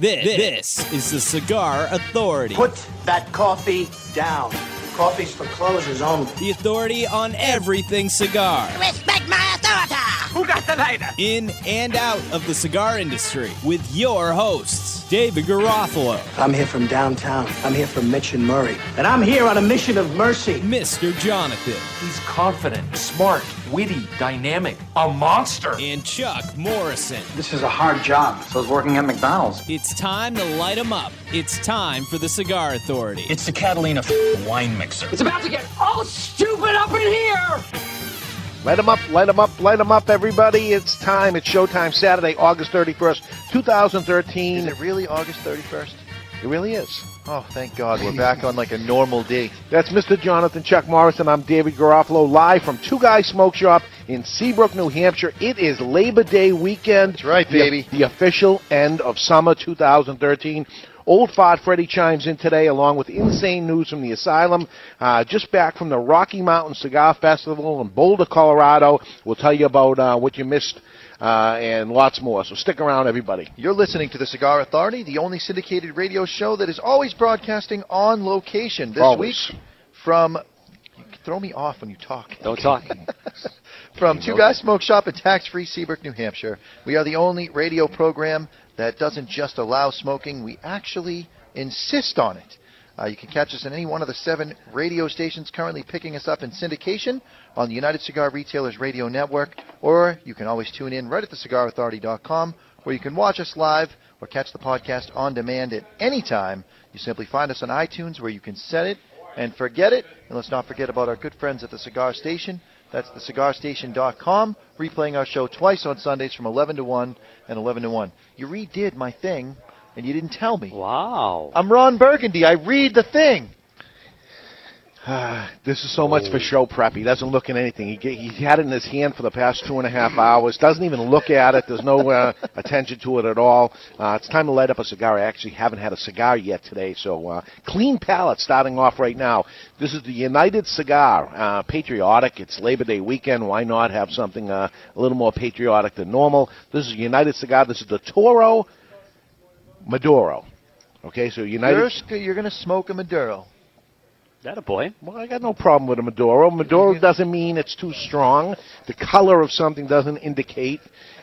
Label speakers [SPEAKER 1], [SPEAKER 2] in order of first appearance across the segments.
[SPEAKER 1] This, this is the Cigar Authority,
[SPEAKER 2] Put that coffee down. Coffee's for closers only.
[SPEAKER 1] the authority on everything cigar.
[SPEAKER 3] Respect my authority!
[SPEAKER 4] Who got the lighter?
[SPEAKER 1] In and out of the cigar industry with your hosts, David Garofalo,
[SPEAKER 2] I'm here from downtown. I'm here from Mitch and Murray. And I'm here on a mission of mercy.
[SPEAKER 1] Mr. Jonathan,
[SPEAKER 5] He's confident, smart, witty, dynamic, a monster.
[SPEAKER 1] and Chuck Morrison.
[SPEAKER 6] This is a hard job.
[SPEAKER 7] So I was working at McDonald's.
[SPEAKER 1] It's time to light 'em up. It's time for the Cigar Authority.
[SPEAKER 8] It's the Catalina f- wine mixer.
[SPEAKER 5] It's about to get all stupid up in here.
[SPEAKER 9] Light 'em up, light 'em up, light 'em up, everybody. It's time. It's showtime, Saturday, August 31st, 2013. Is it really August 31st? It really is.
[SPEAKER 6] Oh, thank God. We're back on like a normal date.
[SPEAKER 9] That's Mr. Jonathan Chuck Morrison. I'm David Garofalo, live from Two Guys Smoke Shop in Seabrook, New Hampshire. It is Labor Day weekend. That's
[SPEAKER 6] right, baby.
[SPEAKER 9] The, the official end of summer 2013. Old Fart Freddy chimes in today, along with insane news from the asylum. Uh, just back from the Rocky Mountain Cigar Festival in Boulder, Colorado. We'll tell you about uh, what you missed uh, and lots more. So stick around, everybody.
[SPEAKER 6] You're listening to the Cigar Authority, the only syndicated radio show that is always broadcasting on location. This
[SPEAKER 9] Always.
[SPEAKER 6] week from. You throw me off when you talk.
[SPEAKER 10] Don't talk.
[SPEAKER 6] From Two Guys Smoke Shop in tax free Seabrook, New Hampshire. We are the only radio program that doesn't just allow smoking, we actually insist on it. Uh, you can catch us on any one of the seven radio stations currently picking us up in syndication on the United Cigar Retailers Radio Network, or you can always tune in right at thecigarauthority.com where you can watch us live or catch the podcast on demand at any time. You simply find us on iTunes where you can set it and forget it. And let's not forget about our good friends at the Cigar Station. That's thecigarstation.com, replaying our show twice on Sundays from 11 to 1 and 11 to 1. You redid my thing, and you didn't tell me.
[SPEAKER 10] Wow.
[SPEAKER 6] I'm Ron Burgundy. I read the thing.
[SPEAKER 9] This is so much for show prep. He doesn't look at anything. He ge- he had it in his hand for the past two and a half hours. Doesn't even look at it. There's no uh, attention to it at all. Uh, it's time to light up a cigar. I actually haven't had a cigar yet today, so uh, clean palate starting off right now. This is the United Cigar, uh, patriotic. It's Labor Day weekend. Why not have something uh, a little more patriotic than normal? This is United Cigar. This is the Toro Maduro. Okay, so United.
[SPEAKER 6] You're, sc- you're going to smoke a Maduro.
[SPEAKER 10] That a boy.
[SPEAKER 9] Well, I got no problem with a Maduro. Maduro doesn't mean it's too strong. The color of something doesn't indicate.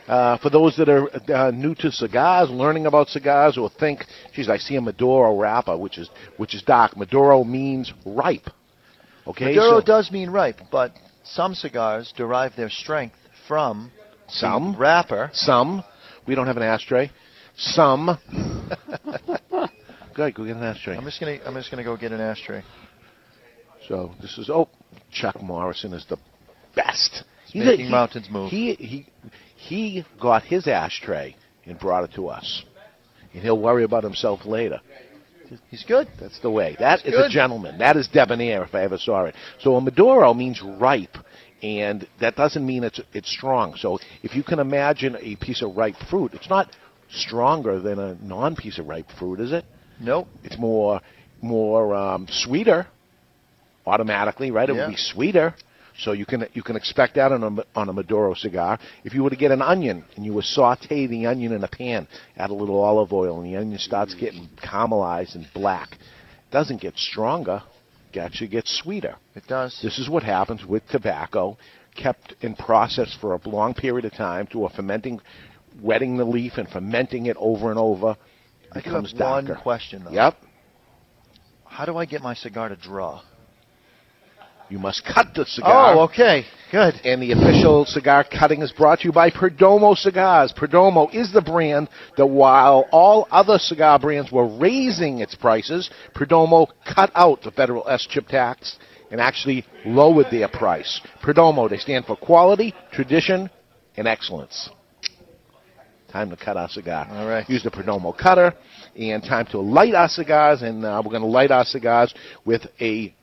[SPEAKER 9] Uh, for those that are uh, new to cigars, learning about cigars, or think, geez, I see a Maduro wrapper, which is which is dark. Maduro means ripe. Okay,
[SPEAKER 6] Maduro
[SPEAKER 9] so
[SPEAKER 6] does mean ripe, but some cigars derive their strength from the
[SPEAKER 9] Some?
[SPEAKER 6] wrapper.
[SPEAKER 9] some. We don't have an ashtray. Some. Good, go get an ashtray.
[SPEAKER 6] I'm just gonna I'm just gonna go get an ashtray.
[SPEAKER 9] So this is oh, Chuck Morrison is the best.
[SPEAKER 6] making mountains move.
[SPEAKER 9] He he he got his ashtray and brought it to us, and he'll worry about himself later.
[SPEAKER 6] He's good.
[SPEAKER 9] That's the way. That is a
[SPEAKER 6] good.
[SPEAKER 9] gentleman. That is debonair if I ever saw it. So a Maduro means ripe, and that doesn't mean it's it's strong. So if you can imagine a piece of ripe fruit, it's not stronger than a non piece of ripe fruit, is it?
[SPEAKER 6] Nope.
[SPEAKER 9] It's more more um, sweeter automatically, right? It
[SPEAKER 6] Yeah.
[SPEAKER 9] would be sweeter. So you can you can expect that on a on a Maduro cigar. If you were to get an onion and you would saute the onion in a pan, add a little olive oil, and the onion starts
[SPEAKER 6] Mm.
[SPEAKER 9] getting caramelized and black, doesn't get stronger, it actually gets sweeter.
[SPEAKER 6] It does.
[SPEAKER 9] This is what happens with tobacco kept in process for a long period of time to a fermenting, wetting the leaf and fermenting it over and over.
[SPEAKER 6] I do have
[SPEAKER 9] becomes
[SPEAKER 6] one
[SPEAKER 9] darker.
[SPEAKER 6] question though.
[SPEAKER 9] Yep.
[SPEAKER 6] How do I get my cigar to draw?
[SPEAKER 9] You must cut the cigar.
[SPEAKER 6] Oh, okay. Good.
[SPEAKER 9] And the official cigar cutting is brought to you by Perdomo Cigars. Perdomo is the brand that, while all other cigar brands were raising its prices, Perdomo cut out the federal S chip tax and actually lowered their price. Perdomo, they stand for quality, tradition, and excellence. Time to cut our cigar.
[SPEAKER 6] All right.
[SPEAKER 9] Use the Perdomo cutter, and time to light our cigars. And uh, we're going to light our cigars with a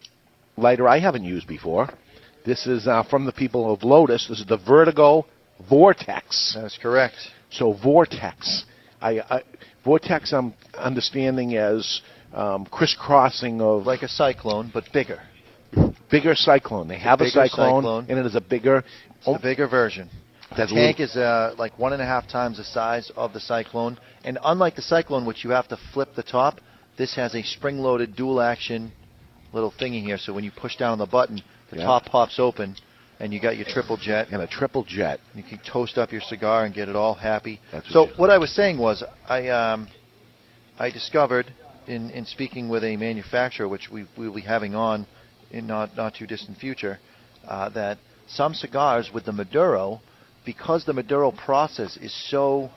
[SPEAKER 9] lighter I haven't used before. This is uh, from the people of Lotus. This is the Vertigo Vortex.
[SPEAKER 6] That is correct.
[SPEAKER 9] So Vortex, I, I Vortex, I'm understanding as um, crisscrossing of
[SPEAKER 6] Like a cyclone, but bigger.
[SPEAKER 9] bigger cyclone. They have a
[SPEAKER 6] bigger
[SPEAKER 9] cyclone,
[SPEAKER 6] cyclone.
[SPEAKER 9] and it is a bigger.
[SPEAKER 6] It's the bigger version.
[SPEAKER 9] That's
[SPEAKER 6] the tank is uh, like one and a half times the size of the Cyclone, and unlike the Cyclone, which you have to flip the top, this has a spring-loaded dual-action little thingy here. So when you push down on the button, the
[SPEAKER 9] Yeah.
[SPEAKER 6] top pops open, and you got your triple jet.
[SPEAKER 9] and a triple jet.
[SPEAKER 6] You can toast up your cigar and get it all happy.
[SPEAKER 9] That's
[SPEAKER 6] so
[SPEAKER 9] what you-
[SPEAKER 6] what I was saying was I um, I discovered in, in speaking with a manufacturer, which we will be having on in not not too distant future, uh, that some cigars with the Maduro, because the Maduro process is so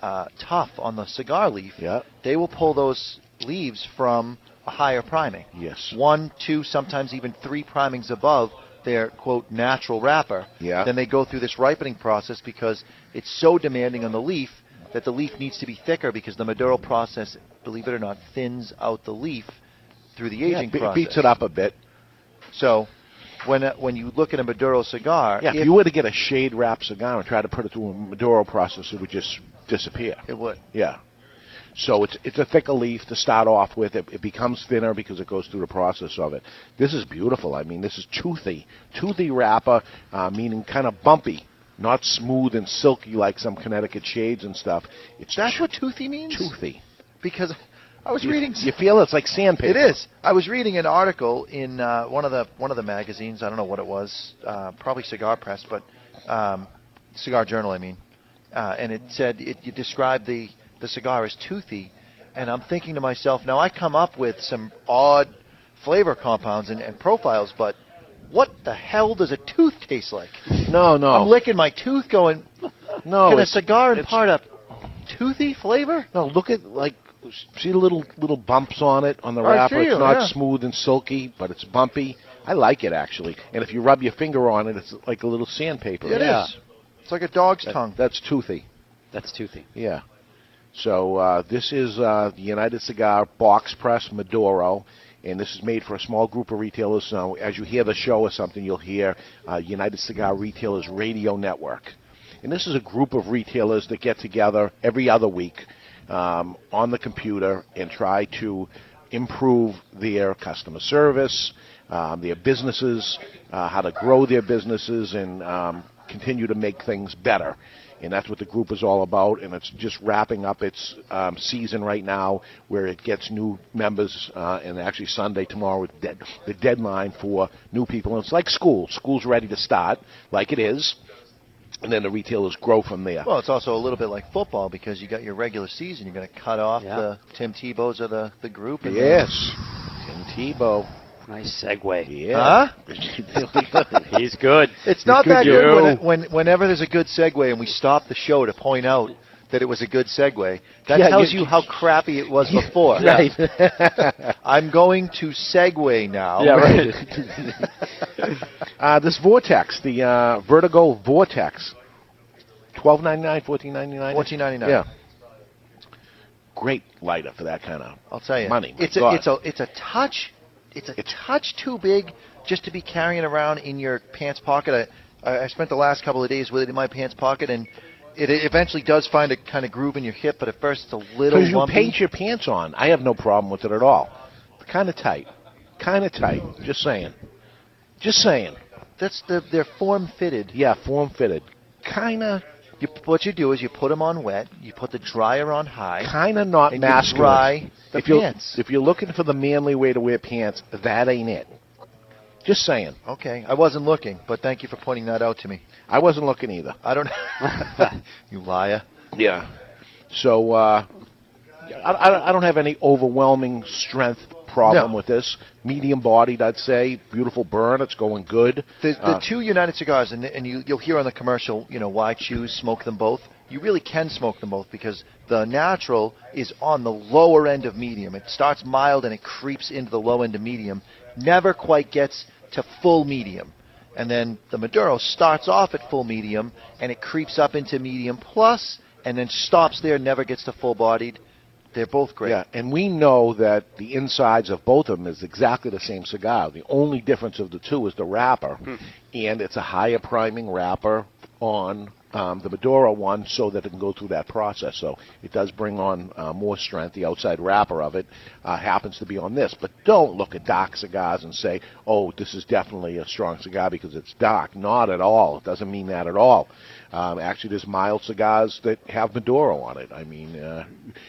[SPEAKER 6] uh, tough on the cigar leaf,
[SPEAKER 9] Yeah.
[SPEAKER 6] they will pull those leaves from a higher priming.
[SPEAKER 9] Yes.
[SPEAKER 6] One, two, sometimes even three primings above their quote natural wrapper.
[SPEAKER 9] Yeah.
[SPEAKER 6] Then they go through this ripening process because it's so demanding on the leaf that the leaf needs to be thicker because the Maduro process, believe it or not, thins out the leaf through the
[SPEAKER 9] Yeah,
[SPEAKER 6] aging
[SPEAKER 9] be-
[SPEAKER 6] process.
[SPEAKER 9] beats it up a bit.
[SPEAKER 6] So when uh, when you look at a Maduro cigar,
[SPEAKER 9] Yeah, if
[SPEAKER 6] it,
[SPEAKER 9] you were to get a shade wrap cigar and try to put it through a Maduro process, it would just disappear.
[SPEAKER 6] it would.
[SPEAKER 9] Yeah. So it's it's a thicker leaf to start off with. It, it becomes thinner because it goes through the process of it. This is beautiful. I mean, this is toothy, toothy wrapper, uh, meaning kind of bumpy, not smooth and silky like some Connecticut shades and stuff. It's
[SPEAKER 6] That's
[SPEAKER 9] too-
[SPEAKER 6] what toothy means.
[SPEAKER 9] toothy.
[SPEAKER 6] Because I was
[SPEAKER 9] You,
[SPEAKER 6] reading.
[SPEAKER 9] you feel it's like sandpaper.
[SPEAKER 6] It is. I was reading an article in uh, one of the one of the magazines. I don't know what it was. Uh, probably Cigar Press, but um, Cigar Journal, I mean. Uh, and it said it, it described the the cigar as toothy, and I'm thinking to myself, now I come up with some odd flavor compounds and, and profiles, but what the hell does a tooth taste like?
[SPEAKER 9] No, no,
[SPEAKER 6] I'm licking my tooth, going,
[SPEAKER 9] no.
[SPEAKER 6] can a
[SPEAKER 9] it's-
[SPEAKER 6] cigar
[SPEAKER 9] it's-
[SPEAKER 6] impart a toothy flavor?
[SPEAKER 9] No, look at like see the little little bumps on it on the
[SPEAKER 6] Oh, I
[SPEAKER 9] wrapper.
[SPEAKER 6] see
[SPEAKER 9] It's
[SPEAKER 6] it,
[SPEAKER 9] not
[SPEAKER 6] yeah.
[SPEAKER 9] smooth and silky, but it's bumpy. I like it actually. And if you rub your finger on it, it's like a little sandpaper.
[SPEAKER 6] It is. It's like a dog's tongue.
[SPEAKER 9] That's toothy.
[SPEAKER 10] That's toothy.
[SPEAKER 9] Yeah. So uh, this is uh, the United Cigar Box Press Maduro, and this is made for a small group of retailers. So as you hear the show or something, you'll hear uh, United Cigar Retailers Radio Network, and this is a group of retailers that get together every other week um, on the computer and try to improve their customer service, um, their businesses, uh, how to grow their businesses, and um, continue to make things better. And that's what the group is all about. And it's just wrapping up its um, season right now, where it gets new members. Uh, and actually, Sunday tomorrow is dead, the deadline for new people. And it's like school. School's ready to start, like it is. And then the retailers grow from there.
[SPEAKER 6] Well, it's also a little bit like football because you got your regular season. You're going to cut off
[SPEAKER 10] Yeah.
[SPEAKER 6] the Tim Tebow's of the, the group. And
[SPEAKER 9] yes, Tim Tebow.
[SPEAKER 10] Nice segue.
[SPEAKER 9] Yeah.
[SPEAKER 10] He's good.
[SPEAKER 6] It's not that
[SPEAKER 10] you.
[SPEAKER 6] good when, when, whenever there's a good segue and we stop the show to point out that it was a good segue. That
[SPEAKER 9] Yeah,
[SPEAKER 6] tells
[SPEAKER 9] you-
[SPEAKER 6] you, how crappy it was before.
[SPEAKER 9] Right.
[SPEAKER 6] I'm going to segue now.
[SPEAKER 10] Yeah, right.
[SPEAKER 9] Uh, this vortex, the uh, Vertigo Vortex, twelve ninety nine, fourteen ninety nine,
[SPEAKER 6] $14.99.
[SPEAKER 9] Yeah, great lighter for that kind of.
[SPEAKER 6] I'll tell you.
[SPEAKER 9] money. my
[SPEAKER 6] It's a,
[SPEAKER 9] God.
[SPEAKER 6] it's a it's a touch it's a
[SPEAKER 9] It's-
[SPEAKER 6] touch too big just to be carrying around in your pants pocket. I- I, I spent the last couple of days with it in my pants pocket, and it eventually does find a kind of groove in your hip. But at first, it's a little
[SPEAKER 9] because you
[SPEAKER 6] lumpy.
[SPEAKER 9] paint your pants on. I have no problem with it at all. Kind of tight, kind of tight. Just saying, just saying.
[SPEAKER 6] That's the they're form fitted.
[SPEAKER 9] Yeah, form fitted, kind of,
[SPEAKER 6] You, what you do is you put them on wet. You put the dryer on high.
[SPEAKER 9] kind of not
[SPEAKER 6] And you
[SPEAKER 9] masculine.
[SPEAKER 6] dry the
[SPEAKER 9] if you're
[SPEAKER 6] pants.
[SPEAKER 9] if you're looking for the manly way to wear pants, that ain't it. Just saying.
[SPEAKER 6] Okay, I wasn't looking, but thank you for pointing that out to me.
[SPEAKER 9] I wasn't looking either.
[SPEAKER 6] I don't. you liar.
[SPEAKER 9] Yeah. So uh, I, I, I don't have any overwhelming strength problem
[SPEAKER 6] No.
[SPEAKER 9] with this. Medium bodied, I'd say. Beautiful burn. It's going good.
[SPEAKER 6] The, the
[SPEAKER 9] Uh,
[SPEAKER 6] two United cigars, and, and you, you'll hear on the commercial, you know, why choose smoke them both. You really can smoke them both because the natural is on the lower end of medium. It starts mild and it creeps into the low end of medium, never quite gets to full medium. And then the Maduro starts off at full medium and it creeps up into medium plus and then stops there, never gets to full bodied. They're both great.
[SPEAKER 9] yeah, and we know that the insides of both of them is exactly the same cigar. The only difference of the two is the wrapper, and it's a higher priming wrapper on um, the Maduro one, so that it can go through that process. So it does bring on uh, more strength. The outside wrapper of it uh, happens to be on this, but don't look at dark cigars and say, "Oh, this is definitely a strong cigar because it's dark." Not at all. It doesn't mean that at all. Um, actually, there's mild cigars that have Maduro on it. I mean, uh,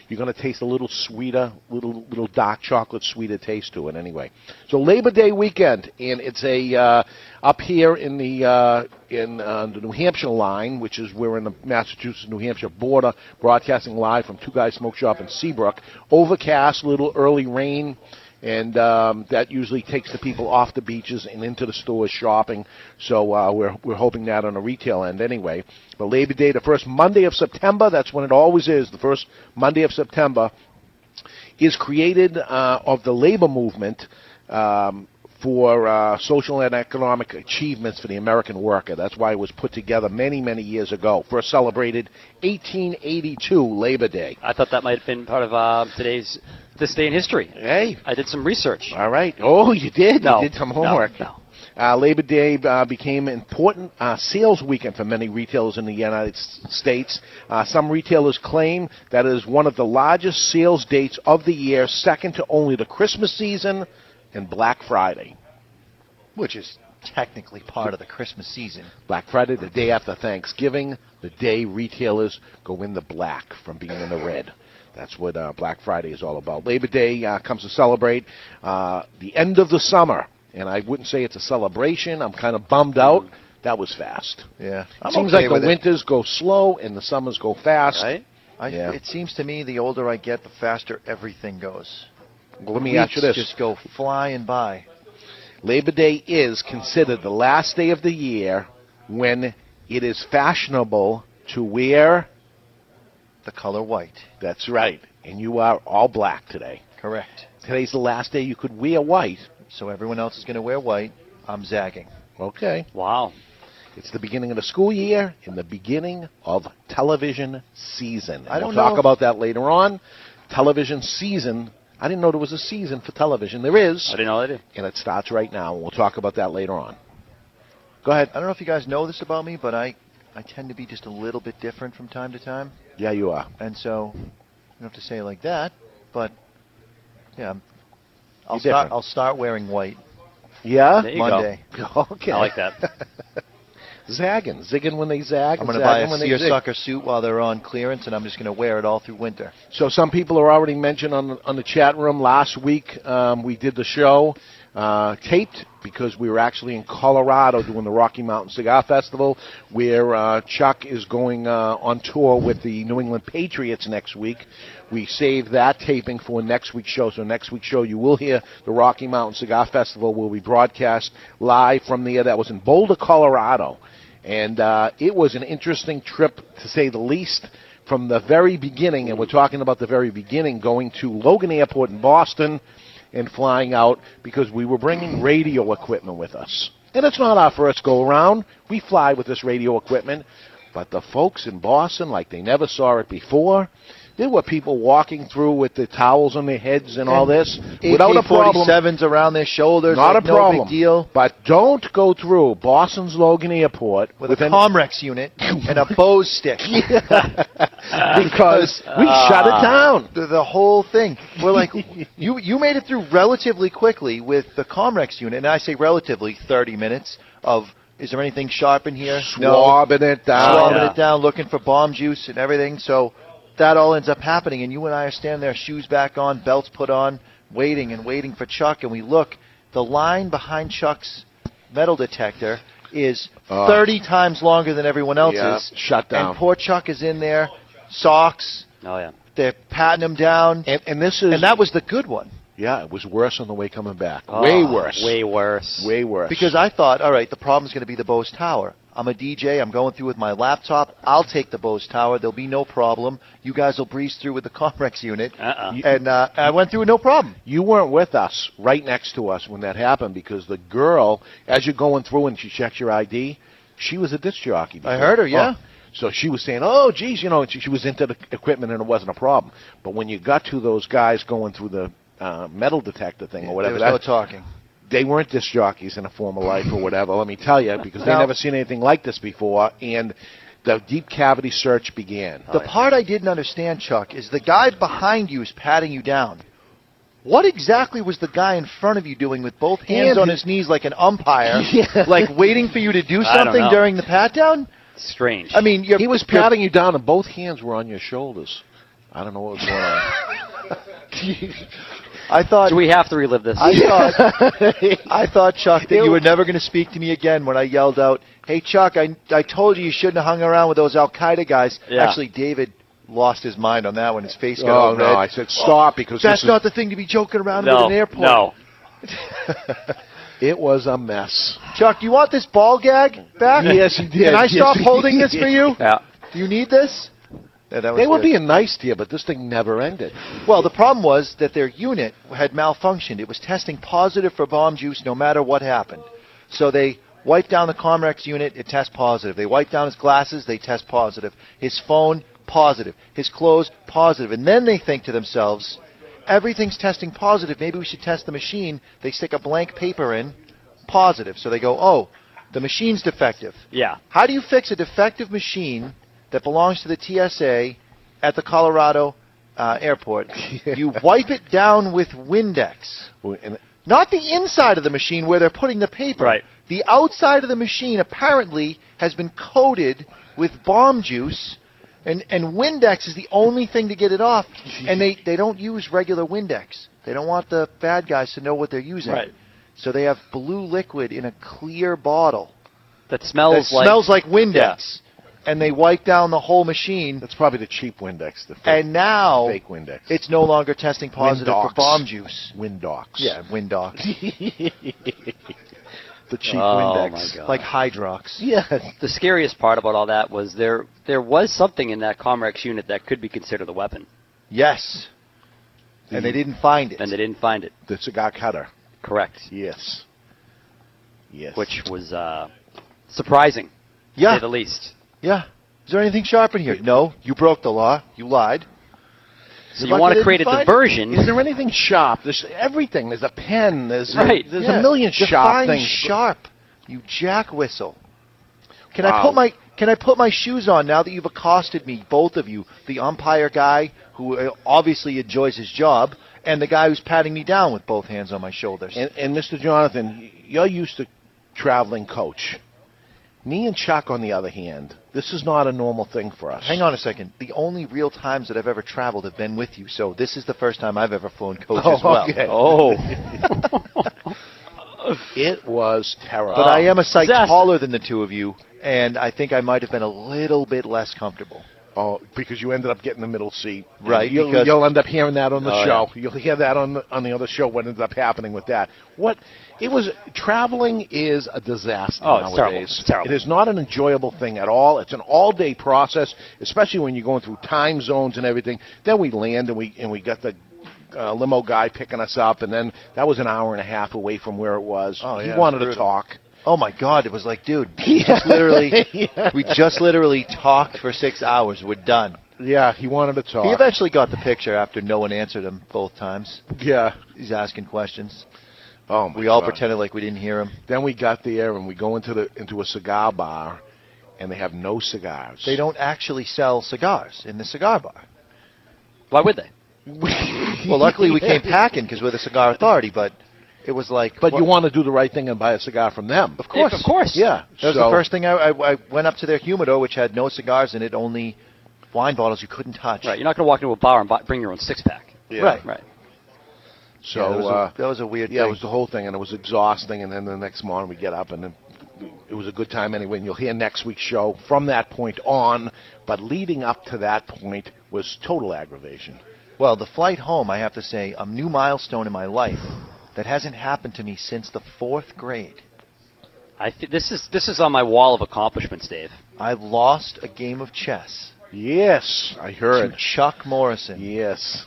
[SPEAKER 9] you're going to taste a little sweeter, little little dark chocolate sweeter taste to it. Anyway, so Labor Day weekend, and it's a uh, up here in the uh, in uh, the New Hampshire line, which is we're in the Massachusetts New Hampshire border, broadcasting live from Two Guys Smoke Shop in Seabrook. Overcast, little early rain and um, that usually takes the people off the beaches and into the stores shopping. So uh, we're we're hoping that on a retail end anyway. But Labor Day, the first Monday of September, that's when it always is. The first Monday of September is created uh, of the labor movement. Um, for uh, social and economic achievements for the American worker. That's why it was put together many, many years ago. First celebrated 1882 Labor Day.
[SPEAKER 10] I thought that might have been part of uh, today's this day in history.
[SPEAKER 9] Hey,
[SPEAKER 10] I did some research.
[SPEAKER 9] All right. Oh, you did.
[SPEAKER 10] No,
[SPEAKER 9] You did some
[SPEAKER 10] no,
[SPEAKER 9] homework.
[SPEAKER 10] no.
[SPEAKER 9] Uh, Labor Day uh, became important uh, sales weekend for many retailers in the United S- States. Uh, some retailers claim that it is one of the largest sales dates of the year, second to only the Christmas season and Black Friday.
[SPEAKER 6] which is technically part of the Christmas season.
[SPEAKER 9] Black Friday, the day after Thanksgiving, the day retailers go in the black from being in the red. That's what uh, Black Friday is all about. Labor Day uh, comes to celebrate uh, the end of the summer, and I wouldn't say it's a celebration. I'm kind of bummed out. That was fast.
[SPEAKER 6] Yeah, I'm
[SPEAKER 9] Seems
[SPEAKER 6] okay
[SPEAKER 9] like
[SPEAKER 6] with
[SPEAKER 9] the
[SPEAKER 6] it.
[SPEAKER 9] winters go slow and the summers go fast.
[SPEAKER 10] Right?
[SPEAKER 6] I,
[SPEAKER 9] Yeah.
[SPEAKER 6] It seems to me the older I get, the faster everything goes.
[SPEAKER 9] Well, let me
[SPEAKER 6] Weeks
[SPEAKER 9] ask you this:
[SPEAKER 6] just go flying by.
[SPEAKER 9] Labor Day is considered the last day of the year when it is fashionable to wear.
[SPEAKER 6] The color white.
[SPEAKER 9] That's right, and you are all black today.
[SPEAKER 6] Correct.
[SPEAKER 9] Today's the last day you could wear white.
[SPEAKER 6] So everyone else is going to wear white. I'm zagging.
[SPEAKER 9] Okay.
[SPEAKER 10] Wow.
[SPEAKER 9] It's the beginning of the school year and the beginning of television season. And
[SPEAKER 6] I don't
[SPEAKER 9] we'll talk
[SPEAKER 6] know if-
[SPEAKER 9] about that later on. Television season. I didn't know there was a season for television. There
[SPEAKER 10] I
[SPEAKER 9] is,
[SPEAKER 10] didn't know that either.
[SPEAKER 9] and it starts right now. We'll talk about that later on. Go ahead.
[SPEAKER 6] I don't know if you guys know this about me, but I, I tend to be just a little bit different from time to time.
[SPEAKER 9] Yeah, you are.
[SPEAKER 6] And so, you don't have to say it like that, but yeah, I'm- I'll
[SPEAKER 9] You're
[SPEAKER 6] start.
[SPEAKER 9] different.
[SPEAKER 6] I'll start wearing white
[SPEAKER 9] Yeah.
[SPEAKER 10] There you go.
[SPEAKER 6] Monday.
[SPEAKER 9] Okay.
[SPEAKER 10] I like that.
[SPEAKER 9] Zagging, zigging when they
[SPEAKER 6] I'm
[SPEAKER 9] zag. and
[SPEAKER 6] going to buy
[SPEAKER 9] zagging
[SPEAKER 6] a
[SPEAKER 9] when they zig.
[SPEAKER 6] seersucker suit while they're on clearance, and I'm just going to wear it all through winter.
[SPEAKER 9] So some people are already mentioned on the, on the chat room. Last week um, we did the show uh, taped because we were actually in Colorado doing the Rocky Mountain Cigar Festival, where uh, Chuck is going uh, on tour with the New England Patriots next week. We saved that taping for next week's show. So next week's show you will hear the Rocky Mountain Cigar Festival will be broadcast live from there. That was in Boulder, Colorado. And uh, it was an interesting trip, to say the least from the very beginning, and we're talking about the very beginning, going to Logan Airport in Boston and flying out because we were bringing radio equipment with us. And it's not our first go around. We fly with this radio equipment, but the folks in Boston, like they never saw it before, there were people walking through with the towels on their heads and all this without a problem.
[SPEAKER 6] AK-47s around their shoulders.
[SPEAKER 9] Not
[SPEAKER 6] like
[SPEAKER 9] a problem.
[SPEAKER 6] No big deal.
[SPEAKER 9] But don't go through Boston's Logan Airport
[SPEAKER 6] With,
[SPEAKER 9] with
[SPEAKER 6] a
[SPEAKER 9] an-
[SPEAKER 6] Comrex unit and a Bose stick. Ah.
[SPEAKER 9] because we shut it down.
[SPEAKER 6] The, the whole thing. We're like, you you made it through relatively quickly with the Comrex unit, and I say relatively 30 minutes of. Is there anything sharp in here? no.
[SPEAKER 9] swabbing it down.
[SPEAKER 6] Swabbing
[SPEAKER 10] yeah.
[SPEAKER 6] it down, looking for bomb juice and everything. So that all ends up happening, and you and I are standing there, shoes back on, belts put on, waiting and waiting for Chuck. And we look, the line behind Chuck's metal detector is 30 times longer than everyone
[SPEAKER 9] Uh, Yeah,
[SPEAKER 6] else's.
[SPEAKER 9] shut down.
[SPEAKER 6] And poor Chuck is in there, socks.
[SPEAKER 10] Oh, yeah.
[SPEAKER 6] They're patting him down,
[SPEAKER 9] And, and this is
[SPEAKER 6] and that was the good one
[SPEAKER 9] yeah, it was worse on the way coming back. way
[SPEAKER 10] Oh,
[SPEAKER 9] worse.
[SPEAKER 10] Way worse.
[SPEAKER 9] way worse.
[SPEAKER 6] Ah, because I thought, all right, the problem's going to be the Bose Tower. I'm a DJ. I'm going through with my laptop. I'll take the Bose Tower. There'll be no problem. You guys will breeze through with the Comrex unit.
[SPEAKER 10] Uh-uh.
[SPEAKER 6] And uh, I went through with no problem.
[SPEAKER 9] you weren't with us right next to us when that happened because the girl, as you're going through and she checks your ID, she was a disc jockey.
[SPEAKER 6] I heard her, yeah.
[SPEAKER 9] Oh. So she was saying, "Oh, geez, you know," and she, she was into the equipment and it wasn't a problem. But when you got to those guys going through the uh, metal detector thing or whatever,
[SPEAKER 6] There was
[SPEAKER 9] that-
[SPEAKER 6] no talking.
[SPEAKER 9] they weren't disc jockeys in a former life or whatever, let me tell you, because they
[SPEAKER 6] No.
[SPEAKER 9] never seen anything like this before. And the deep cavity search began.
[SPEAKER 6] The part I didn't understand, Chuck, is the guy behind you is patting you down. What exactly was the guy in front of you doing with both hands
[SPEAKER 9] And-
[SPEAKER 6] on his knees like an umpire, like waiting for you to do
[SPEAKER 10] I don't
[SPEAKER 6] something
[SPEAKER 10] know.
[SPEAKER 6] during the pat down?
[SPEAKER 10] Strange.
[SPEAKER 6] I mean, you're,
[SPEAKER 9] He was
[SPEAKER 6] you're-
[SPEAKER 9] patting you down, and both hands were on your shoulders. I don't know what was going on.
[SPEAKER 6] I thought
[SPEAKER 10] Do we have to relive this?
[SPEAKER 6] I thought I thought Chuck that you were never going to speak to me again when I yelled out, "Hey Chuck, I I told you you shouldn't have hung around with those Al Qaeda guys."
[SPEAKER 10] Yeah.
[SPEAKER 6] Actually, David lost his mind on that one. His face got
[SPEAKER 9] oh
[SPEAKER 6] all red.
[SPEAKER 9] no! I said stop because this
[SPEAKER 6] That's
[SPEAKER 9] is-
[SPEAKER 6] not the thing to be joking around with
[SPEAKER 10] no,
[SPEAKER 6] at an airport.
[SPEAKER 10] no.
[SPEAKER 9] It was a mess.
[SPEAKER 6] Chuck, you want this ball gag back?
[SPEAKER 9] Yes, he did.
[SPEAKER 6] Can I
[SPEAKER 9] Yes,
[SPEAKER 6] stop
[SPEAKER 9] he
[SPEAKER 6] holding this
[SPEAKER 9] did.
[SPEAKER 6] for you?
[SPEAKER 10] Yeah.
[SPEAKER 6] Do you need this? Yeah, that was
[SPEAKER 9] They were
[SPEAKER 6] good.
[SPEAKER 9] being nice to you, but this thing never ended.
[SPEAKER 6] Well, the problem was that their unit had malfunctioned. It was testing positive for bomb juice no matter what happened. So they wiped down the Comrex unit, it tests positive. They wiped down his glasses, they test positive. His phone, positive. His clothes, positive. And then they think to themselves, everything's testing positive. Maybe we should test the machine. They stick a blank paper in, positive. So they go, oh, the machine's defective.
[SPEAKER 10] Yeah.
[SPEAKER 6] How do you fix a defective machine that belongs to the TSA at the Colorado uh, airport? You wipe it down with Windex.
[SPEAKER 9] And
[SPEAKER 6] Not the inside of the machine where they're putting the paper.
[SPEAKER 10] Right.
[SPEAKER 6] The outside of the machine apparently has been coated with bomb juice, and, and Windex is the only thing to get it off. And they, they don't use regular Windex. They don't want the bad guys to know what they're using.
[SPEAKER 10] Right.
[SPEAKER 6] So they have blue liquid in a clear bottle
[SPEAKER 10] That smells
[SPEAKER 6] that
[SPEAKER 10] like.
[SPEAKER 6] smells like Windex, and they wipe down the whole machine.
[SPEAKER 9] that's probably the cheap Windex. The fake,
[SPEAKER 6] And now
[SPEAKER 9] fake Windex.
[SPEAKER 6] it's no longer testing positive for
[SPEAKER 9] Windox.
[SPEAKER 6] bomb juice.
[SPEAKER 9] Windox.
[SPEAKER 6] Yeah, Windox,
[SPEAKER 9] the cheap
[SPEAKER 10] oh
[SPEAKER 9] Windex.
[SPEAKER 10] my god.
[SPEAKER 6] like Hydrox.
[SPEAKER 9] Yeah,
[SPEAKER 10] the scariest part about all that was there there was something in that Comrex unit that could be considered a weapon,
[SPEAKER 6] Yes, and they didn't find it.
[SPEAKER 10] and they didn't find it.
[SPEAKER 9] the cigar cutter.
[SPEAKER 10] Correct.
[SPEAKER 9] Yes. Yes.
[SPEAKER 10] Which was uh, surprising, to
[SPEAKER 6] yeah,
[SPEAKER 10] say the least.
[SPEAKER 6] yeah. Is there anything sharp in here? No, you broke the law. You lied.
[SPEAKER 10] So
[SPEAKER 9] lucky
[SPEAKER 10] you want
[SPEAKER 9] they
[SPEAKER 10] to create a
[SPEAKER 9] didn't find
[SPEAKER 10] diversion.
[SPEAKER 9] Is there anything sharp? There's everything. There's a pen. There's
[SPEAKER 10] Right.
[SPEAKER 9] a, there's
[SPEAKER 6] Yeah.
[SPEAKER 9] a million
[SPEAKER 6] Define
[SPEAKER 9] sharp things.
[SPEAKER 6] Sharp, you jack whistle. Can I
[SPEAKER 9] Wow.
[SPEAKER 6] put my Can I put my shoes on now that you've accosted me, both of you, the umpire guy who uh, obviously enjoys his job, and the guy who's patting me down with both hands on my shoulders?
[SPEAKER 9] And, and Mr. Jonathan, you're used to traveling coach. Me and Chuck, on the other hand, this is not a normal thing for us.
[SPEAKER 6] Hang on a second. The only real times that I've ever traveled have been with you, so this is the first time I've ever flown coach
[SPEAKER 9] Oh,
[SPEAKER 6] as well.
[SPEAKER 9] okay.
[SPEAKER 10] oh,
[SPEAKER 9] It was terrible.
[SPEAKER 6] But I am a sight
[SPEAKER 10] disaster.
[SPEAKER 6] taller than the two of you, and I think I might have been a little bit less comfortable.
[SPEAKER 9] Oh, because you ended up getting the middle seat.
[SPEAKER 6] Right,
[SPEAKER 9] You'll,
[SPEAKER 6] because-
[SPEAKER 9] you'll end up hearing that on the
[SPEAKER 6] Oh,
[SPEAKER 9] show. You'll hear that on the, on the other show. What ended up happening with that? What it was traveling is a disaster
[SPEAKER 10] Oh, it's terrible.
[SPEAKER 9] nowadays.
[SPEAKER 10] It's terrible.
[SPEAKER 9] It is not an enjoyable thing at all. It's an all day process, especially when you're going through time zones and everything. Then we land and we and we got the. Uh, limo guy picking us up, and then that was an hour and a half away from where it was.
[SPEAKER 6] Oh,
[SPEAKER 9] he
[SPEAKER 6] yeah,
[SPEAKER 9] wanted to
[SPEAKER 6] brutal.
[SPEAKER 9] talk.
[SPEAKER 6] Oh my God! It was like, dude, we just literally, we just literally talked for six hours. We're done.
[SPEAKER 9] Yeah, he wanted to talk.
[SPEAKER 6] He eventually got the picture after no one answered him both times.
[SPEAKER 9] yeah.
[SPEAKER 6] He's asking questions.
[SPEAKER 9] Oh, my
[SPEAKER 6] We all
[SPEAKER 9] God.
[SPEAKER 6] pretended like we didn't hear him.
[SPEAKER 9] Then we got there and we go into the into a cigar bar, and they have no cigars.
[SPEAKER 6] They don't actually sell cigars in the cigar bar.
[SPEAKER 10] why would they?
[SPEAKER 6] Well, luckily we came packing because we're the cigar authority. But it was like,
[SPEAKER 9] But you
[SPEAKER 6] what-
[SPEAKER 9] want to do the right thing and buy a cigar from them.
[SPEAKER 6] Of course,
[SPEAKER 10] Of course.
[SPEAKER 9] Yeah.
[SPEAKER 6] That was
[SPEAKER 9] so-
[SPEAKER 6] the first thing I, I, I went up to their humidor, which had no cigars in it, only wine bottles you couldn't touch.
[SPEAKER 10] Right, you're not going to walk into a bar and buy, bring your own six pack.
[SPEAKER 9] Yeah.
[SPEAKER 6] Right.
[SPEAKER 10] Right.
[SPEAKER 9] So
[SPEAKER 6] Yeah, that, was
[SPEAKER 9] uh,
[SPEAKER 6] a, that was a weird.
[SPEAKER 9] yeah,
[SPEAKER 6] thing.
[SPEAKER 9] it was the whole thing, and it was exhausting. And then the next morning we get up, and then it was a good time anyway. And you'll hear next week's show from that point on. But leading up to that point was total aggravation.
[SPEAKER 6] Well, the flight home, I have to say, a new milestone in my life that hasn't happened to me since the fourth grade.
[SPEAKER 10] I th- this is this is on my wall of accomplishments, Dave.
[SPEAKER 6] I lost a game of chess
[SPEAKER 9] Yes, I
[SPEAKER 6] to
[SPEAKER 9] heard.
[SPEAKER 6] Chuck Morrison,
[SPEAKER 9] Yes.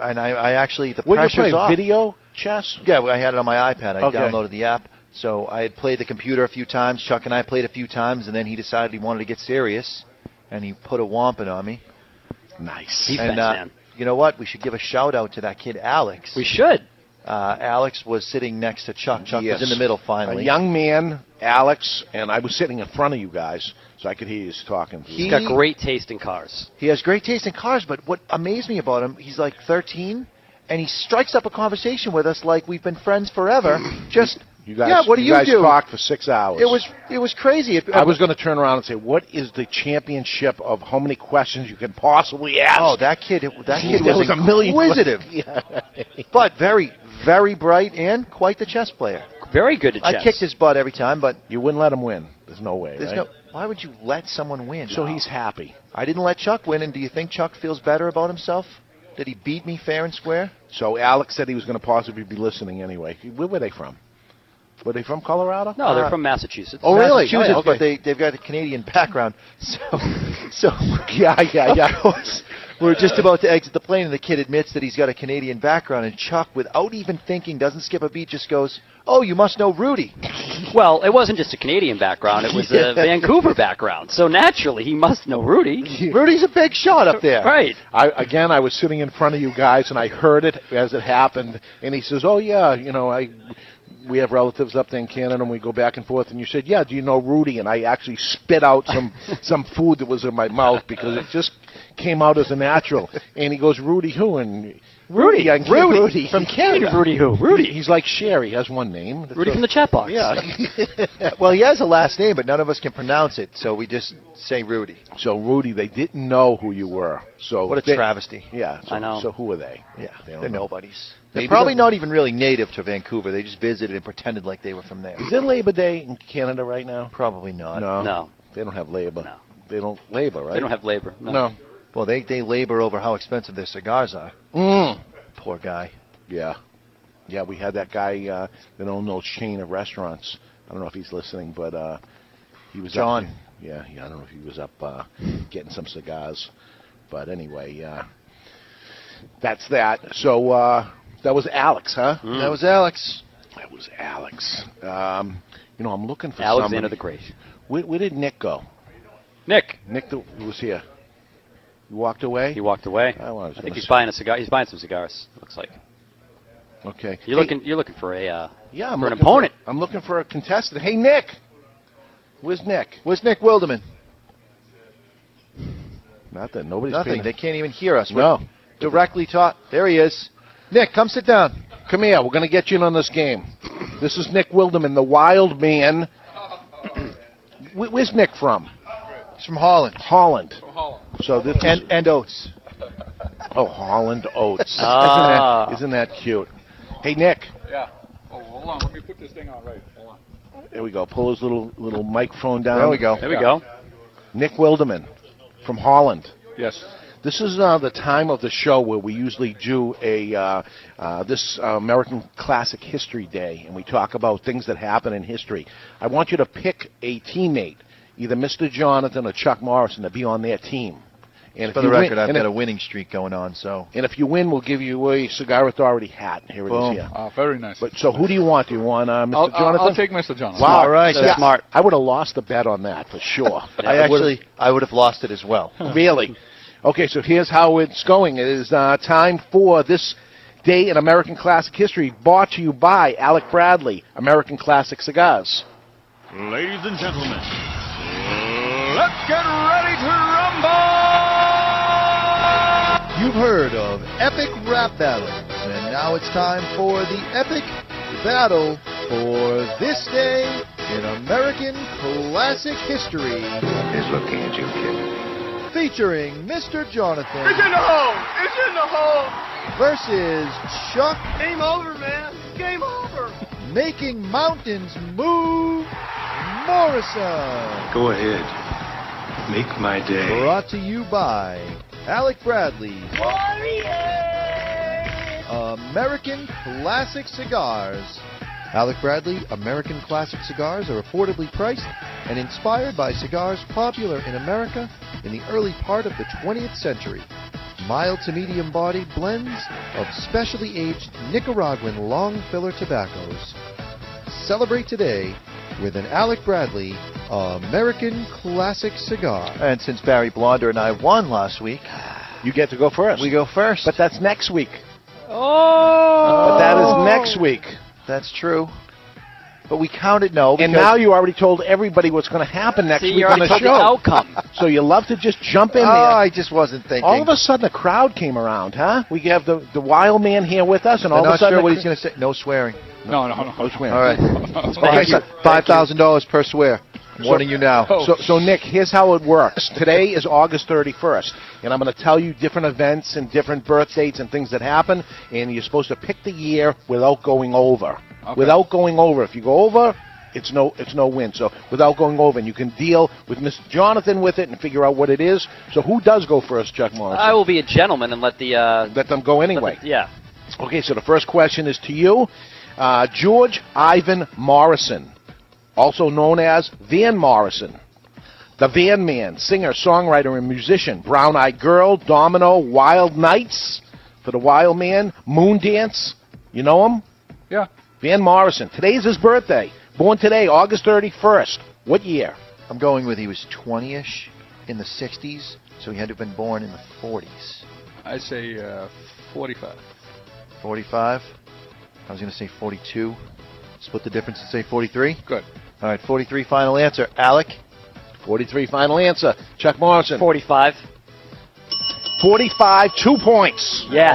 [SPEAKER 6] and I, I actually the
[SPEAKER 9] Were you
[SPEAKER 6] pressure's
[SPEAKER 9] playing
[SPEAKER 6] off.
[SPEAKER 9] video chess?
[SPEAKER 6] Yeah, I had it on my iPad. I
[SPEAKER 9] Okay.
[SPEAKER 6] downloaded the app, so I had played the computer a few times. Chuck and I played a few times, and then he decided he wanted to get serious, and he put a wampin on me.
[SPEAKER 9] Nice.
[SPEAKER 10] Defense,
[SPEAKER 6] and uh,
[SPEAKER 10] man.
[SPEAKER 6] you know what? We should give a shout out to that kid Alex.
[SPEAKER 10] We should.
[SPEAKER 6] uh, Alex was sitting next to Chuck. Chuck
[SPEAKER 9] Yes.
[SPEAKER 6] was in the middle finally.
[SPEAKER 9] A young man, Alex, and I was sitting in front of you guys, so I could hear you talking.
[SPEAKER 10] He's
[SPEAKER 6] He-
[SPEAKER 10] got great taste in cars.
[SPEAKER 6] He has great taste in cars, but what amazed me about him, he's like 13, and he strikes up a conversation with us like we've been friends forever, just
[SPEAKER 9] You guys,
[SPEAKER 6] Yeah, what do you
[SPEAKER 9] guys
[SPEAKER 6] do?
[SPEAKER 9] talked for six hours.
[SPEAKER 6] It was it was crazy. It,
[SPEAKER 9] I was going to turn around and say, "What is the championship of how many questions you can possibly ask?"
[SPEAKER 6] Oh, that kid! That kid
[SPEAKER 9] There
[SPEAKER 6] was,
[SPEAKER 9] was a million
[SPEAKER 6] inquisitive, but very, very bright and quite the chess player.
[SPEAKER 10] Very good at chess.
[SPEAKER 6] I kicked his butt every time, but
[SPEAKER 9] you wouldn't let him win. There's no way,
[SPEAKER 6] there's
[SPEAKER 9] right?
[SPEAKER 6] no. Why would you let someone win?
[SPEAKER 9] So he's happy.
[SPEAKER 6] I didn't let Chuck win, and do you think Chuck feels better about himself? Did he beat me fair and square?
[SPEAKER 9] So Alex said he was going to possibly be listening anyway. Where were they from? Were they from Colorado?
[SPEAKER 10] no, they're
[SPEAKER 6] uh,
[SPEAKER 10] from Massachusetts.
[SPEAKER 6] Massachusetts,
[SPEAKER 9] Oh, yeah, okay.
[SPEAKER 6] but they they've got a Canadian background, so so
[SPEAKER 9] Yeah, yeah, yeah.
[SPEAKER 6] Of course, we're just about to exit the plane, and the kid admits that he's got a Canadian background, and Chuck, without even thinking, doesn't skip a beat, just goes, "Oh, you must know Rudy."
[SPEAKER 10] Well, it wasn't just a Canadian background; it was a Vancouver background. So naturally, he must know Rudy.
[SPEAKER 6] Rudy's a big shot up there.
[SPEAKER 10] Right.
[SPEAKER 9] I, again, I was sitting in front of you guys, and I heard it as it happened. And he says, "Oh yeah, you know, I we have relatives up there in Canada, and we go back and forth." And you said, "Yeah, do you know Rudy?" And I actually spit out some some food that was in my mouth because it just came out as a natural. And he goes, "Rudy who?" And Rudy, I can-
[SPEAKER 10] Rudy.
[SPEAKER 9] Rudy from Canada.
[SPEAKER 10] Rudy who? Rudy.
[SPEAKER 9] He's like Sherry. He has one name.
[SPEAKER 10] Rudy from the chat box.
[SPEAKER 9] Yeah.
[SPEAKER 6] Well, he has a last name, but none of us can pronounce it, so we just say Rudy.
[SPEAKER 9] So Rudy, they didn't know who you were. So
[SPEAKER 6] What a
[SPEAKER 9] they-
[SPEAKER 6] travesty.
[SPEAKER 9] Yeah. So,
[SPEAKER 10] I know.
[SPEAKER 9] So who are they?
[SPEAKER 6] Yeah,
[SPEAKER 9] They don't
[SPEAKER 6] they're
[SPEAKER 9] know.
[SPEAKER 6] nobodies. They're
[SPEAKER 9] Maybe
[SPEAKER 6] probably
[SPEAKER 9] they're-
[SPEAKER 6] not even really native to Vancouver. They just visited and pretended like they were from there.
[SPEAKER 9] Is it Labor Day in Canada right now?
[SPEAKER 6] Probably not.
[SPEAKER 9] No.
[SPEAKER 10] No.
[SPEAKER 9] They don't have labor.
[SPEAKER 10] No.
[SPEAKER 9] They don't labor, right?
[SPEAKER 10] They don't have labor. No.
[SPEAKER 9] No.
[SPEAKER 6] Well, they, they labor over how expensive their cigars are.
[SPEAKER 9] Mm.
[SPEAKER 6] Poor guy.
[SPEAKER 9] Yeah. Yeah, we had that guy uh, that owned those chain of restaurants. I don't know if he's listening, but uh, he was
[SPEAKER 6] John.
[SPEAKER 9] Up, yeah, yeah, I don't know if he was up uh, getting some cigars, but anyway, uh, that's that. So uh, that was Alex, huh?
[SPEAKER 6] That was Alex.
[SPEAKER 9] That was Alex. Um, you know, I'm looking for
[SPEAKER 10] Alexander
[SPEAKER 9] somebody.
[SPEAKER 10] the Great.
[SPEAKER 9] Where, where did Nick go?
[SPEAKER 10] Nick,
[SPEAKER 9] Nick the, who was here. He walked away.
[SPEAKER 10] he walked away.
[SPEAKER 9] I
[SPEAKER 10] I
[SPEAKER 9] was gonna
[SPEAKER 10] think he's
[SPEAKER 9] say-
[SPEAKER 10] buying a cigar. He's buying some cigars. Looks like
[SPEAKER 9] Okay.
[SPEAKER 10] you're
[SPEAKER 9] Hey,
[SPEAKER 10] looking. You're looking for a uh,
[SPEAKER 9] Yeah,
[SPEAKER 10] for an
[SPEAKER 9] looking
[SPEAKER 10] opponent.
[SPEAKER 9] I'm looking for a contestant. Hey, Nick. Where's Nick?
[SPEAKER 6] Where's Nick Wilderman?
[SPEAKER 9] Not that nobody's
[SPEAKER 6] Nothing.
[SPEAKER 9] paying-
[SPEAKER 6] They can't even hear us.
[SPEAKER 9] No.
[SPEAKER 6] We're Directly taught. There he is. Nick, come sit down.
[SPEAKER 9] Come here. We're going to get you in on this game. This is Nick Wilderman, the wild man. Wh- Where's Nick from?
[SPEAKER 6] He's from Holland.
[SPEAKER 9] Holland. So this is-
[SPEAKER 6] And and Oates.
[SPEAKER 9] oh Holland Oats.
[SPEAKER 10] Ah.
[SPEAKER 9] Isn't, that, isn't that cute? Hey Nick,
[SPEAKER 4] Yeah. Oh, hold on. Let me put this thing on right. Hold on.
[SPEAKER 9] there we go. Pull his little little microphone down.
[SPEAKER 6] There we go.
[SPEAKER 10] There we go.
[SPEAKER 9] Nick Wilderman from Holland.
[SPEAKER 4] Yes.
[SPEAKER 9] This is uh, the time of the show where we usually do a uh, uh, this uh, American Classic History Day, and we talk about things that happen in history. I want you to pick a teammate, either Mr. Jonathan or Chuck Morrison, to be on their team. And
[SPEAKER 6] For the
[SPEAKER 9] you win-
[SPEAKER 6] record, I've
[SPEAKER 9] and
[SPEAKER 6] got a
[SPEAKER 9] if,
[SPEAKER 6] winning streak going on, so
[SPEAKER 9] and if you win, we'll give you a Cigar Authority hat. Here it is.
[SPEAKER 6] Boom.
[SPEAKER 9] Here.
[SPEAKER 4] Oh, very nice.
[SPEAKER 9] But so, who do you want? Do you want uh, mister
[SPEAKER 4] I'll, I'll-
[SPEAKER 9] Jonathan?
[SPEAKER 4] I'll take Mr. Johnson.
[SPEAKER 9] Wow,
[SPEAKER 6] All right,
[SPEAKER 9] so
[SPEAKER 6] yeah.
[SPEAKER 9] smart. I would have lost the bet on that for sure. uh,
[SPEAKER 6] I actually I would have lost it as well.
[SPEAKER 9] Really? Okay, so here's how it's going. It is uh, time for this day in American classic history, brought to you by Alec Bradley, American Classic Cigars.
[SPEAKER 8] Ladies and gentlemen, let's get ready to rumble!
[SPEAKER 6] You've heard of epic rap battles, and now it's time for the epic battle for this day in American classic history,
[SPEAKER 7] is looking at you, kid.
[SPEAKER 6] featuring Mr. Jonathan
[SPEAKER 7] in the hole! It's in the hole!
[SPEAKER 6] versus Chuck
[SPEAKER 7] Game over, man! Game over!
[SPEAKER 6] making mountains move. Morrison,
[SPEAKER 7] Go ahead. Make my day.
[SPEAKER 6] brought to you by Alec Bradley, American Classic Cigars. Alec Bradley American Classic Cigars are affordably priced and inspired by cigars popular in America in the early part of the 20th century. Mild to medium bodied blends of specially aged Nicaraguan long filler tobaccos. Celebrate today with an Alec Bradley American Classic Cigar. And since Barry Blonder and I won last week,
[SPEAKER 9] You get to go first.
[SPEAKER 6] go first.
[SPEAKER 9] but that's next week.
[SPEAKER 10] Oh.
[SPEAKER 9] But that is next week.
[SPEAKER 6] That's true. But we counted no.
[SPEAKER 9] And
[SPEAKER 6] because-
[SPEAKER 9] now you already told everybody what's going to happen next
[SPEAKER 10] See,
[SPEAKER 9] week
[SPEAKER 10] you
[SPEAKER 9] on
[SPEAKER 10] already
[SPEAKER 9] the Ah,
[SPEAKER 10] told
[SPEAKER 9] show.
[SPEAKER 10] the outcome.
[SPEAKER 9] so you love to just jump in
[SPEAKER 6] Oh,
[SPEAKER 9] there.
[SPEAKER 6] I just wasn't thinking.
[SPEAKER 9] all of a sudden, a crowd came around, huh? We have the the wild man here with us, and
[SPEAKER 6] I'm
[SPEAKER 9] all of
[SPEAKER 6] not
[SPEAKER 9] a sudden,
[SPEAKER 6] sure what
[SPEAKER 9] the
[SPEAKER 6] he's going to say. No swearing.
[SPEAKER 4] No, no, no. Which
[SPEAKER 6] All right.
[SPEAKER 4] Thank
[SPEAKER 6] Okay, so five thousand dollars per swear. I'm warning you now.
[SPEAKER 4] Oh.
[SPEAKER 9] So, so Nick, here's how it works. Today is August 31st, and I'm going to tell you different events and different birth dates and things that happen, and you're supposed to pick the year without going over. Without going over. If you go over, it's no, it's no win. So without going over, and you can deal with Mr. Jonathan with it and figure out what it is. So who does go first, Chuck Morrison?
[SPEAKER 10] I will be a gentleman and let the. Uh,
[SPEAKER 9] Let them go anyway.
[SPEAKER 10] let the- yeah.
[SPEAKER 9] Okay, so the first question is to you. Uh, George Ivan Morrison, also known as Van Morrison, the Van Man, singer, songwriter, and musician, Brown Eyed Girl, Domino, Wild Nights for the Wild Man, Moon Dance. You know him?
[SPEAKER 4] Yeah.
[SPEAKER 9] Van Morrison. Today's his birthday. Born today, August 31st. What year?
[SPEAKER 6] I'm going with he was 20-ish in the 60s, so he had to have been born in the 40s.
[SPEAKER 4] I say uh, 45.
[SPEAKER 6] 45. I was going to say 42. Split the difference and say 43.
[SPEAKER 4] Good.
[SPEAKER 6] All right, 43 final answer. Alec,
[SPEAKER 9] 43, final answer. Chuck Morrison.
[SPEAKER 10] 45.
[SPEAKER 9] 45, two points.
[SPEAKER 10] Yes.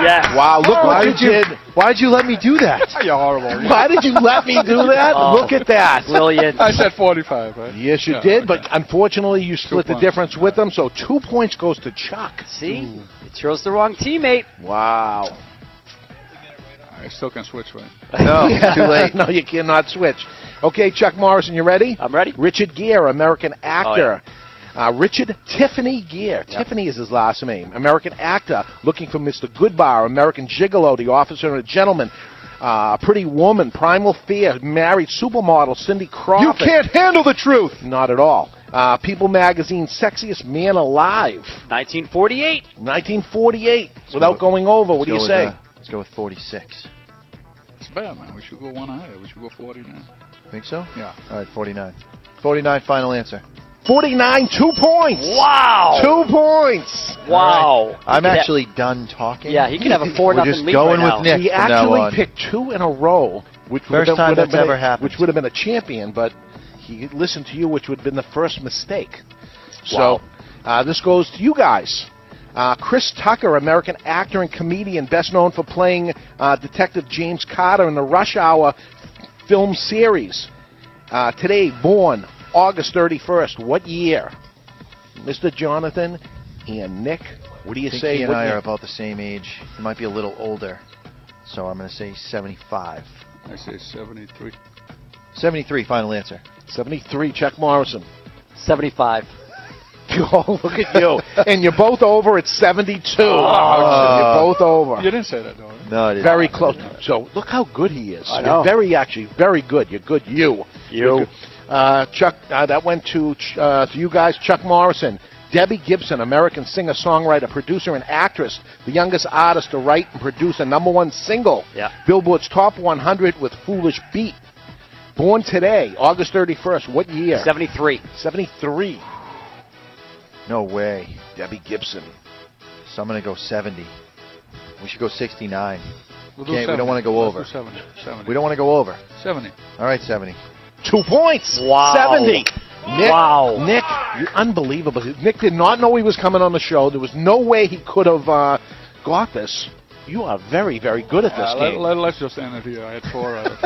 [SPEAKER 10] Yes.
[SPEAKER 9] Wow, look
[SPEAKER 6] why
[SPEAKER 9] what you
[SPEAKER 6] Oh. did you
[SPEAKER 9] did.
[SPEAKER 6] why did you let me do that?
[SPEAKER 4] You're horrible.
[SPEAKER 9] Why did you let me do that?
[SPEAKER 10] Oh.
[SPEAKER 9] Look at that.
[SPEAKER 10] Brilliant.
[SPEAKER 4] I said 45, right?
[SPEAKER 9] Yes, you
[SPEAKER 4] Yeah,
[SPEAKER 9] did,
[SPEAKER 4] okay.
[SPEAKER 9] but unfortunately, you split the
[SPEAKER 4] points.
[SPEAKER 9] difference with them, so two points goes to Chuck.
[SPEAKER 10] See? You chose the wrong teammate.
[SPEAKER 9] Wow.
[SPEAKER 4] I still can switch, right?
[SPEAKER 6] No, it's too late.
[SPEAKER 9] no, you cannot switch. Okay, Chuck Morrison, you ready?
[SPEAKER 10] I'm ready. Oh,
[SPEAKER 9] Richard Gere, American actor. uh, Richard Tiffany Gere. Tiffany is his last name. American actor, looking for Mr. Goodbar, American Gigolo, The Officer and a Gentleman. Uh, pretty woman, Primal Fear, married supermodel Cindy
[SPEAKER 6] You
[SPEAKER 9] Crawford.
[SPEAKER 6] can't handle the truth.
[SPEAKER 9] Not at all. Uh, People Magazine, Sexiest Man Alive,
[SPEAKER 10] 1948.
[SPEAKER 9] 1948. Without going over, what do you
[SPEAKER 6] Let's go
[SPEAKER 9] say?
[SPEAKER 6] with, uh, let's go with 46.
[SPEAKER 4] It's bad, man. We should go one higher. We should go 49.
[SPEAKER 6] Think so?
[SPEAKER 4] Yeah.
[SPEAKER 6] All right, 49. 49 final answer.
[SPEAKER 9] 49, two points.
[SPEAKER 10] Wow.
[SPEAKER 9] Two points.
[SPEAKER 10] Wow.
[SPEAKER 6] I'm
[SPEAKER 10] He could ha-
[SPEAKER 6] actually done talking.
[SPEAKER 10] Yeah, he could have a 4
[SPEAKER 6] We're
[SPEAKER 10] nothing
[SPEAKER 6] just
[SPEAKER 10] lead
[SPEAKER 6] going
[SPEAKER 10] right
[SPEAKER 6] with
[SPEAKER 10] now.
[SPEAKER 6] Nick.
[SPEAKER 9] He
[SPEAKER 6] from now
[SPEAKER 9] actually
[SPEAKER 6] on.
[SPEAKER 9] picked two in a row, which
[SPEAKER 6] First
[SPEAKER 9] would have,
[SPEAKER 6] time
[SPEAKER 9] would have
[SPEAKER 6] that's
[SPEAKER 9] been
[SPEAKER 6] ever
[SPEAKER 9] a,
[SPEAKER 6] happened.
[SPEAKER 9] Which would have been a champion, but he listened to you, which would have been the first mistake.
[SPEAKER 10] Wow.
[SPEAKER 9] So uh, this goes to you guys. Uh, Chris Tucker, American actor and comedian, best known for playing uh, Detective James Carter in the Rush Hour film series. Uh, today, born August 31st. What year? Mr. Jonathan and Nick, what do you
[SPEAKER 6] I think
[SPEAKER 9] say?
[SPEAKER 6] he and
[SPEAKER 9] What
[SPEAKER 6] I
[SPEAKER 9] year?
[SPEAKER 6] are about the same age. He might be a little older, so I'm going to say 75.
[SPEAKER 4] I say 73.
[SPEAKER 6] 73 final answer.
[SPEAKER 9] 73, Chuck Morrison.
[SPEAKER 10] 75.
[SPEAKER 9] Oh, look at you. and you're both over at 72.
[SPEAKER 10] Oh.
[SPEAKER 9] you're both over.
[SPEAKER 4] You didn't say that, though. right?
[SPEAKER 6] No, it is
[SPEAKER 9] very close. So look how good he is.
[SPEAKER 10] I
[SPEAKER 9] You're
[SPEAKER 10] know.
[SPEAKER 9] very, actually, very good. You're good. You.
[SPEAKER 10] You.
[SPEAKER 9] Uh, Chuck, uh, that went to, Ch- uh, to you guys, Chuck Morrison. Debbie Gibson, American singer, songwriter, producer, and actress, the youngest artist to write and produce a number one single.
[SPEAKER 10] Yeah.
[SPEAKER 9] Billboard's Top 100 with Foolish Beat. Born today, August 31st. What year?
[SPEAKER 10] 73.
[SPEAKER 9] 73.
[SPEAKER 6] No way.
[SPEAKER 9] Debbie Gibson.
[SPEAKER 6] So I'm going to go 70. We should go 69.
[SPEAKER 4] We'll
[SPEAKER 6] Okay, we don't wanna go over.
[SPEAKER 4] Let's do 70. 70.
[SPEAKER 6] We don't want to go over.
[SPEAKER 4] 70.
[SPEAKER 6] All right, 70.
[SPEAKER 9] Two points.
[SPEAKER 10] Wow.
[SPEAKER 9] 70. Nick,
[SPEAKER 10] Wow.
[SPEAKER 9] Nick, you're unbelievable. Nick did not know he was coming on the show. There was no way he could have uh, got this. You are very, very good at this
[SPEAKER 4] Uh,
[SPEAKER 9] game.
[SPEAKER 4] let, us just end it here. I had four out of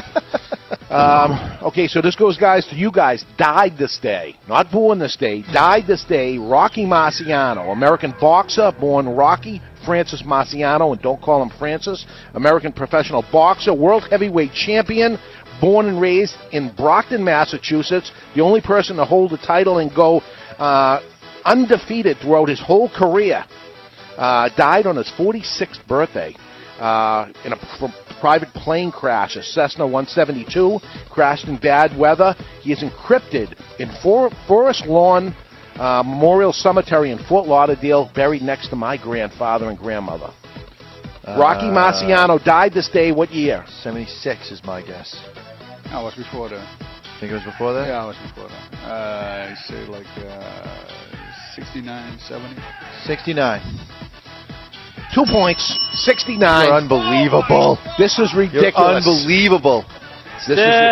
[SPEAKER 9] Um, okay, so this goes, guys, to you guys. Died this day, not born this day. Died this day. Rocky Marciano, American boxer, born Rocky Francis Marciano, and don't call him Francis. American professional boxer, world heavyweight champion, born and raised in Brockton, Massachusetts. The only person to hold the title and go uh, undefeated throughout his whole career uh, died on his 46th birthday uh, in a pr- private plane crash. A Cessna 172 crashed in bad weather. He is encrypted in For- Forest Lawn uh, Memorial Cemetery in Fort Lauderdale, buried next to my grandfather and grandmother. Rocky Marciano died this day. What year?
[SPEAKER 6] 76 Uh, is my guess.
[SPEAKER 4] I was before that.
[SPEAKER 6] Think it was before that?
[SPEAKER 4] Yeah, I was before that. Uh, I say like uh, 69, 70.
[SPEAKER 6] 69.
[SPEAKER 9] Two points,
[SPEAKER 6] You're
[SPEAKER 9] 69.
[SPEAKER 6] unbelievable.
[SPEAKER 9] This is
[SPEAKER 6] You're
[SPEAKER 9] ridiculous.
[SPEAKER 6] unbelievable.
[SPEAKER 9] This is it.
[SPEAKER 10] Steroids.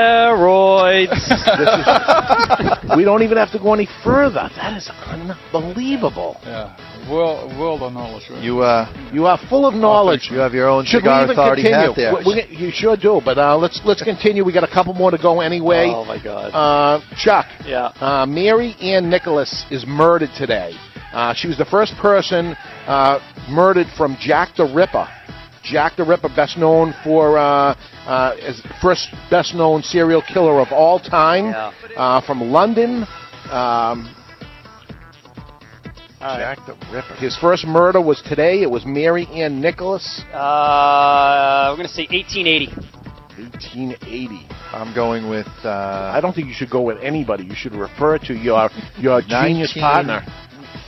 [SPEAKER 9] we don't even have to go any further. That is unbelievable.
[SPEAKER 8] Yeah. World, world of knowledge, right?
[SPEAKER 11] You uh,
[SPEAKER 9] You are full of knowledge.
[SPEAKER 11] you have your own
[SPEAKER 9] Should we
[SPEAKER 11] cigar
[SPEAKER 9] even
[SPEAKER 11] authority
[SPEAKER 9] continue?
[SPEAKER 11] hat there.
[SPEAKER 9] We- we- you sure do. But uh, let's let's continue. We got a couple more to go anyway.
[SPEAKER 10] Oh my God.
[SPEAKER 9] Uh, Chuck.
[SPEAKER 10] Yeah.
[SPEAKER 9] Uh, Mary Ann Nicholas is murdered today. Uh, she was the first person uh, murdered from Jack the Ripper. Jack the Ripper, best known for uh, uh, as first best known serial killer of all time
[SPEAKER 10] Yeah.
[SPEAKER 9] uh, from London. Um,
[SPEAKER 11] Jack the Ripper.
[SPEAKER 9] his first murder was today. It was Mary Ann Nicholas,
[SPEAKER 10] Uh, we're gonna say 1880.
[SPEAKER 9] 1880.
[SPEAKER 11] I'm going with. Uh,
[SPEAKER 9] I don't think you should go with anybody. You should refer to your your genius partner.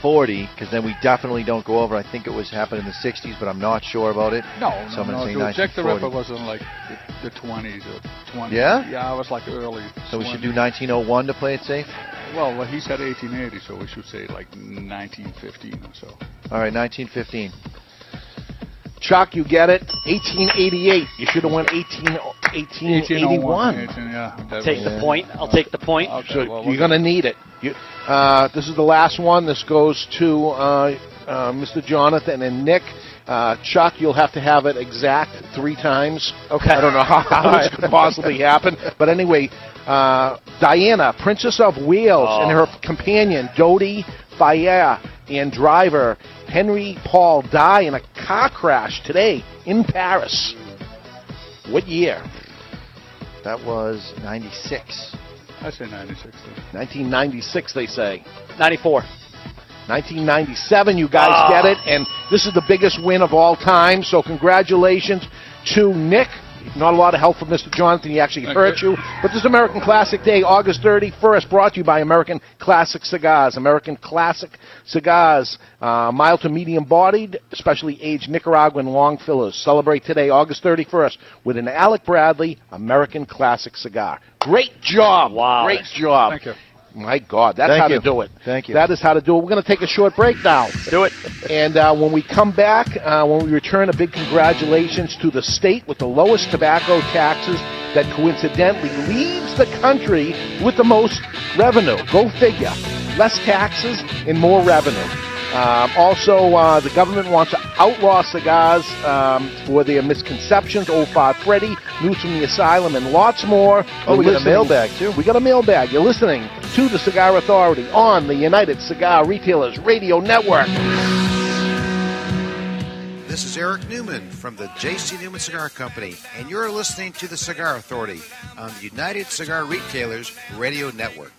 [SPEAKER 11] 40, because then we definitely don't go over. I think it was happened in the 60s, but I'm not sure about it.
[SPEAKER 8] No,
[SPEAKER 11] So
[SPEAKER 8] no,
[SPEAKER 11] I'm gonna
[SPEAKER 8] no.
[SPEAKER 11] say
[SPEAKER 8] dude. Jack the
[SPEAKER 11] 1940.
[SPEAKER 8] Ripper was in like the, the 20s or 20s.
[SPEAKER 11] Yeah?
[SPEAKER 8] Yeah, I was like early.
[SPEAKER 11] So we should do
[SPEAKER 8] 20s.
[SPEAKER 11] 1901 to play it safe.
[SPEAKER 8] Well, well, he said 1880, so we should say like 1915 or so.
[SPEAKER 11] All right, 1915.
[SPEAKER 9] Chuck, you get it. 1888. You should have went 18, 1881.
[SPEAKER 8] 18, oh yeah. that
[SPEAKER 10] Take
[SPEAKER 8] was-
[SPEAKER 10] the point. I'll take the point.
[SPEAKER 8] Okay,
[SPEAKER 9] So
[SPEAKER 8] well,
[SPEAKER 9] you're going to need it. You, uh, this is the last one. This goes to uh, uh, Mr. Jonathan and Nick. Uh, Chuck, you'll have to have it exact three times.
[SPEAKER 10] Okay.
[SPEAKER 9] I don't know how, how this could possibly happen. But anyway, uh, Diana, Princess of Wales, and her companion, Dodie Fayea, and driver, Henry Paul, die in a car crash today in Paris. What year?
[SPEAKER 11] That was 96.
[SPEAKER 8] I say 96. then.
[SPEAKER 9] 1996, they say.
[SPEAKER 10] 94.
[SPEAKER 9] 1997. You guys get it, and this is the biggest win of all time. So congratulations to Nick. Not a lot of help from Mr. Jonathan. He actually hurt you. But this is American Classic Day, August 31st, brought to you by American Classic Cigars. American Classic Cigars, uh, mild to medium bodied, especially aged Nicaraguan long fillers. Celebrate today, August 31st, with an Alec Bradley American Classic Cigar. Great job.
[SPEAKER 10] Wow.
[SPEAKER 9] Great job.
[SPEAKER 8] Thank you.
[SPEAKER 9] My God, that's
[SPEAKER 11] Thank
[SPEAKER 9] how
[SPEAKER 11] you.
[SPEAKER 9] to do it.
[SPEAKER 11] Thank you.
[SPEAKER 9] That is how to do it. We're going to take a short break now.
[SPEAKER 10] Do it.
[SPEAKER 9] And uh, when we come back, uh, when we return, a big congratulations to the state with the lowest tobacco taxes that coincidentally leaves the country with the most revenue. Go figure. Less taxes and more revenue. Um, also, uh, the government wants to outlaw cigars um, for their misconceptions. Old Fat Freddy, News from the Asylum, and lots more.
[SPEAKER 11] Oh, we got a
[SPEAKER 9] Listening-
[SPEAKER 11] mailbag, too.
[SPEAKER 9] we got a mailbag. You're listening to the Cigar Authority on the United Cigar Retailers Radio Network.
[SPEAKER 6] This is Eric Newman from the J.C. Newman Cigar Company, and you're listening to the Cigar Authority on the United Cigar Retailers Radio Network.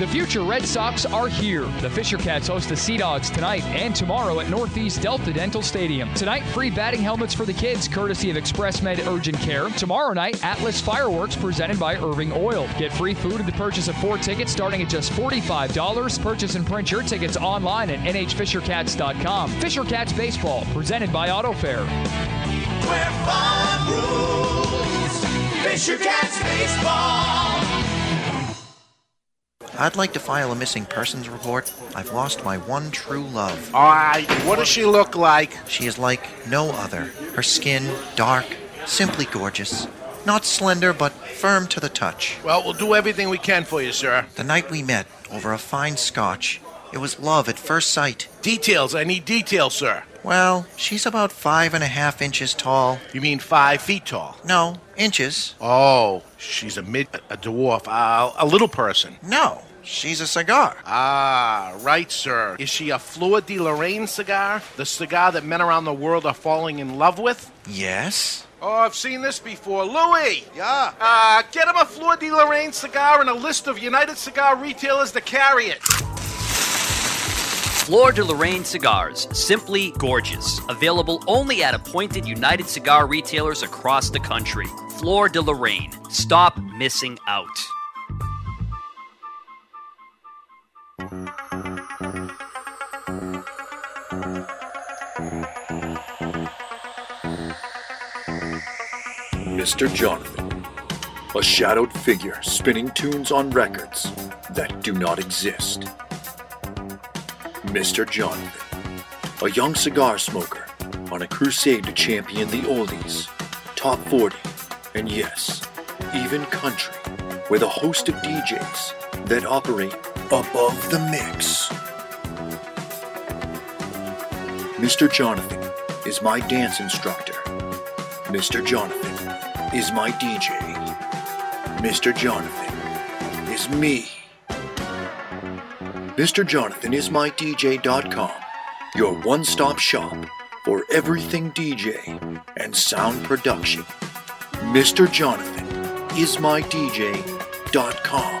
[SPEAKER 12] The future Red Sox are here. The Fisher Cats host the Sea Dogs tonight and tomorrow at Northeast Delta Dental Stadium. Tonight, free batting helmets for the kids, courtesy of Express Med Urgent Care. Tomorrow night, Atlas Fireworks presented by Irving Oil. Get free food at the purchase of four tickets starting at just $45. Purchase and print your tickets online at nhfishercats.com. Fisher Cats Baseball, presented by AutoFair.
[SPEAKER 13] Where fun rules. Fisher Cats baseball.
[SPEAKER 6] I'd like to file a missing persons report. I've lost my one true love.
[SPEAKER 9] All right, what does she look like?
[SPEAKER 6] She is like no other. Her skin, dark, simply gorgeous. Not slender, but firm to the touch.
[SPEAKER 9] Well, we'll do everything we can for you, sir.
[SPEAKER 6] The night we met over a fine scotch, it was love at first sight.
[SPEAKER 9] Details, I need details, sir.
[SPEAKER 6] Well, she's about five and a half inches tall.
[SPEAKER 9] You mean five feet tall?
[SPEAKER 6] No, inches.
[SPEAKER 9] Oh, she's a mid, a dwarf, uh, a little person.
[SPEAKER 6] No, she's a cigar.
[SPEAKER 9] Ah, right, sir. Is she a Fleur de Lorraine cigar? The cigar that men around the world are falling in love with?
[SPEAKER 6] Yes?
[SPEAKER 9] Oh, I've seen this before. Louis!
[SPEAKER 6] Yeah.
[SPEAKER 9] Uh, get him a Fleur de Lorraine cigar and a list of United Cigar retailers to carry it.
[SPEAKER 12] Fleur de Lorraine cigars, simply gorgeous. Available only at appointed United Cigar retailers across the country. Fleur de Lorraine. Stop missing out.
[SPEAKER 14] Mr. Jonathan, a shadowed figure spinning tunes on records that do not exist. Mr. Jonathan, a young cigar smoker on a crusade to champion the oldies, top 40, and yes, even country with a host of DJs that operate above the mix. Mr. Jonathan is my dance instructor. Mr. Jonathan is my DJ. Mr. Jonathan is me. Mr. Jonathan is my DJ.com, your one stop shop for everything DJ and sound production. Mr. Jonathan is my DJ.com.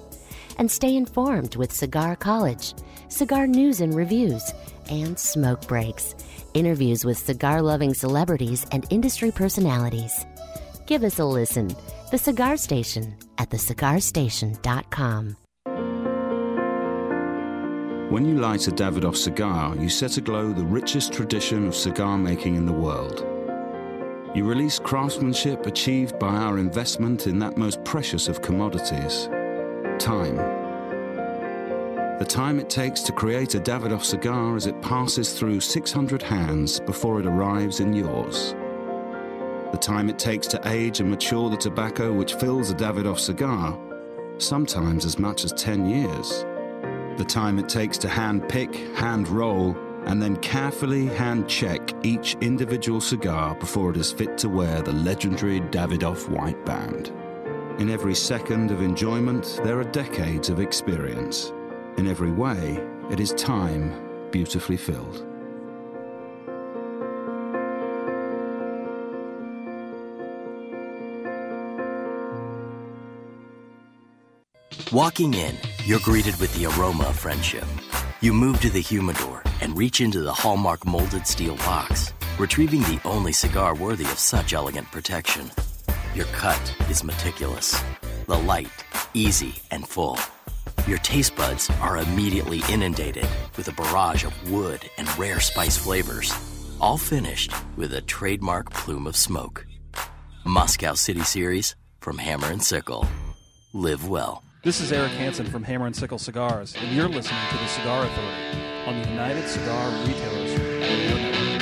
[SPEAKER 15] and stay informed with Cigar College, cigar news and reviews, and smoke breaks, interviews with cigar loving celebrities and industry personalities. Give us a listen. The Cigar Station at thecigarstation.com.
[SPEAKER 16] When you light a Davidoff cigar, you set aglow the richest tradition of cigar making in the world. You release craftsmanship achieved by our investment in that most precious of commodities time. The time it takes to create a Davidoff cigar as it passes through 600 hands before it arrives in yours. The time it takes to age and mature the tobacco which fills a Davidoff cigar, sometimes as much as 10 years. The time it takes to hand pick, hand roll, and then carefully hand check each individual cigar before it is fit to wear the legendary Davidoff white band. In every second of enjoyment, there are decades of experience. In every way, it is time beautifully filled.
[SPEAKER 17] Walking in, you're greeted with the aroma of friendship. You move to the humidor and reach into the Hallmark molded steel box, retrieving the only cigar worthy of such elegant protection. Your cut is meticulous, the light, easy, and full. Your taste buds are immediately inundated with a barrage of wood and rare spice flavors, all finished with a trademark plume of smoke. Moscow City Series from Hammer and Sickle. Live well.
[SPEAKER 18] This is Eric Hansen from Hammer and Sickle Cigars, and you're listening to the Cigar Authority on the United Cigar Retailers Radio Network.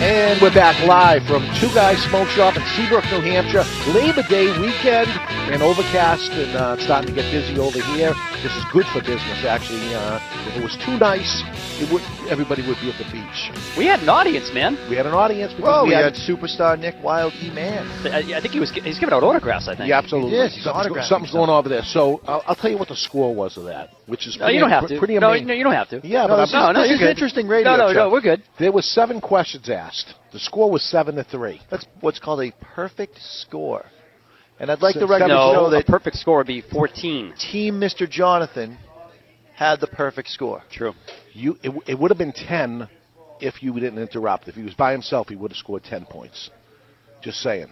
[SPEAKER 9] And we're back live from Two Guys Smoke Shop in Seabrook, New Hampshire. Labor Day weekend and overcast and uh, it's starting to get busy over here. This is good for business, actually. Uh, if it was too nice, it would everybody would be at the beach.
[SPEAKER 10] We had an audience, man.
[SPEAKER 9] We had an audience because
[SPEAKER 6] Well,
[SPEAKER 9] we,
[SPEAKER 6] we
[SPEAKER 9] had,
[SPEAKER 6] had superstar Nick Wild E Man.
[SPEAKER 10] Um, I, I think he was he's giving out autographs. I think.
[SPEAKER 9] yeah, absolutely.
[SPEAKER 6] Yes, he's
[SPEAKER 9] something's, go-
[SPEAKER 6] autographing
[SPEAKER 9] something's going on over there. So I'll, I'll tell you what the score was of that, which is
[SPEAKER 10] No,
[SPEAKER 9] pretty,
[SPEAKER 10] you don't have to.
[SPEAKER 9] pretty
[SPEAKER 10] No,
[SPEAKER 9] amazing.
[SPEAKER 10] no, you don't have to.
[SPEAKER 9] Yeah,
[SPEAKER 10] No,
[SPEAKER 9] but I'm
[SPEAKER 10] no,
[SPEAKER 9] just-
[SPEAKER 10] no,
[SPEAKER 9] this
[SPEAKER 10] you're
[SPEAKER 9] is
[SPEAKER 10] good.
[SPEAKER 9] interesting radio.
[SPEAKER 10] No, no,
[SPEAKER 9] Chuck.
[SPEAKER 10] no, we're good.
[SPEAKER 9] There were seven questions asked. The score was seven to three.
[SPEAKER 6] That's what's called a perfect score. And I'd like the record to
[SPEAKER 10] no,
[SPEAKER 6] show
[SPEAKER 10] the
[SPEAKER 6] that
[SPEAKER 10] perfect score would be 14.
[SPEAKER 6] Team Mr. Jonathan had the perfect score.
[SPEAKER 10] True.
[SPEAKER 9] You, it, it would have been 10 if you didn't interrupt. If he was by himself, he would have scored 10 points. Just saying.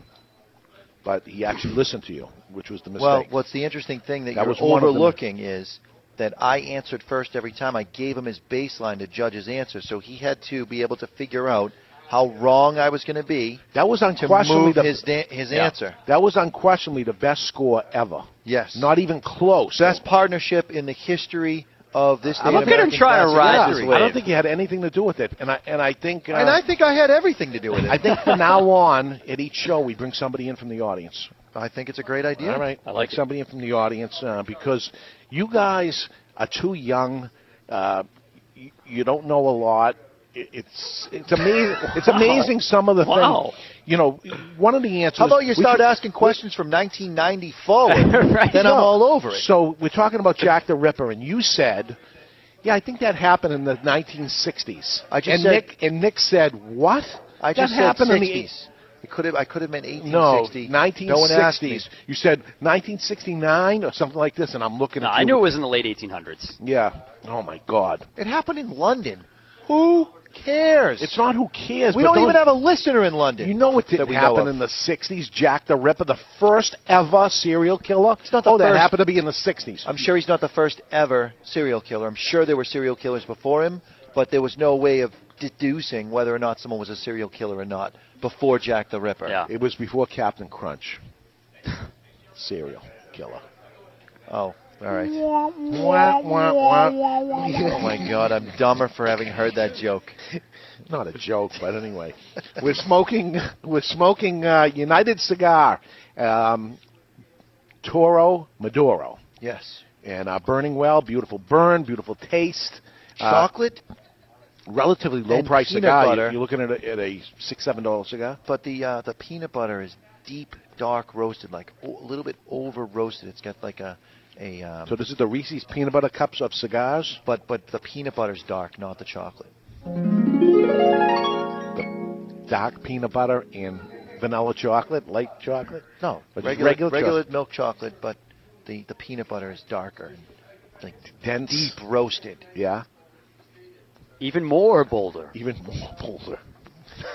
[SPEAKER 9] But he actually listened to you, which was the mistake.
[SPEAKER 6] Well, what's the interesting thing that,
[SPEAKER 9] That
[SPEAKER 6] you're
[SPEAKER 9] was one of them.
[SPEAKER 6] overlooking is that I answered first every time. I gave him his baseline to judge his answer, so he had to be able to figure out how wrong I was going to be.
[SPEAKER 9] That was
[SPEAKER 6] to
[SPEAKER 9] unquestionably
[SPEAKER 6] move
[SPEAKER 9] the,
[SPEAKER 6] his da- his
[SPEAKER 9] Yeah.
[SPEAKER 6] answer.
[SPEAKER 9] That was unquestionably the best score ever.
[SPEAKER 6] Yes.
[SPEAKER 9] Not even close.
[SPEAKER 6] Best partnership in the history of this. Native American classic history.
[SPEAKER 9] I don't think he had anything to do with it, and I and I think uh,
[SPEAKER 6] and I think I had everything to do with it.
[SPEAKER 9] I think from now on, at each show, we bring somebody in from the audience.
[SPEAKER 6] I think it's a great idea.
[SPEAKER 9] All right,
[SPEAKER 6] I
[SPEAKER 9] like somebody in from the audience uh, because you guys are too young. Uh, you, you don't know a lot. I- It's it's amazing. It's
[SPEAKER 6] Wow.
[SPEAKER 9] amazing some of the
[SPEAKER 6] Wow.
[SPEAKER 9] things. You know, one of the answers.
[SPEAKER 6] How about you
[SPEAKER 9] we
[SPEAKER 6] start
[SPEAKER 9] should-
[SPEAKER 6] asking questions from 1990 forward? Then I'm
[SPEAKER 9] No.
[SPEAKER 6] all over it.
[SPEAKER 9] So we're talking about Jack the Ripper, and you said, "Yeah, I think that happened in the 1960s."
[SPEAKER 6] I just said-
[SPEAKER 9] and Nick and Nick said, "What?
[SPEAKER 6] I just
[SPEAKER 9] that
[SPEAKER 6] said
[SPEAKER 9] happened
[SPEAKER 6] 60s.
[SPEAKER 9] in the
[SPEAKER 6] it could have. I could have meant
[SPEAKER 9] no,
[SPEAKER 6] 1860.
[SPEAKER 9] 1960s.
[SPEAKER 6] No one asked me.
[SPEAKER 9] You said 1969 or something like this, and I'm looking
[SPEAKER 10] No,
[SPEAKER 9] at
[SPEAKER 10] I
[SPEAKER 9] you.
[SPEAKER 10] knew it was in the late 1800s.
[SPEAKER 9] Yeah. Oh my God.
[SPEAKER 6] It happened in London. Who cares?
[SPEAKER 9] It's not who cares.
[SPEAKER 6] We
[SPEAKER 9] but
[SPEAKER 6] don't, even have a listener in London.
[SPEAKER 9] You know what
[SPEAKER 6] that
[SPEAKER 9] didn't
[SPEAKER 6] we
[SPEAKER 9] happen
[SPEAKER 6] know
[SPEAKER 9] in the 60s? Jack the Ripper, the first ever serial killer. It's not
[SPEAKER 6] the
[SPEAKER 9] oh, that
[SPEAKER 6] first.
[SPEAKER 9] happened to be in the 60s.
[SPEAKER 6] I'm sure he's not the first ever serial killer. I'm sure there were serial killers before him, but there was no way of deducing whether or not someone was a serial killer or not before Jack the Ripper. Yeah.
[SPEAKER 9] It was before Captain Crunch. serial killer.
[SPEAKER 6] Oh, all right.
[SPEAKER 9] Wah, wah, wah.
[SPEAKER 6] oh my God, I'm dumber for having heard that joke.
[SPEAKER 9] Not a joke, but anyway, we're smoking. We're smoking uh, United Cigar, um, Toro Maduro,
[SPEAKER 6] Yes.
[SPEAKER 9] and uh, burning well. Beautiful burn, beautiful taste. Uh,
[SPEAKER 6] Chocolate,
[SPEAKER 9] relatively low
[SPEAKER 6] and
[SPEAKER 9] price
[SPEAKER 6] peanut
[SPEAKER 9] cigar. You-
[SPEAKER 6] butter.
[SPEAKER 9] You're looking at a, at a six seven dollar cigar.
[SPEAKER 6] but the uh, the peanut butter is deep, dark roasted, like o- a little bit over roasted. It's got like a a. Um,
[SPEAKER 9] So this is the Reese's peanut butter cups of cigars.
[SPEAKER 6] But but the peanut butter's dark, not the chocolate.
[SPEAKER 9] Dark peanut butter and vanilla chocolate, light chocolate.
[SPEAKER 6] No,
[SPEAKER 9] But just
[SPEAKER 6] regular
[SPEAKER 9] regular
[SPEAKER 6] regular, milk chocolate, but the the peanut butter is darker, like
[SPEAKER 9] dense,
[SPEAKER 6] deep roasted.
[SPEAKER 9] Yeah.
[SPEAKER 10] Even more bolder.
[SPEAKER 9] Even more bolder.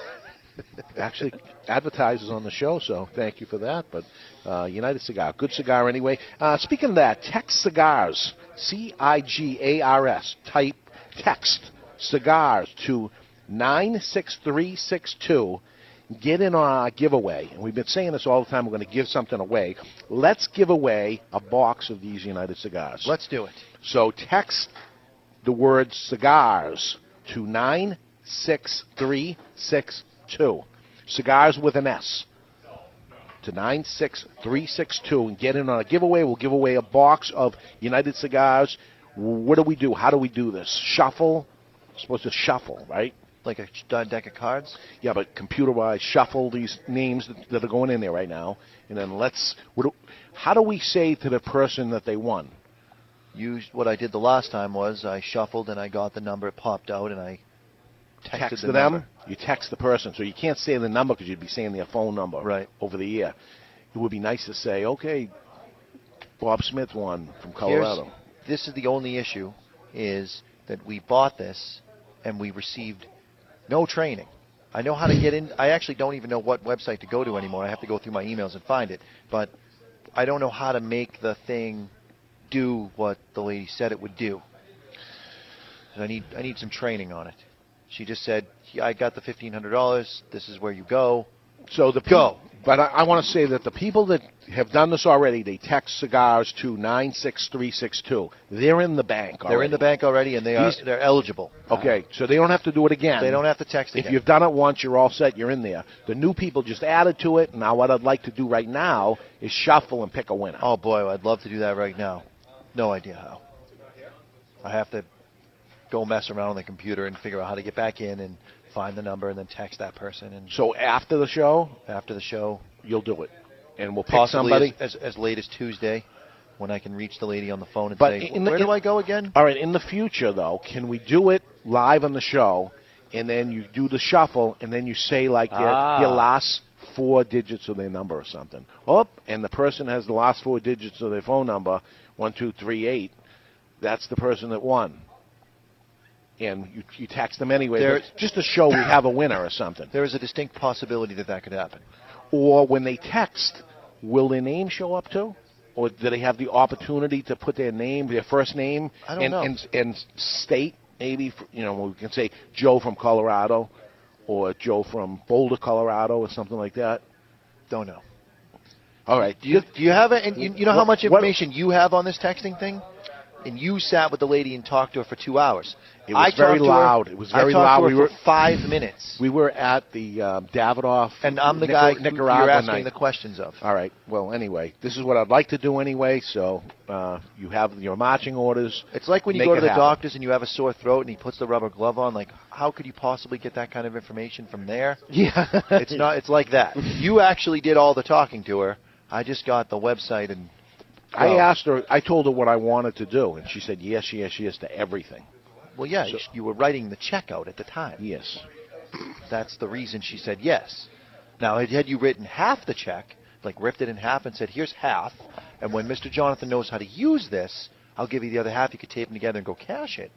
[SPEAKER 9] actually advertises on the show, so thank you for that. But uh, United Cigar, good cigar anyway. Uh, speaking of that, text cigars, C I G A R S, type text cigars to 96362. Get in on our giveaway, and we've been saying this all the time. We're going to give something away. Let's give away a box of these United cigars.
[SPEAKER 6] Let's do it.
[SPEAKER 9] So text the word cigars to 96362. Cigars with an S to 96362 and get in on a giveaway. We'll give away a box of United Cigars. What do we do? How do we do this? Shuffle? supposed to shuffle, right?
[SPEAKER 6] Like a d- deck of cards?
[SPEAKER 9] Yeah, but computerized shuffle these names that, that are going in there right now. And then let's. What do, how do we say to the person that they won?
[SPEAKER 6] Used what I did the last time was I shuffled and I got the number. It popped out and I texted
[SPEAKER 9] text
[SPEAKER 6] the
[SPEAKER 9] to them,
[SPEAKER 6] number.
[SPEAKER 9] you text the person. So you can't say the number because you'd be saying their phone number
[SPEAKER 6] Right.
[SPEAKER 9] over the air. It would be nice to say, okay, Bob Smith won from
[SPEAKER 6] Here's-
[SPEAKER 9] Colorado.
[SPEAKER 6] this is the only issue is that we bought this and we received no training. I know how to get in. I actually don't even know what website to go to anymore. I have to go through my emails and find it. But I don't know how to make the thing do what the lady said it would do. And I need I need some training on it. She just said, "Yeah, "I got the fifteen hundred dollars. This is where you go."
[SPEAKER 9] So the go. But I, I want to say that the people that have done this already, they text cigars to 96362. They're in the bank already.
[SPEAKER 6] They're in the bank already, and they are
[SPEAKER 9] These-
[SPEAKER 6] they're eligible.
[SPEAKER 9] Okay, so they don't have to do it again.
[SPEAKER 6] They don't have to text
[SPEAKER 9] If
[SPEAKER 6] again.
[SPEAKER 9] you've done it once, you're all set. You're in there. The new people just added to it. Now, what I'd like to do right now is shuffle and pick a winner.
[SPEAKER 6] Oh boy, I'd love to do that right now. No idea how. I have to go mess around on the computer and figure out how to get back in and find the number and then text that person and
[SPEAKER 9] So after the show,
[SPEAKER 6] after the show
[SPEAKER 9] you'll do it, and we'll pick
[SPEAKER 6] possibly
[SPEAKER 9] somebody.
[SPEAKER 6] as, as, as late as Tuesday when I can reach the lady on the phone and
[SPEAKER 9] But
[SPEAKER 6] say,
[SPEAKER 9] in the-
[SPEAKER 6] "Where do
[SPEAKER 9] in-
[SPEAKER 6] I go again?"
[SPEAKER 9] All right, in the future though, can we do it live on the show, and then you do the shuffle, and then you say like your,
[SPEAKER 6] Ah.
[SPEAKER 9] your last four digits of their number or something. Oh, and the person has the last four digits of their phone number, one two three eight. That's the person that won. And you, you tax them anyway,
[SPEAKER 6] There-
[SPEAKER 9] but just to show we have a winner or something.
[SPEAKER 6] There is a distinct possibility that that could happen.
[SPEAKER 9] Or when they text, will their name show up too? Or do they have the opportunity to put their name, their first name,
[SPEAKER 6] I don't
[SPEAKER 9] and,
[SPEAKER 6] know.
[SPEAKER 9] and and state maybe? You know, we can say Joe from Colorado, or Joe from Boulder, Colorado, or something like that? Don't know. All right.
[SPEAKER 6] Do you, do you have it? And you, you know how
[SPEAKER 9] What-
[SPEAKER 6] much
[SPEAKER 9] what-
[SPEAKER 6] information you have on this texting thing? And you sat with the lady and talked to her for two hours.
[SPEAKER 9] It was
[SPEAKER 6] I
[SPEAKER 9] very
[SPEAKER 6] talked to her-
[SPEAKER 9] loud. It was very
[SPEAKER 6] I talked
[SPEAKER 9] loud.
[SPEAKER 6] To her
[SPEAKER 9] We were-
[SPEAKER 6] for five minutes.
[SPEAKER 9] We were at the um, Davidoff.
[SPEAKER 6] And I'm the
[SPEAKER 9] Nicar-
[SPEAKER 6] guy who
[SPEAKER 9] Nicaragua
[SPEAKER 6] you're asking
[SPEAKER 9] night.
[SPEAKER 6] the questions of.
[SPEAKER 9] All right. Well, anyway, this is what I'd like to do anyway. So uh, you have your marching orders.
[SPEAKER 6] It's like when you
[SPEAKER 9] Make
[SPEAKER 6] go to
[SPEAKER 9] it
[SPEAKER 6] the
[SPEAKER 9] happen.
[SPEAKER 6] doctors and you have a sore throat and he puts the rubber glove on. Like, how could you possibly get that kind of information from there?
[SPEAKER 9] Yeah.
[SPEAKER 6] it's not. It's like that. You actually did all the talking to her. I just got the website and.
[SPEAKER 9] I
[SPEAKER 6] Well,
[SPEAKER 9] asked her. I told her what I wanted to do, and she said yes, yes, yes to everything.
[SPEAKER 6] Well, yeah,
[SPEAKER 9] So-
[SPEAKER 6] you were writing the check out at the time.
[SPEAKER 9] Yes.
[SPEAKER 6] That's the reason she said yes. Now, had- had you written half the check, like ripped it in half and said, here's half, and when Mr. Jonathan knows how to use this, I'll give you the other half, you could tape them together and go cash it.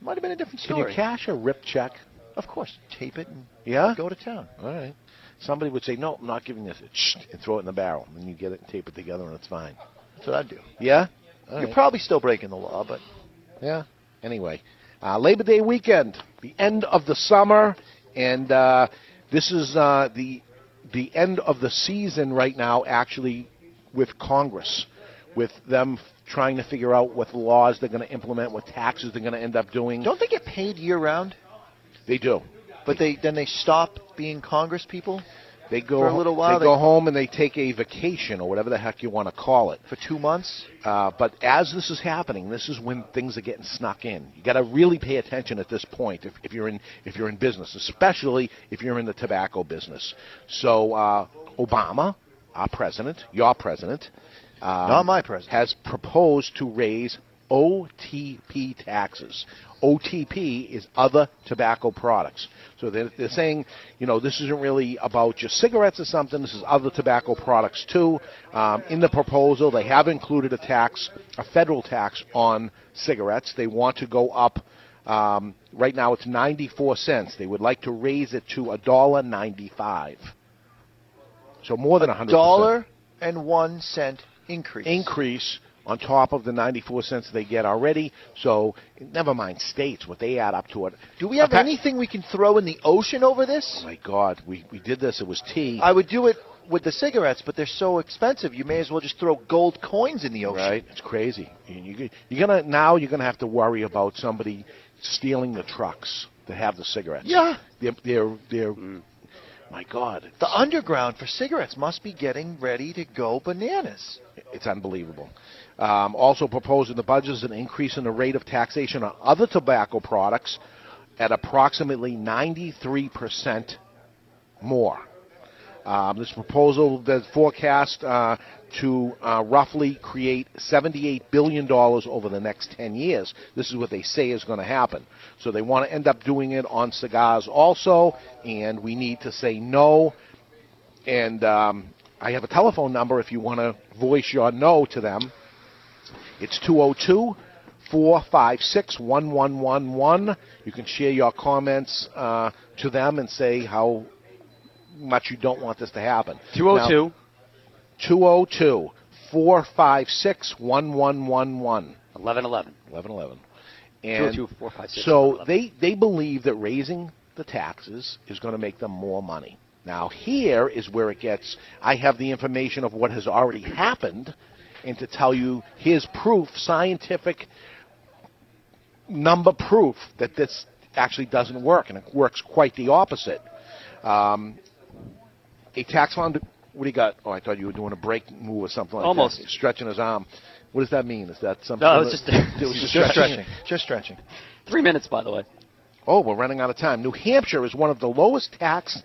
[SPEAKER 6] Might have been a different
[SPEAKER 9] Can you
[SPEAKER 6] story.
[SPEAKER 9] cash a rip check?
[SPEAKER 6] Of course. Tape it and
[SPEAKER 9] Yeah.
[SPEAKER 6] go to town.
[SPEAKER 9] All right. Somebody would say, "No, I'm not giving this," Shh, and throw it in the barrel, and you get it and tape it together, and it's fine.
[SPEAKER 6] That's what I'd do.
[SPEAKER 9] Yeah. All
[SPEAKER 6] You're
[SPEAKER 9] right.
[SPEAKER 6] probably still breaking the law, but
[SPEAKER 9] Yeah. Anyway, uh, Labor Day weekend, the end of the summer, and uh, this is uh, the the end of the season right now. Actually, with Congress, with them trying to figure out what laws they're going to implement, what taxes they're going to end up doing.
[SPEAKER 6] don't they get paid year round?
[SPEAKER 9] They do.
[SPEAKER 6] But they then they stop being Congress people
[SPEAKER 9] They go
[SPEAKER 6] for a little while.
[SPEAKER 9] They go home and they take a vacation or whatever the heck you want to call it
[SPEAKER 6] for two months.
[SPEAKER 9] Uh, but as this is happening, this is when things are getting snuck in. You got to really pay attention at this point if, if you're in if you're in business, especially if you're in the tobacco business. So uh, Obama, our president, your president, uh,
[SPEAKER 6] Not my president.
[SPEAKER 9] has proposed to raise OTP taxes. OTP is other tobacco products. So they're, they're saying, you know, this isn't really about just cigarettes or something. This is other tobacco products too. Um, in the proposal, they have included a tax, a federal tax on cigarettes. They want to go up. Um, right now, it's 94 cents. They would like to raise it to a dollar 95. So more than 100.
[SPEAKER 6] Dollar and one cent increase.
[SPEAKER 9] increase on top of the 94 cents they get already. So never mind states, what they add up to it.
[SPEAKER 6] Do we have
[SPEAKER 9] Appa-
[SPEAKER 6] anything we can throw in the ocean over this?
[SPEAKER 9] Oh my God, we, we did this. It was tea.
[SPEAKER 6] I would do it with the cigarettes, but they're so expensive. You may as well just throw gold coins in the ocean.
[SPEAKER 9] Right? It's crazy. You, you, you're gonna now. You're gonna have to worry about somebody stealing the trucks that have the cigarettes.
[SPEAKER 6] Yeah.
[SPEAKER 9] They're they're, they're my God.
[SPEAKER 6] The underground for cigarettes must be getting ready to go bananas.
[SPEAKER 9] It's unbelievable. Um, also proposed in the budget is an increase in the rate of taxation on other tobacco products at approximately 93% more. Um, this proposal is forecast uh, to uh, roughly create $78 billion over the next 10 years. This is what they say is going to happen. So they want to end up doing it on cigars also, and we need to say no and um, I have a telephone number if you want to voice your no to them. It's 202 456 1111. You can share your comments uh, to them and say how much you don't want this to happen.
[SPEAKER 10] 202.
[SPEAKER 9] 202 456 1111.
[SPEAKER 10] 1111.
[SPEAKER 9] 1111.
[SPEAKER 10] 202 456
[SPEAKER 9] so they, they believe that raising the taxes is going to make them more money. Now, here is where it gets I have the information of what has already happened, and to tell you here's proof, scientific number proof, that this actually doesn't work, and it works quite the opposite. Um, a tax fund. What do you got? Oh, I thought you were doing a break move or something like
[SPEAKER 10] Almost.
[SPEAKER 9] that. Stretching his arm. What does that mean? Is that something?
[SPEAKER 10] No, it was just-
[SPEAKER 9] it was just, stretching.
[SPEAKER 6] Just stretching.
[SPEAKER 10] Three minutes, by the way.
[SPEAKER 9] Oh, we're running out of time. New Hampshire is one of the lowest tax,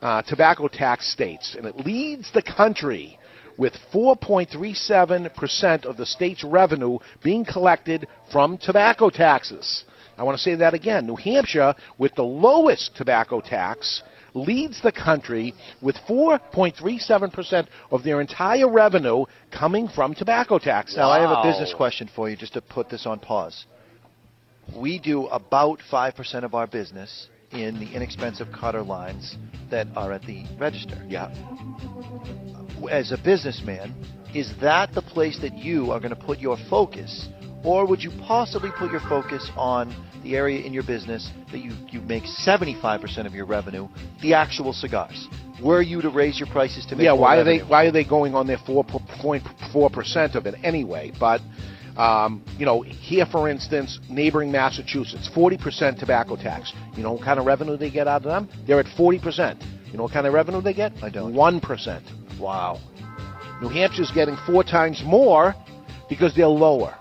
[SPEAKER 9] uh, tobacco tax states, and it leads the country with 4.37% of the state's revenue being collected from tobacco taxes. I want to say that again. New Hampshire, with the lowest tobacco tax, leads the country with 4.37% of their entire revenue coming from tobacco taxes.
[SPEAKER 6] Now, I have a business question for you just to put this on pause. We do about 5% of our business in the inexpensive cutter lines that are at the register.
[SPEAKER 9] Yeah.
[SPEAKER 6] As a businessman, is that the place that you are going to put your focus Or would you possibly put your focus on the area in your business that you, you make 75% of your revenue, the actual cigars? Were you to raise your prices to make
[SPEAKER 9] yeah,
[SPEAKER 6] more
[SPEAKER 9] why
[SPEAKER 6] revenue?
[SPEAKER 9] are they why are they going on their four point four percent of it anyway? But um, you know, here for instance, neighboring Massachusetts, forty percent tobacco tax. You know what kind of revenue they get out of them? They're at forty percent. You know what kind of revenue they get? I don't. One percent. Wow. New Hampshire's getting four times more because they're lower.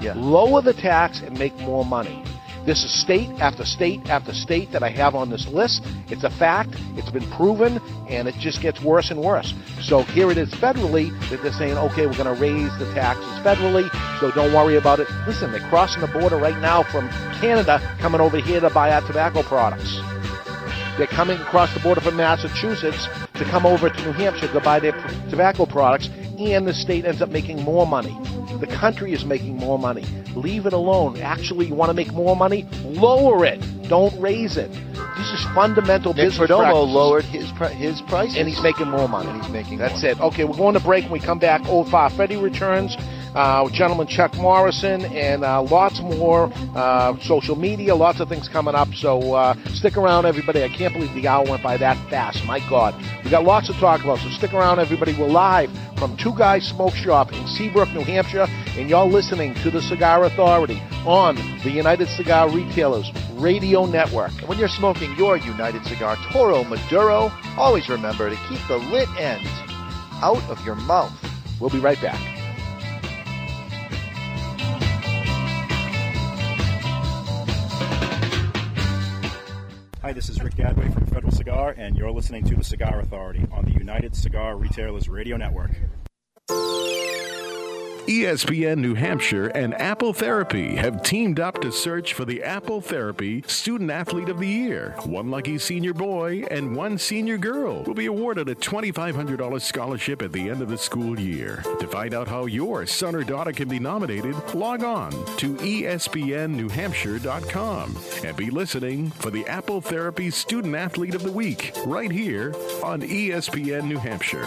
[SPEAKER 9] Yeah. Lower the tax and make more money. This is state after state after state that I have on this list. It's a fact. It's been proven, and it just gets worse and worse. So here it is federally that they're saying, okay, we're going to raise the taxes federally, so don't worry about it. Listen, they're crossing the border right now from Canada, coming over here to buy our tobacco products. They're coming across the border from Massachusetts to come over to New Hampshire to buy their p- tobacco products, and the state ends up making more money. The country is making more money. Leave it alone. Actually, you want to make more money? Lower it. Don't raise it. This is fundamental
[SPEAKER 6] Nick
[SPEAKER 9] business
[SPEAKER 6] Perdomo
[SPEAKER 9] practices.
[SPEAKER 6] lowered his pri- his prices,
[SPEAKER 9] and he's making more money.
[SPEAKER 6] he's making
[SPEAKER 9] That's
[SPEAKER 6] more.
[SPEAKER 9] it. Okay, we're going to break. When we come back, old Freddy returns uh, with gentleman Chuck Morrison and uh, lots more uh, social media, lots of things coming up. So uh, stick around, everybody. I can't believe the hour went by that fast. My God, we got lots to talk about. So stick around, everybody. We're live from Two Guys Smoke Shop in Seabrook, New Hampshire, and y'all listening to the Cigar Authority on the United Cigar Retailers Radio Network.
[SPEAKER 6] And when you're smoking your United Cigar Toro Maduro, always remember to keep the lit end out of your mouth.
[SPEAKER 9] We'll be right back.
[SPEAKER 19] Hi, this is Rick Gadway from Federal Cigar, and you're listening to the Cigar Authority on the United Cigar Retailers Radio Network.
[SPEAKER 20] E ESPN New Hampshire and Apple Therapy have teamed up to search for the Apple Therapy Student Athlete of the Year. One lucky senior boy and one senior girl will be awarded a $2,500 scholarship at the end of the school year. To find out how your son or daughter can be nominated, log on to E espnnewhampshire.com and be listening for the Apple Therapy Student Athlete of the Week right here on E ESPN New Hampshire.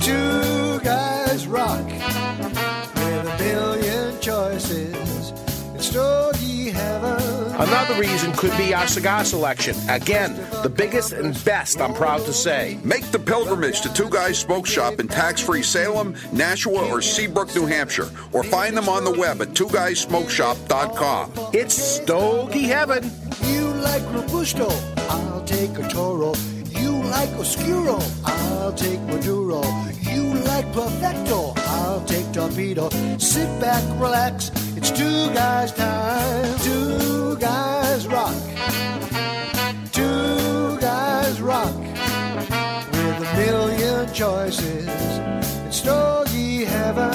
[SPEAKER 21] Two guys rock. With a billion choices. It's stogie heaven.
[SPEAKER 9] Another reason could be our cigar selection. Again, the biggest and best, I'm proud to say.
[SPEAKER 22] Make the pilgrimage to Two Guys Smoke Shop in tax-free Salem, Nashua, or Seabrook, New Hampshire, or find them on the web at twoguyssmokeshop.com.
[SPEAKER 9] It's Stogie Heaven.
[SPEAKER 21] You like Robusto, I'll take a Toro. You like Oscuro, I'll take Maduro. You like Perfecto, I'll take Torpedo. Sit back, relax, it's two guys' time. Two guys rock. Two guys rock. With a million choices, it's stogie heaven.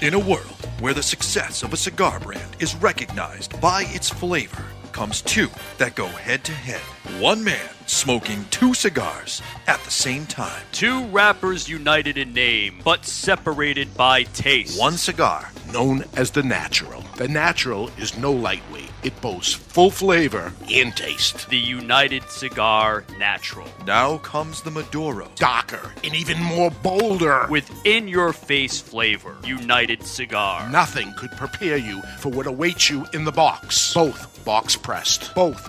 [SPEAKER 14] In a world where the success of a cigar brand is recognized by its flavor, comes two that go head to head. One man smoking two cigars at the same time.
[SPEAKER 5] Two rappers united in name, but separated by taste.
[SPEAKER 14] One cigar.
[SPEAKER 23] Known as the natural. The natural is no lightweight. It boasts full flavor and taste.
[SPEAKER 5] The United Cigar Natural.
[SPEAKER 14] Now comes the Maduro.
[SPEAKER 23] Darker and even more bolder.
[SPEAKER 5] With in your face flavor. United Cigar.
[SPEAKER 23] Nothing could prepare you for what awaits you in the box. Both box pressed. Both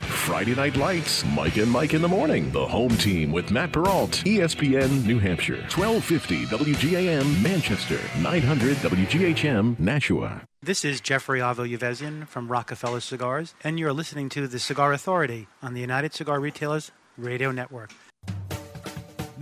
[SPEAKER 20] Friday Night Lights, Mike and Mike in the Morning, the home team with Matt E Peralt, ESPN New Hampshire, 1250 WGAM Manchester, 900 WGHM Nashua.
[SPEAKER 2] This is Jeffrey Avo Uvezian from Rockefeller Cigars, and you're listening to The Cigar Authority on the United Cigar Retailers Radio Network.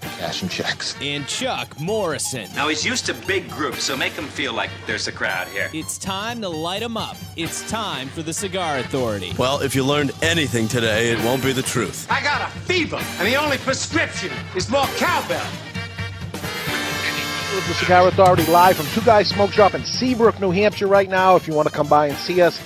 [SPEAKER 24] cashing checks.
[SPEAKER 13] And Chuck Morrison.
[SPEAKER 25] Now he's used to big group, so make them feel like there's a crowd here.
[SPEAKER 13] It's time to light them up. It's time for the Cigar Authority.
[SPEAKER 26] Well, if you learned anything today, it won't be the truth.
[SPEAKER 27] I got a fever, and the only prescription is more cowbell.
[SPEAKER 9] With the Cigar Authority live from Two Guys Smoke Shop in Seabrook, New Hampshire, right now. If you want to come by and see us,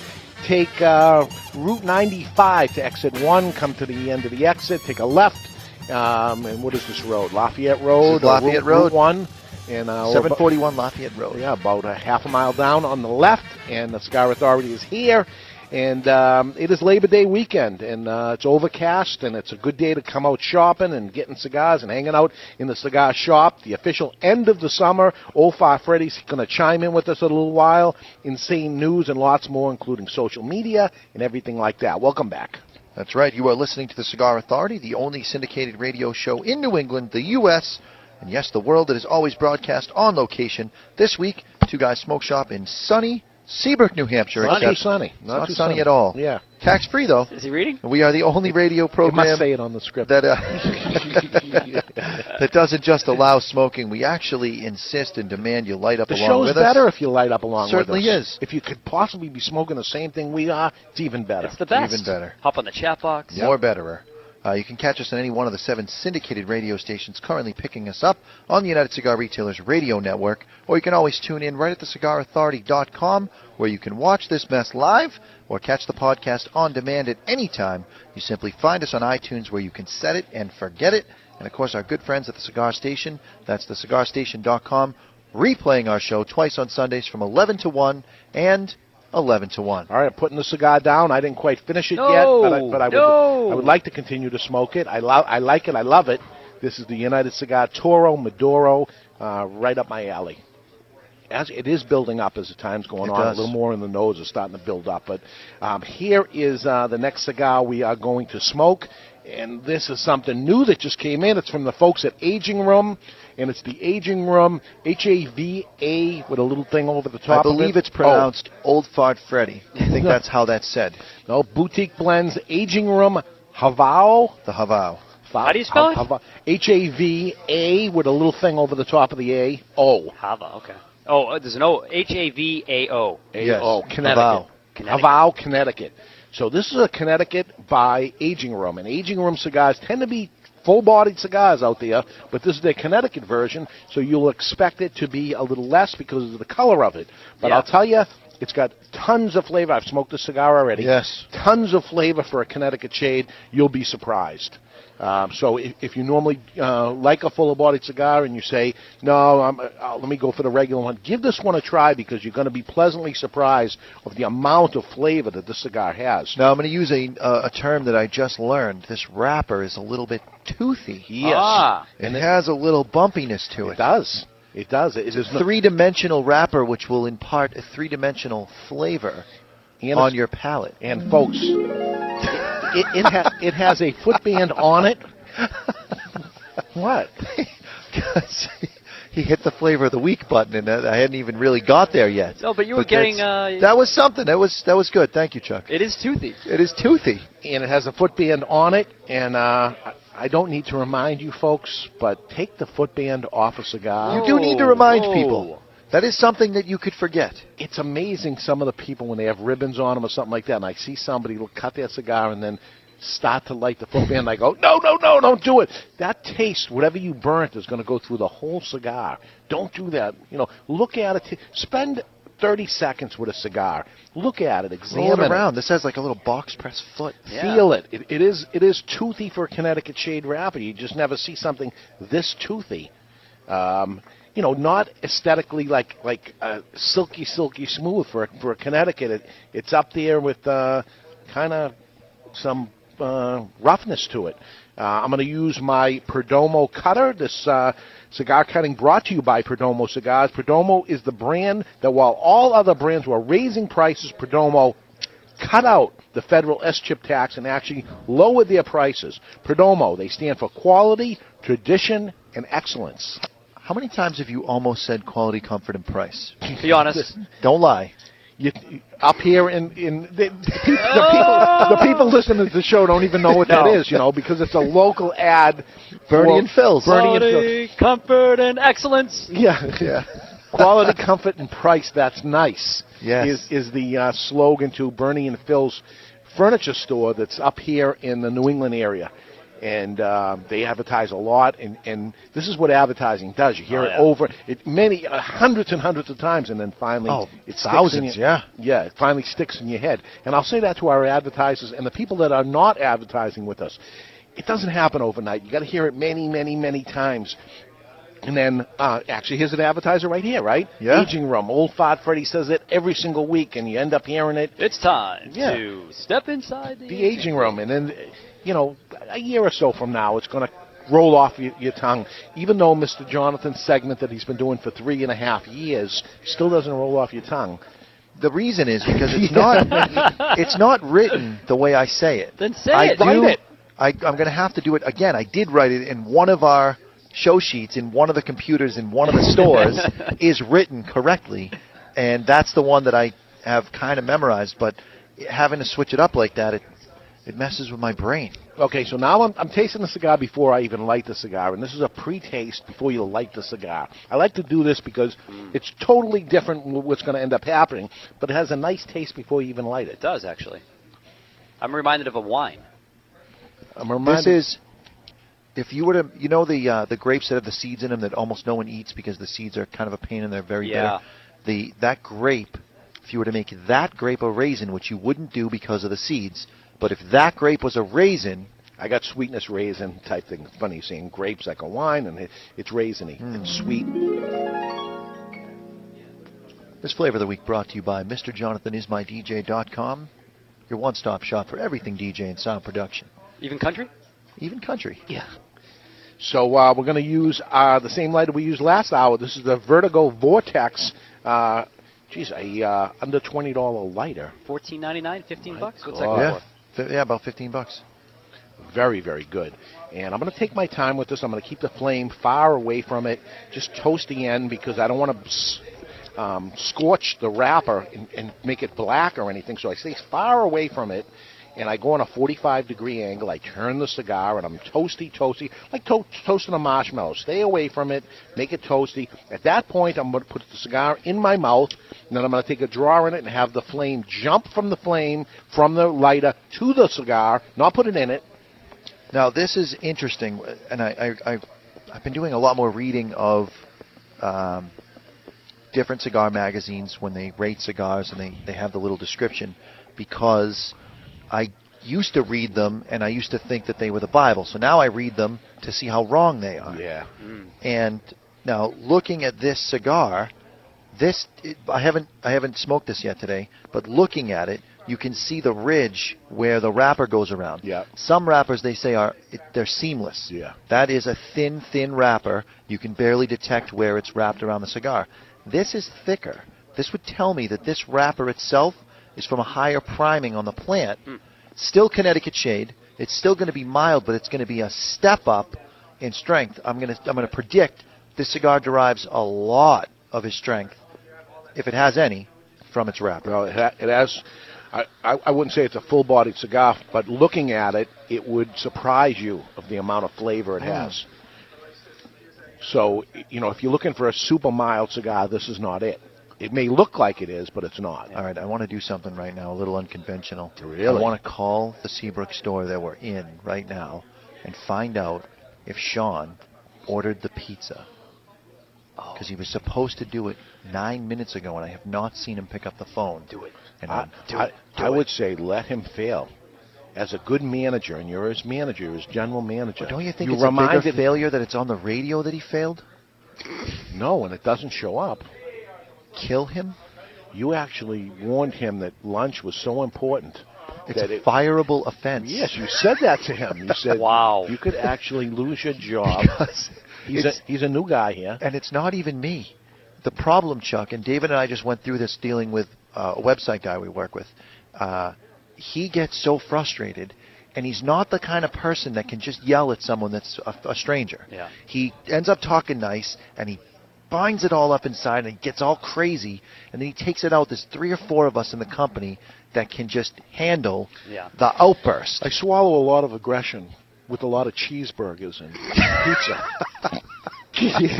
[SPEAKER 9] take uh, Route 95 to exit one. Come to the end of the exit, take a left. Um, and what is this road? Lafayette Road.
[SPEAKER 6] Lafayette
[SPEAKER 9] Route-
[SPEAKER 6] Road.
[SPEAKER 9] Route one. And uh, we're about-
[SPEAKER 6] 741 Lafayette Road.
[SPEAKER 9] Yeah, about a half a mile down on the left, and the Cigar Authority is here. And um, it is Labor Day weekend, and uh, it's overcast, and it's a good day to come out shopping and getting cigars and hanging out in the cigar shop. The official end of the summer. Olfar Freddy's going to chime in with us in a little while. Insane news and lots more, including social media and everything like that. Welcome back.
[SPEAKER 6] That's right. You are listening to the Cigar Authority, the only syndicated radio show in New England, the U.S., and yes, the world that is always broadcast on location. This week, Two Guys Smoke Shop in sunny Seabrook, New Hampshire.
[SPEAKER 9] Not too
[SPEAKER 6] Except
[SPEAKER 9] sunny.
[SPEAKER 6] It's
[SPEAKER 9] Not,
[SPEAKER 6] Not,
[SPEAKER 9] too
[SPEAKER 6] sunny, at all.
[SPEAKER 9] Yeah.
[SPEAKER 6] Tax free though. Is
[SPEAKER 28] he reading?
[SPEAKER 6] We are the only radio program
[SPEAKER 9] must say it on the script
[SPEAKER 6] that uh, that doesn't just allow smoking. We actually insist and demand you light up
[SPEAKER 9] The
[SPEAKER 6] along
[SPEAKER 9] show's
[SPEAKER 6] with us.
[SPEAKER 9] better if you light up along
[SPEAKER 6] Certainly
[SPEAKER 9] with us.
[SPEAKER 6] is.
[SPEAKER 9] If you could possibly be smoking the same thing we are, it's even better.
[SPEAKER 28] It's the best.
[SPEAKER 6] Even better.
[SPEAKER 28] Hop on the chat box.
[SPEAKER 6] More betterer. Uh, you can catch us on any one of the seven syndicated radio stations currently picking us up on the United Cigar Retailers Radio Network, or you can always tune in right at thecigarauthority.com where you can watch this mess live or catch the podcast on demand at any time. You simply find us on iTunes where you can set it and forget it. And of course, our good friends at the Cigar Station, that's thecigarstation.com, replaying our show twice on Sundays from 11 to 1 and 11 to 1.
[SPEAKER 9] All right, I'm putting the cigar down. I didn't quite finish it
[SPEAKER 6] No,
[SPEAKER 9] yet, but I, but I,
[SPEAKER 6] no.
[SPEAKER 9] would, I would like to continue to smoke it. I, lo- I like it. I love it. This is the United Cigar Toro Maduro, uh, right up my alley. As it is building up as the time's going
[SPEAKER 6] It
[SPEAKER 9] on,
[SPEAKER 6] does.
[SPEAKER 9] a little more in the nose is starting to build up. But um, here is uh, the next cigar we are going to smoke, and this is something new that just came in. It's from the folks at Aging Room, and it's the Aging Room H A V A with a little thing over the top.
[SPEAKER 6] I
[SPEAKER 9] of
[SPEAKER 6] believe
[SPEAKER 9] it. Oh.
[SPEAKER 6] it's pronounced Old Fart Freddy. I think
[SPEAKER 9] No.
[SPEAKER 6] that's how that's said.
[SPEAKER 9] No, Boutique Blends Aging Room Havao.
[SPEAKER 6] The Havao.
[SPEAKER 9] How do you
[SPEAKER 6] spell it?
[SPEAKER 9] H A V A with a little thing over the top of the A O.
[SPEAKER 10] Hava, okay.
[SPEAKER 2] Oh, uh, there's no H A V A O.
[SPEAKER 9] A-O, Oh, Connecticut. Connecticut. Avau, Connecticut. So this is a Connecticut by Aging Room, and Aging Room cigars tend to be full-bodied cigars out there, but this is their Connecticut version, so you'll expect it to be a little less because of the color of it. But
[SPEAKER 6] Yeah.
[SPEAKER 9] I'll tell you, it's got tons of flavor. I've smoked this cigar already.
[SPEAKER 6] Yes.
[SPEAKER 9] Tons of flavor for a Connecticut shade. You'll be surprised. Um, so if, if you normally uh, like a fuller-bodied cigar and you say, no, I'm, uh, uh, let me go for the regular one, give this one a try because you're going to be pleasantly surprised of the amount of flavor that this cigar has.
[SPEAKER 6] Now I'm going to use a uh, a term that I just learned. This wrapper is a little bit toothy.
[SPEAKER 9] Yes. Ah.
[SPEAKER 6] it has a little bumpiness to it. It
[SPEAKER 9] does. It does. It is
[SPEAKER 6] a three-dimensional wrapper, which will impart a three-dimensional flavor
[SPEAKER 9] And
[SPEAKER 6] on
[SPEAKER 9] it's-
[SPEAKER 6] your palate.
[SPEAKER 9] And folks, it, it, ha- it has a footband on it. What?
[SPEAKER 6] he hit the flavor of the week button, and I I hadn't even really got there yet.
[SPEAKER 10] No, but you were getting,
[SPEAKER 6] that's-
[SPEAKER 10] uh,
[SPEAKER 6] that was something. That was that was good. Thank you, Chuck.
[SPEAKER 10] It is toothy.
[SPEAKER 6] It is toothy.
[SPEAKER 9] and it has a footband on it. And uh, I- I don't need to remind you folks, but take the footband off a cigar.
[SPEAKER 6] You do need to remind people. That is something that you could forget.
[SPEAKER 9] It's amazing some of the people when they have ribbons on them or something like that, and I see somebody will cut their cigar and then start to light the footband. I go, "Oh, no, no, no, don't do it. That taste, whatever you burnt, is going to go through the whole cigar. Don't do that. You know, look at it. Spend 30 seconds with a cigar. Look at it. Examine
[SPEAKER 6] Roll it around. This has like a little box press foot.
[SPEAKER 9] Feel it. it. It is it is toothy for a Connecticut shade wrapper. You just never see something this toothy. Um, you know, not aesthetically like like uh, silky, silky smooth for a- for a Connecticut. It, it's up there with uh, kind of some uh, roughness to it. Uh, I'm going to use my Perdomo cutter. This uh, cigar cutting brought to you by Perdomo Cigars. Perdomo is the brand that, while all other brands were raising prices, Perdomo cut out the federal S chip tax and actually lowered their prices. Perdomo, they stand for quality, tradition, and excellence.
[SPEAKER 6] How many times have you almost said quality, comfort, and price?
[SPEAKER 9] Be honest.
[SPEAKER 6] Don't lie.
[SPEAKER 9] You, up here in in the, the, people,
[SPEAKER 10] Oh,
[SPEAKER 9] the people listening to the show don't even know what that
[SPEAKER 6] No.
[SPEAKER 9] is, you know, because it's a local ad.
[SPEAKER 6] Bernie
[SPEAKER 9] for-
[SPEAKER 6] and Phil's.
[SPEAKER 9] Bernie and Phil's.
[SPEAKER 10] Quality, comfort, and excellence.
[SPEAKER 9] Yeah, yeah. Quality, comfort, and price. That's nice.
[SPEAKER 6] Yes.
[SPEAKER 9] Is is the uh, slogan to Bernie and Phil's furniture store that's up here in the New England area, and um, they advertise a lot. And, and this is what advertising does. You hear
[SPEAKER 6] Oh,
[SPEAKER 9] it
[SPEAKER 6] yeah.
[SPEAKER 9] over it many uh, hundreds and hundreds of times, and then finally
[SPEAKER 6] Oh,
[SPEAKER 9] it sticks
[SPEAKER 6] thousands,
[SPEAKER 9] In your,
[SPEAKER 6] yeah.
[SPEAKER 9] yeah, it finally sticks in your head. And I'll say that to our advertisers and the people that are not advertising with us. It doesn't happen overnight. You got to hear it many, many, many times. And then, uh, actually, here's an advertiser right here, right?
[SPEAKER 6] Yeah.
[SPEAKER 9] Aging Room. Old Fat Freddy says it every single week, and you end up hearing it.
[SPEAKER 10] It's time
[SPEAKER 9] Yeah.
[SPEAKER 10] to step inside the,
[SPEAKER 9] The Aging Room. And then, you know, a year or so from now, it's going to roll off your, your tongue. Even though Mr. Jonathan's segment that he's been doing for three and a half years still doesn't roll off your tongue.
[SPEAKER 6] The reason is because it's not it's not written the way I say it.
[SPEAKER 10] Then say
[SPEAKER 6] I
[SPEAKER 10] it.
[SPEAKER 6] do-
[SPEAKER 10] Write it.
[SPEAKER 6] I, I'm going to have to do it again. I did write it in one of our show sheets in one of the computers in one of the stores is written correctly, and that's the one that I have kind of memorized. But having to switch it up like that, it it messes with my brain.
[SPEAKER 9] Okay, so now I'm, I'm tasting the cigar before I even light the cigar, and this is a pre-taste before you light the cigar. I like to do this because it's totally different wh- what's going to end up happening, but it has a nice taste before you even light it.
[SPEAKER 10] It does actually. I'm reminded of a wine.
[SPEAKER 9] I'm reminded-
[SPEAKER 6] This is if you were to, you know, the uh, the grapes that have the seeds in them that almost no one eats because the seeds are kind of a pain and they're very
[SPEAKER 10] Yeah.
[SPEAKER 6] bitter. The that grape, if you were to make that grape a raisin, which you wouldn't do because of the seeds, but if that grape was a raisin,
[SPEAKER 9] I got sweetness raisin type thing. It's funny saying grapes like a wine, and it, it's raisiny. It's
[SPEAKER 6] Hmm.
[SPEAKER 9] sweet.
[SPEAKER 6] This flavor of the week brought to you by MrJonathanIsMyDJ.com, your one-stop shop for everything DJ and sound production,
[SPEAKER 10] Even country?
[SPEAKER 6] even country. Yeah.
[SPEAKER 9] So uh, we're going to use uh, the same lighter we used last hour. This is the Vertigo Vortex. Uh, geez, a uh, under twenty dollar lighter. Oh.
[SPEAKER 10] Fourteen ninety nine, fifteen bucks. What's that
[SPEAKER 9] God.
[SPEAKER 10] going
[SPEAKER 9] Yeah.
[SPEAKER 10] for?
[SPEAKER 6] F- yeah, about fifteen bucks.
[SPEAKER 9] Very, very good. And I'm going to take my time with this. I'm going to keep the flame far away from it. Just toast the end because I don't want to um, scorch the wrapper and, and make it black or anything. So I stay far away from it. And I go on a 45 degree angle. I turn the cigar and I'm toasty, toasty, like to- toasting a marshmallow. Stay away from it. Make it toasty. At that point, I'm going to put the cigar in my mouth. And then I'm going to take a drawer in it and have the flame jump from the flame, from the lighter to the cigar, not put it in it.
[SPEAKER 6] Now this is interesting, and I, I, I I've been doing a lot more reading of um, different cigar magazines when they rate cigars and they, they have the little description because I used to read them and I used to think that they were the Bible. So now I read them to see how wrong they are.
[SPEAKER 9] Yeah.
[SPEAKER 6] And now looking at this cigar, this it, I haven't I haven't smoked this yet today, but looking at it, you can see the ridge where the wrapper goes around. Yeah. Some wrappers they say are it, they're seamless. Yeah. That is a thin thin wrapper. You can barely detect where it's wrapped around the cigar. This is thicker. This would tell me that this wrapper itself is from a higher priming on the plant. Still Connecticut shade. It's still going to be mild, but it's going to be a step up in strength. I'm going to I'm going to predict this cigar derives a lot of his strength, if it has any, from its wrapper.
[SPEAKER 9] Well, it, ha- it has. I, I I wouldn't say it's a full-bodied cigar, but looking at it, it would surprise you of the amount of flavor it
[SPEAKER 6] Mm.
[SPEAKER 9] has. So, y- you know, if you're looking for a super mild cigar, this is not it. It may look like it is, but it's not.
[SPEAKER 6] All right, I want to do something right now, a little unconventional.
[SPEAKER 9] Really?
[SPEAKER 6] I want to call the Seabrook store that we're in right now and find out if Sean ordered the pizza.
[SPEAKER 9] Oh.
[SPEAKER 6] Because he was supposed to do it nine minutes ago, and I have not seen him pick up the phone. Do it. And
[SPEAKER 9] I,
[SPEAKER 6] I'm- do
[SPEAKER 9] I,
[SPEAKER 6] it. Do
[SPEAKER 9] I
[SPEAKER 6] it.
[SPEAKER 9] would say let him fail. As a good manager, and you're his manager, his general manager.
[SPEAKER 6] Don't you think
[SPEAKER 9] you
[SPEAKER 6] it's a bigger
[SPEAKER 9] reminded-
[SPEAKER 6] failure that it's on the radio that he failed?
[SPEAKER 9] No, and it doesn't show up.
[SPEAKER 6] Kill him?
[SPEAKER 9] You actually warned him that lunch was so important.
[SPEAKER 6] It's
[SPEAKER 9] that
[SPEAKER 6] a
[SPEAKER 9] it,
[SPEAKER 6] fireable offense.
[SPEAKER 9] Yes, you said that to him. You said, "Wow, you could actually lose your job." he's a,
[SPEAKER 6] it's-
[SPEAKER 9] he's a new guy here.
[SPEAKER 6] And it's not even me. The problem, Chuck, and David and I just went through this dealing with uh, a website guy we work with. Uh, he gets so frustrated, and he's not the kind of person that can just yell at someone that's a, a stranger.
[SPEAKER 10] Yeah.
[SPEAKER 6] He ends up talking nice, and he binds it all up inside, and he gets all crazy, and then he takes it out. There's three or four of us in the company that can just handle
[SPEAKER 9] Yeah.
[SPEAKER 6] the outburst.
[SPEAKER 9] I swallow a lot of aggression with a lot of cheeseburgers and pizza.
[SPEAKER 10] You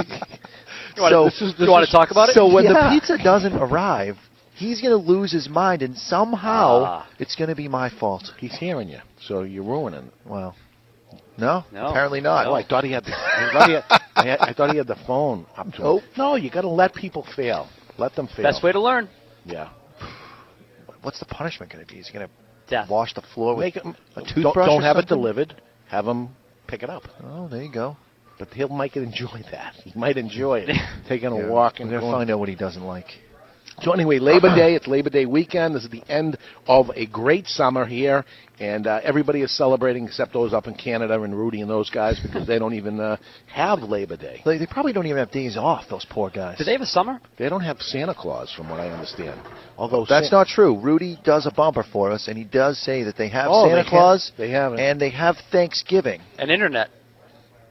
[SPEAKER 10] wanna- this is- this you wanna is- talk about it?
[SPEAKER 6] So when
[SPEAKER 10] Yeah.
[SPEAKER 6] the pizza doesn't arrive, he's going to lose his mind, and somehow
[SPEAKER 9] Ah.
[SPEAKER 6] it's going to be my fault.
[SPEAKER 9] He's hearing you, so you're ruining it.
[SPEAKER 6] Well, no, apparently not. Oh,
[SPEAKER 9] No, I thought he had. The, I, thought he had I, had- I thought he had the phone up to
[SPEAKER 6] Nope.
[SPEAKER 9] him. No, you got to let people fail. Let them fail.
[SPEAKER 10] Best way to learn.
[SPEAKER 9] Yeah.
[SPEAKER 6] What's the punishment going to be? Is he going to
[SPEAKER 10] Death.
[SPEAKER 6] wash the floor with
[SPEAKER 9] Make it,
[SPEAKER 6] a
[SPEAKER 9] don't-
[SPEAKER 6] toothbrush?
[SPEAKER 9] Don't
[SPEAKER 6] or
[SPEAKER 9] have it
[SPEAKER 6] something?
[SPEAKER 9] delivered. Have him pick it up.
[SPEAKER 6] Oh, there you go.
[SPEAKER 9] But he'll might enjoy that. He might enjoy it. Taking a
[SPEAKER 6] Yeah,
[SPEAKER 9] walk and
[SPEAKER 6] We're going to
[SPEAKER 9] going-
[SPEAKER 6] find out what he doesn't like.
[SPEAKER 9] So anyway, Labor Day. It's Labor Day weekend. This is the end of a great summer here, and uh, everybody is celebrating except those up in Canada and Rudy and those guys because they don't even uh, have Labor Day.
[SPEAKER 6] They, they probably don't even have days off. Those poor guys.
[SPEAKER 10] Do they have a summer?
[SPEAKER 9] They don't have Santa Claus, from what I understand. Although
[SPEAKER 6] Oh, That's
[SPEAKER 9] Sa-
[SPEAKER 6] not true. Rudy does a bumper for us, and he does say that they have
[SPEAKER 9] Oh,
[SPEAKER 6] Santa
[SPEAKER 9] they
[SPEAKER 6] Claus
[SPEAKER 9] Have, they have it.
[SPEAKER 6] and they have Thanksgiving.
[SPEAKER 10] An internet.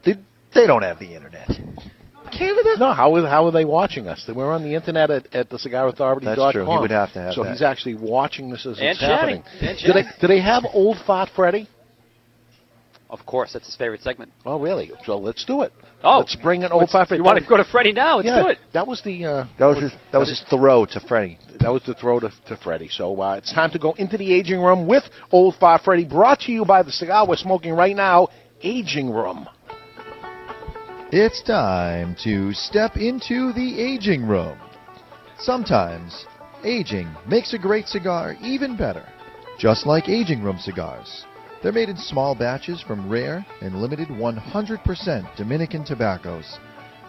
[SPEAKER 6] They, they don't have the internet.
[SPEAKER 9] Canada? No. How are, how are they watching us? They were on the internet at, at the cigarauthority.com.
[SPEAKER 6] That's true. He would have to have
[SPEAKER 9] So
[SPEAKER 6] that.
[SPEAKER 9] he's actually watching this as
[SPEAKER 10] And
[SPEAKER 9] it's
[SPEAKER 10] chatting.
[SPEAKER 9] happening.
[SPEAKER 10] And
[SPEAKER 9] do they
[SPEAKER 10] chatting.
[SPEAKER 9] do they have Old Fart Freddy?
[SPEAKER 10] Of course, that's his favorite segment.
[SPEAKER 9] Oh, really? So let's do it.
[SPEAKER 10] Oh.
[SPEAKER 9] let's bring an
[SPEAKER 10] Let's-
[SPEAKER 9] 05.
[SPEAKER 10] you wanna go to Freddie now? Let's
[SPEAKER 9] yeah,
[SPEAKER 10] do it.
[SPEAKER 9] That was the uh,
[SPEAKER 6] That was his, that was his throw to Freddie.
[SPEAKER 9] that was the throw to, to Freddie. So uh, it's time to go into the aging room with Old Fire Freddie. Brought to you by the cigar we're smoking right now, Aging Room.
[SPEAKER 6] It's time to step into the aging room. Sometimes, aging makes a great cigar even better, just like aging room cigars. They're made in small batches from rare and limited 100% Dominican tobaccos.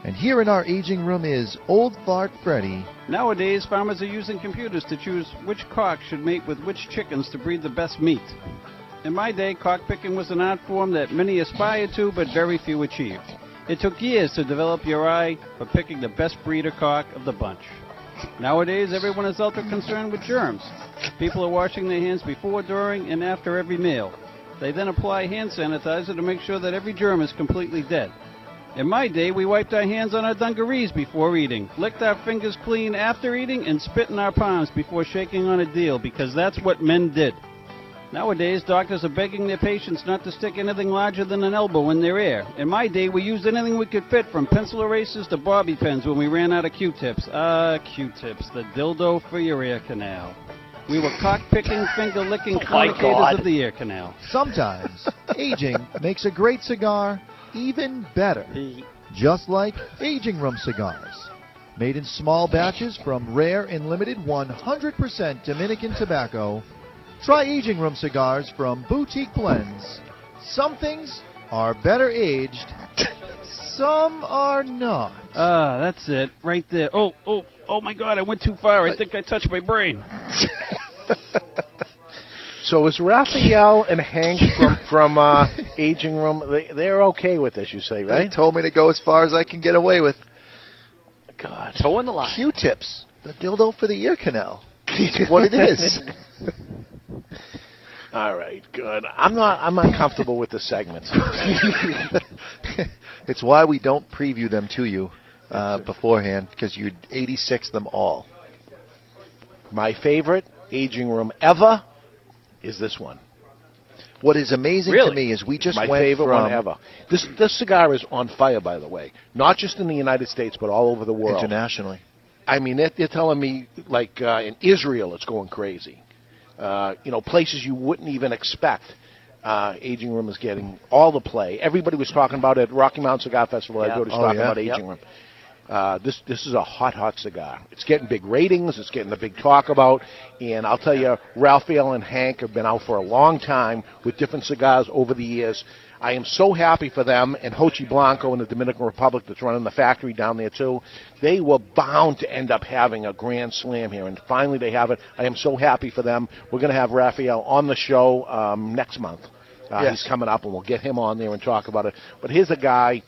[SPEAKER 6] And here in our aging room is Old Fart Freddy.
[SPEAKER 7] Nowadays, farmers are using computers to choose which cock should mate with which chickens to breed the best meat. In my day, cock picking was an art form that many aspired to, but very few achieved. It took years to develop your eye for picking the best breeder cock of the bunch. Nowadays, everyone is ultra concerned with germs. People are washing their hands before, during, and after every meal. They then apply hand sanitizer to make sure that every germ is completely dead. In my day, we wiped our hands on our dungarees before eating, licked our fingers clean after eating, and spit in our palms before shaking on a deal because that's what men did. Nowadays, doctors are begging their patients not to stick anything larger than an elbow in their ear. In my day, we used anything we could fit, from pencil erasers to bobby pins when we ran out of Q-tips. Ah, Q-tips, the dildo for your ear canal. We were cock-picking, finger-licking
[SPEAKER 6] Oh, my God.
[SPEAKER 7] fornicators of the ear canal.
[SPEAKER 6] Sometimes aging makes a great cigar even better. Just like aging room cigars. Made in small batches from rare and limited 100% Dominican tobacco. Try aging room cigars from Boutique Blends. Some things are better aged, some are not.
[SPEAKER 7] Ah, that's it, right there. Oh, oh, oh my God! I went too far. I think I touched my brain.
[SPEAKER 9] So is Raphael and Hank from, from uh, Aging Room, they, they're okay with this, you say,
[SPEAKER 6] They
[SPEAKER 9] right?
[SPEAKER 6] told me to go as far as I can get away with.
[SPEAKER 9] God.
[SPEAKER 6] Toeing the line. Q-tips. The dildo for the ear canal. It's what it is.
[SPEAKER 9] All right, good. I'm not. I'm not comfortable with the segments.
[SPEAKER 6] It's why we don't preview them to you uh, beforehand because you'd 86 them all.
[SPEAKER 9] My favorite aging room ever is this one.
[SPEAKER 6] What is amazing to me is we just
[SPEAKER 9] my
[SPEAKER 6] went
[SPEAKER 9] favorite
[SPEAKER 6] from
[SPEAKER 9] one ever. This this cigar is on fire, by the way. Not just in the United States, but all over the world.
[SPEAKER 6] internationally.
[SPEAKER 9] I mean, they're, they're telling me like uh, in Israel, it's going crazy. Uh, you know, places you wouldn't even expect. Uh, aging room is getting all the play. Everybody was talking about it. at Rocky Mountain Cigar Festival.
[SPEAKER 6] Yeah.
[SPEAKER 9] Everybody was
[SPEAKER 6] Oh,
[SPEAKER 9] talking
[SPEAKER 6] yeah.
[SPEAKER 9] about aging
[SPEAKER 6] Yep.
[SPEAKER 9] room. Uh, this this is a hot hot cigar. It's getting big ratings. It's getting the big talk about. And I'll tell you, Raphael and Hank have been out for a long time with different cigars over the years. I am so happy for them and Hochi Blanco in the Dominican Republic that's running the factory down there too. They were bound to end up having a grand slam here, and finally they have it. I am so happy for them. We're going to have Raphael on the show um, next month. Uh,
[SPEAKER 6] Yes.
[SPEAKER 9] He's coming up, and we'll get him on there and talk about it. But here's a guy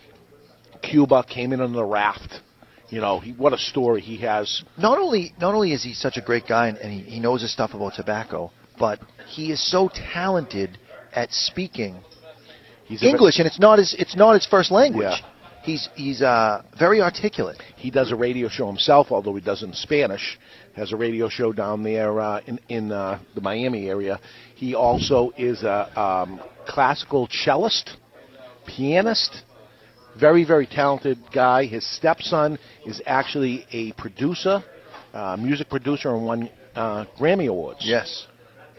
[SPEAKER 9] Cuba came in on the raft. You know, he, what a story he has.
[SPEAKER 6] Not only not only is he such a great guy and, and he, he knows his stuff about tobacco, but he is so talented at speaking
[SPEAKER 9] He's a-
[SPEAKER 6] English, and it's not his it's not his first language. He's he's uh, very articulate.
[SPEAKER 9] He does a radio show himself, although he does it in Spanish. Has a radio show down there uh, in in uh, the Miami area. He also is a um, classical cellist, pianist, very very talented guy. His stepson is actually a producer, uh, music producer, and won uh, Grammy awards.
[SPEAKER 6] Yes.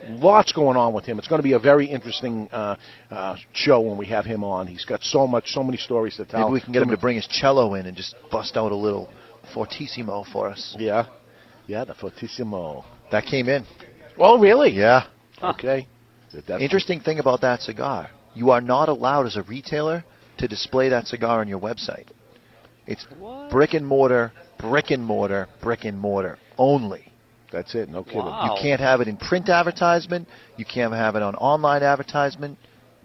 [SPEAKER 9] lots going on with him. It's going to be a very interesting uh, uh, show when we have him on. He's got so much, so many stories to tell.
[SPEAKER 6] Maybe we can get him to bring his cello in and just bust out a little fortissimo for us.
[SPEAKER 9] Yeah, yeah, the fortissimo.
[SPEAKER 6] That came in.
[SPEAKER 9] Oh, really?
[SPEAKER 6] Yeah.
[SPEAKER 9] Okay. That's-
[SPEAKER 6] Interesting thing about that cigar: you are not allowed as a retailer to display that cigar on your website. It's brick and mortar, brick and mortar, brick and mortar only.
[SPEAKER 9] That's it. No kidding.
[SPEAKER 6] You can't have it in print advertisement. You can't have it on online advertisement.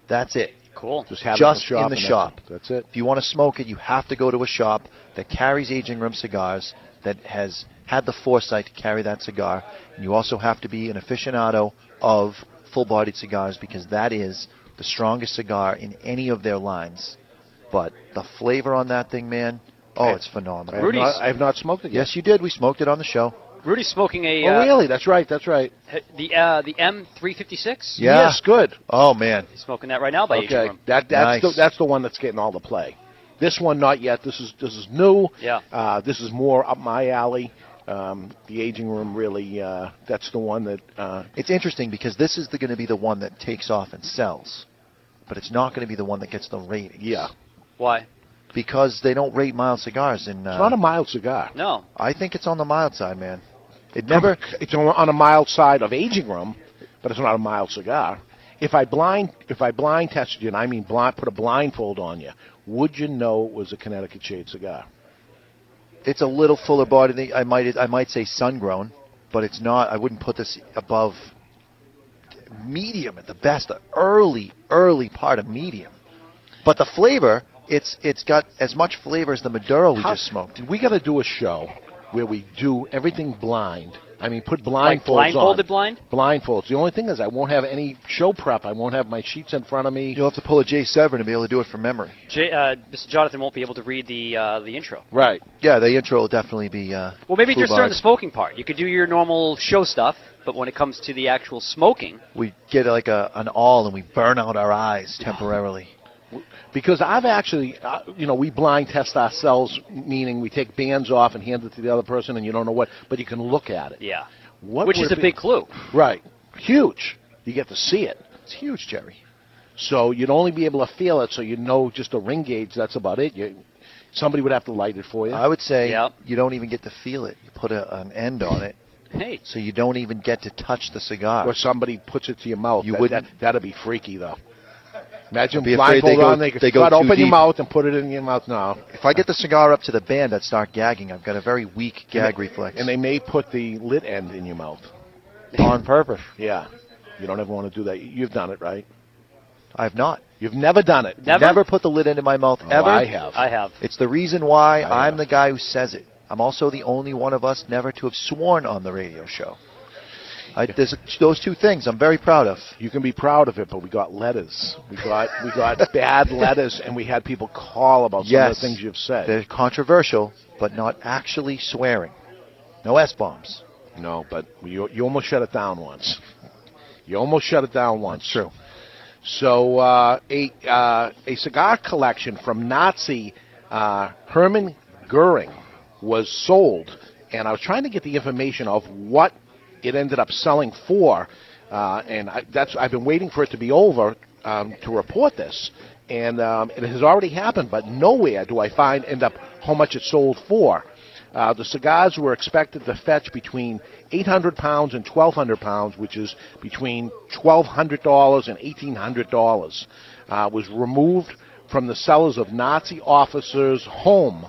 [SPEAKER 6] That's it.
[SPEAKER 2] Cool.
[SPEAKER 9] Just have
[SPEAKER 6] Just
[SPEAKER 9] it in
[SPEAKER 6] in
[SPEAKER 9] the shop.
[SPEAKER 6] the
[SPEAKER 9] and
[SPEAKER 6] shop.
[SPEAKER 9] That's it. That's it.
[SPEAKER 6] If you want to smoke it, you have to go to a shop that carries aging room cigars that has had the foresight to carry that cigar. And you also have to be an aficionado of full bodied cigars because that is the strongest cigar in any of their lines. But the flavor on that thing, man, oh, it's
[SPEAKER 9] I
[SPEAKER 6] phenomenal.
[SPEAKER 9] have, not, I have not smoked it yet.
[SPEAKER 6] Yes, you did. We smoked it on the show.
[SPEAKER 10] Rudy's smoking a.
[SPEAKER 9] oh,
[SPEAKER 10] uh,
[SPEAKER 9] really? That's right. That's right.
[SPEAKER 10] The uh, the M356.
[SPEAKER 9] Yes, good. Oh man.
[SPEAKER 10] He's smoking that right now by
[SPEAKER 9] okay.
[SPEAKER 10] H.
[SPEAKER 9] That that's the, that's the one that's getting all the play. This one not yet. This is this is new.
[SPEAKER 10] Yeah.
[SPEAKER 9] Uh, this is more up my alley. Um, the aging room really. Uh, that's the one that. Uh,
[SPEAKER 6] It's interesting because this is going to be the one that takes off and sells, but it's not going to be the one that gets the ratings.
[SPEAKER 9] Yeah.
[SPEAKER 10] Why?
[SPEAKER 6] Because they don't rate mild cigars. In, uh,
[SPEAKER 9] it's not a mild cigar.
[SPEAKER 10] No.
[SPEAKER 6] I think it's on the mild side, man. It
[SPEAKER 9] Remember,
[SPEAKER 6] never.
[SPEAKER 9] it's on on a mild side of aging room, but it's not a mild cigar. If I blind, if I blind tested you, and I mean blind, put a blindfold on you, would you know it was a Connecticut shade cigar?
[SPEAKER 6] It's a little fuller body. than- I might I might say sun grown, but it's not. I wouldn't put this above medium at the best, the early early part of medium. But the flavor, it's it's got as much flavor as the Maduro we
[SPEAKER 9] How-
[SPEAKER 6] just smoked.
[SPEAKER 9] We got to do a show where we do everything blind. I mean, put
[SPEAKER 10] Like
[SPEAKER 9] blindfolds
[SPEAKER 10] blindfolded
[SPEAKER 9] on.
[SPEAKER 10] blind.
[SPEAKER 9] Blindfolds. The only thing is, I won't have any show prep. I won't have my sheets in front of me.
[SPEAKER 6] You'll have to pull a J Severn to be able to do it from memory.
[SPEAKER 10] J, uh, Mr. Jonathan won't be able to read the uh, the intro.
[SPEAKER 9] Right.
[SPEAKER 6] Yeah, the intro will definitely be. Uh,
[SPEAKER 10] Well, maybe
[SPEAKER 6] full
[SPEAKER 10] just during the
[SPEAKER 6] bodied.
[SPEAKER 10] smoking part, you could do your normal show stuff. But when it comes to the actual smoking,
[SPEAKER 6] we get like a an all and we burn out our eyes temporarily.
[SPEAKER 9] Because I've actually, uh, you know, we blind test ourselves, meaning we take bands off and hand it to the other person, and you don't know what, but you can look at it.
[SPEAKER 10] yeah,
[SPEAKER 9] What
[SPEAKER 10] which
[SPEAKER 9] would
[SPEAKER 10] is
[SPEAKER 9] it
[SPEAKER 10] a
[SPEAKER 9] be?
[SPEAKER 10] big clue.
[SPEAKER 9] Right. Huge. You get to see it. It's huge, Jerry. So you'd only be able to feel it, so you know just a ring gauge. That's about it. You, somebody would have to light it for you.
[SPEAKER 6] I would say you don't even get to feel it. You put a, an end on it.
[SPEAKER 10] Hey.
[SPEAKER 6] So you don't even get to touch the cigar.
[SPEAKER 9] Or somebody puts it to your mouth.
[SPEAKER 6] You
[SPEAKER 9] that,
[SPEAKER 6] wouldn't-
[SPEAKER 9] That, that'd be freaky, though. Imagine
[SPEAKER 6] I'd be afraid
[SPEAKER 9] blindfold
[SPEAKER 6] they go-
[SPEAKER 9] on. They could
[SPEAKER 6] they go
[SPEAKER 9] cut
[SPEAKER 6] too
[SPEAKER 9] open your
[SPEAKER 6] deep.
[SPEAKER 9] mouth and put it in your mouth. No.
[SPEAKER 6] If I get the cigar up to the band, I'd start gagging. I've got a very weak gag reflex.
[SPEAKER 9] And they may put the lit end in your mouth.
[SPEAKER 6] on purpose.
[SPEAKER 9] Yeah. You don't ever want to do that. You've done it, right?
[SPEAKER 6] I've not.
[SPEAKER 9] You've never done it. Oh,
[SPEAKER 6] Never, put the lid into my mouth ever.
[SPEAKER 9] I have.
[SPEAKER 10] I have.
[SPEAKER 6] It's the reason why I'm the guy who says it. I'm also the only one of us never to have sworn on the radio show. I, there's those two things I'm very proud of.
[SPEAKER 9] You can be proud of it, but we got letters. We got we got bad letters, and we had people call about some
[SPEAKER 6] yes,
[SPEAKER 9] of the things you've said.
[SPEAKER 6] They're controversial, but not actually swearing. No S bombs.
[SPEAKER 9] No, but you, you almost shut it down once. You almost shut it down once.
[SPEAKER 6] true.
[SPEAKER 9] So uh, a uh, a cigar collection from Nazi uh, Hermann Goering was sold, and I was trying to get the information of what it ended up selling for, uh, and I, that's I've been waiting for it to be over um, to report this, and um, it has already happened, but nowhere do I find end up how much it sold for. Uh, the cigars were expected to fetch between 800 pounds and 1,200 pounds, which is between $1,200 and $1,800. Uh, was removed from the cellars of Nazi officers' home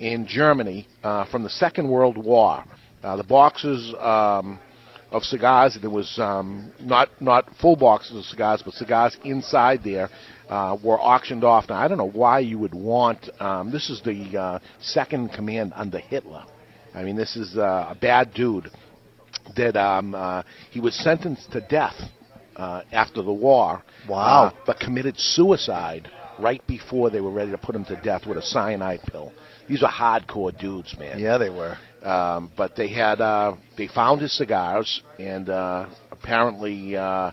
[SPEAKER 9] in Germany uh, from the Second World War. Uh, the boxes um, of cigars, there was um, not not full boxes of cigars, but cigars inside there uh, were auctioned off. Now I don't know why you would want. Um, this is the uh, second command under Hitler. I mean, this is uh, a bad dude. That um, uh, he was sentenced to death uh, after the war.
[SPEAKER 6] Wow.
[SPEAKER 9] uh, but committed suicide right before they were ready to put him to death with a cyanide pill. These are hardcore dudes, man.
[SPEAKER 6] Yeah, they were.
[SPEAKER 9] Um, but they had uh, they found his cigars and uh, apparently uh,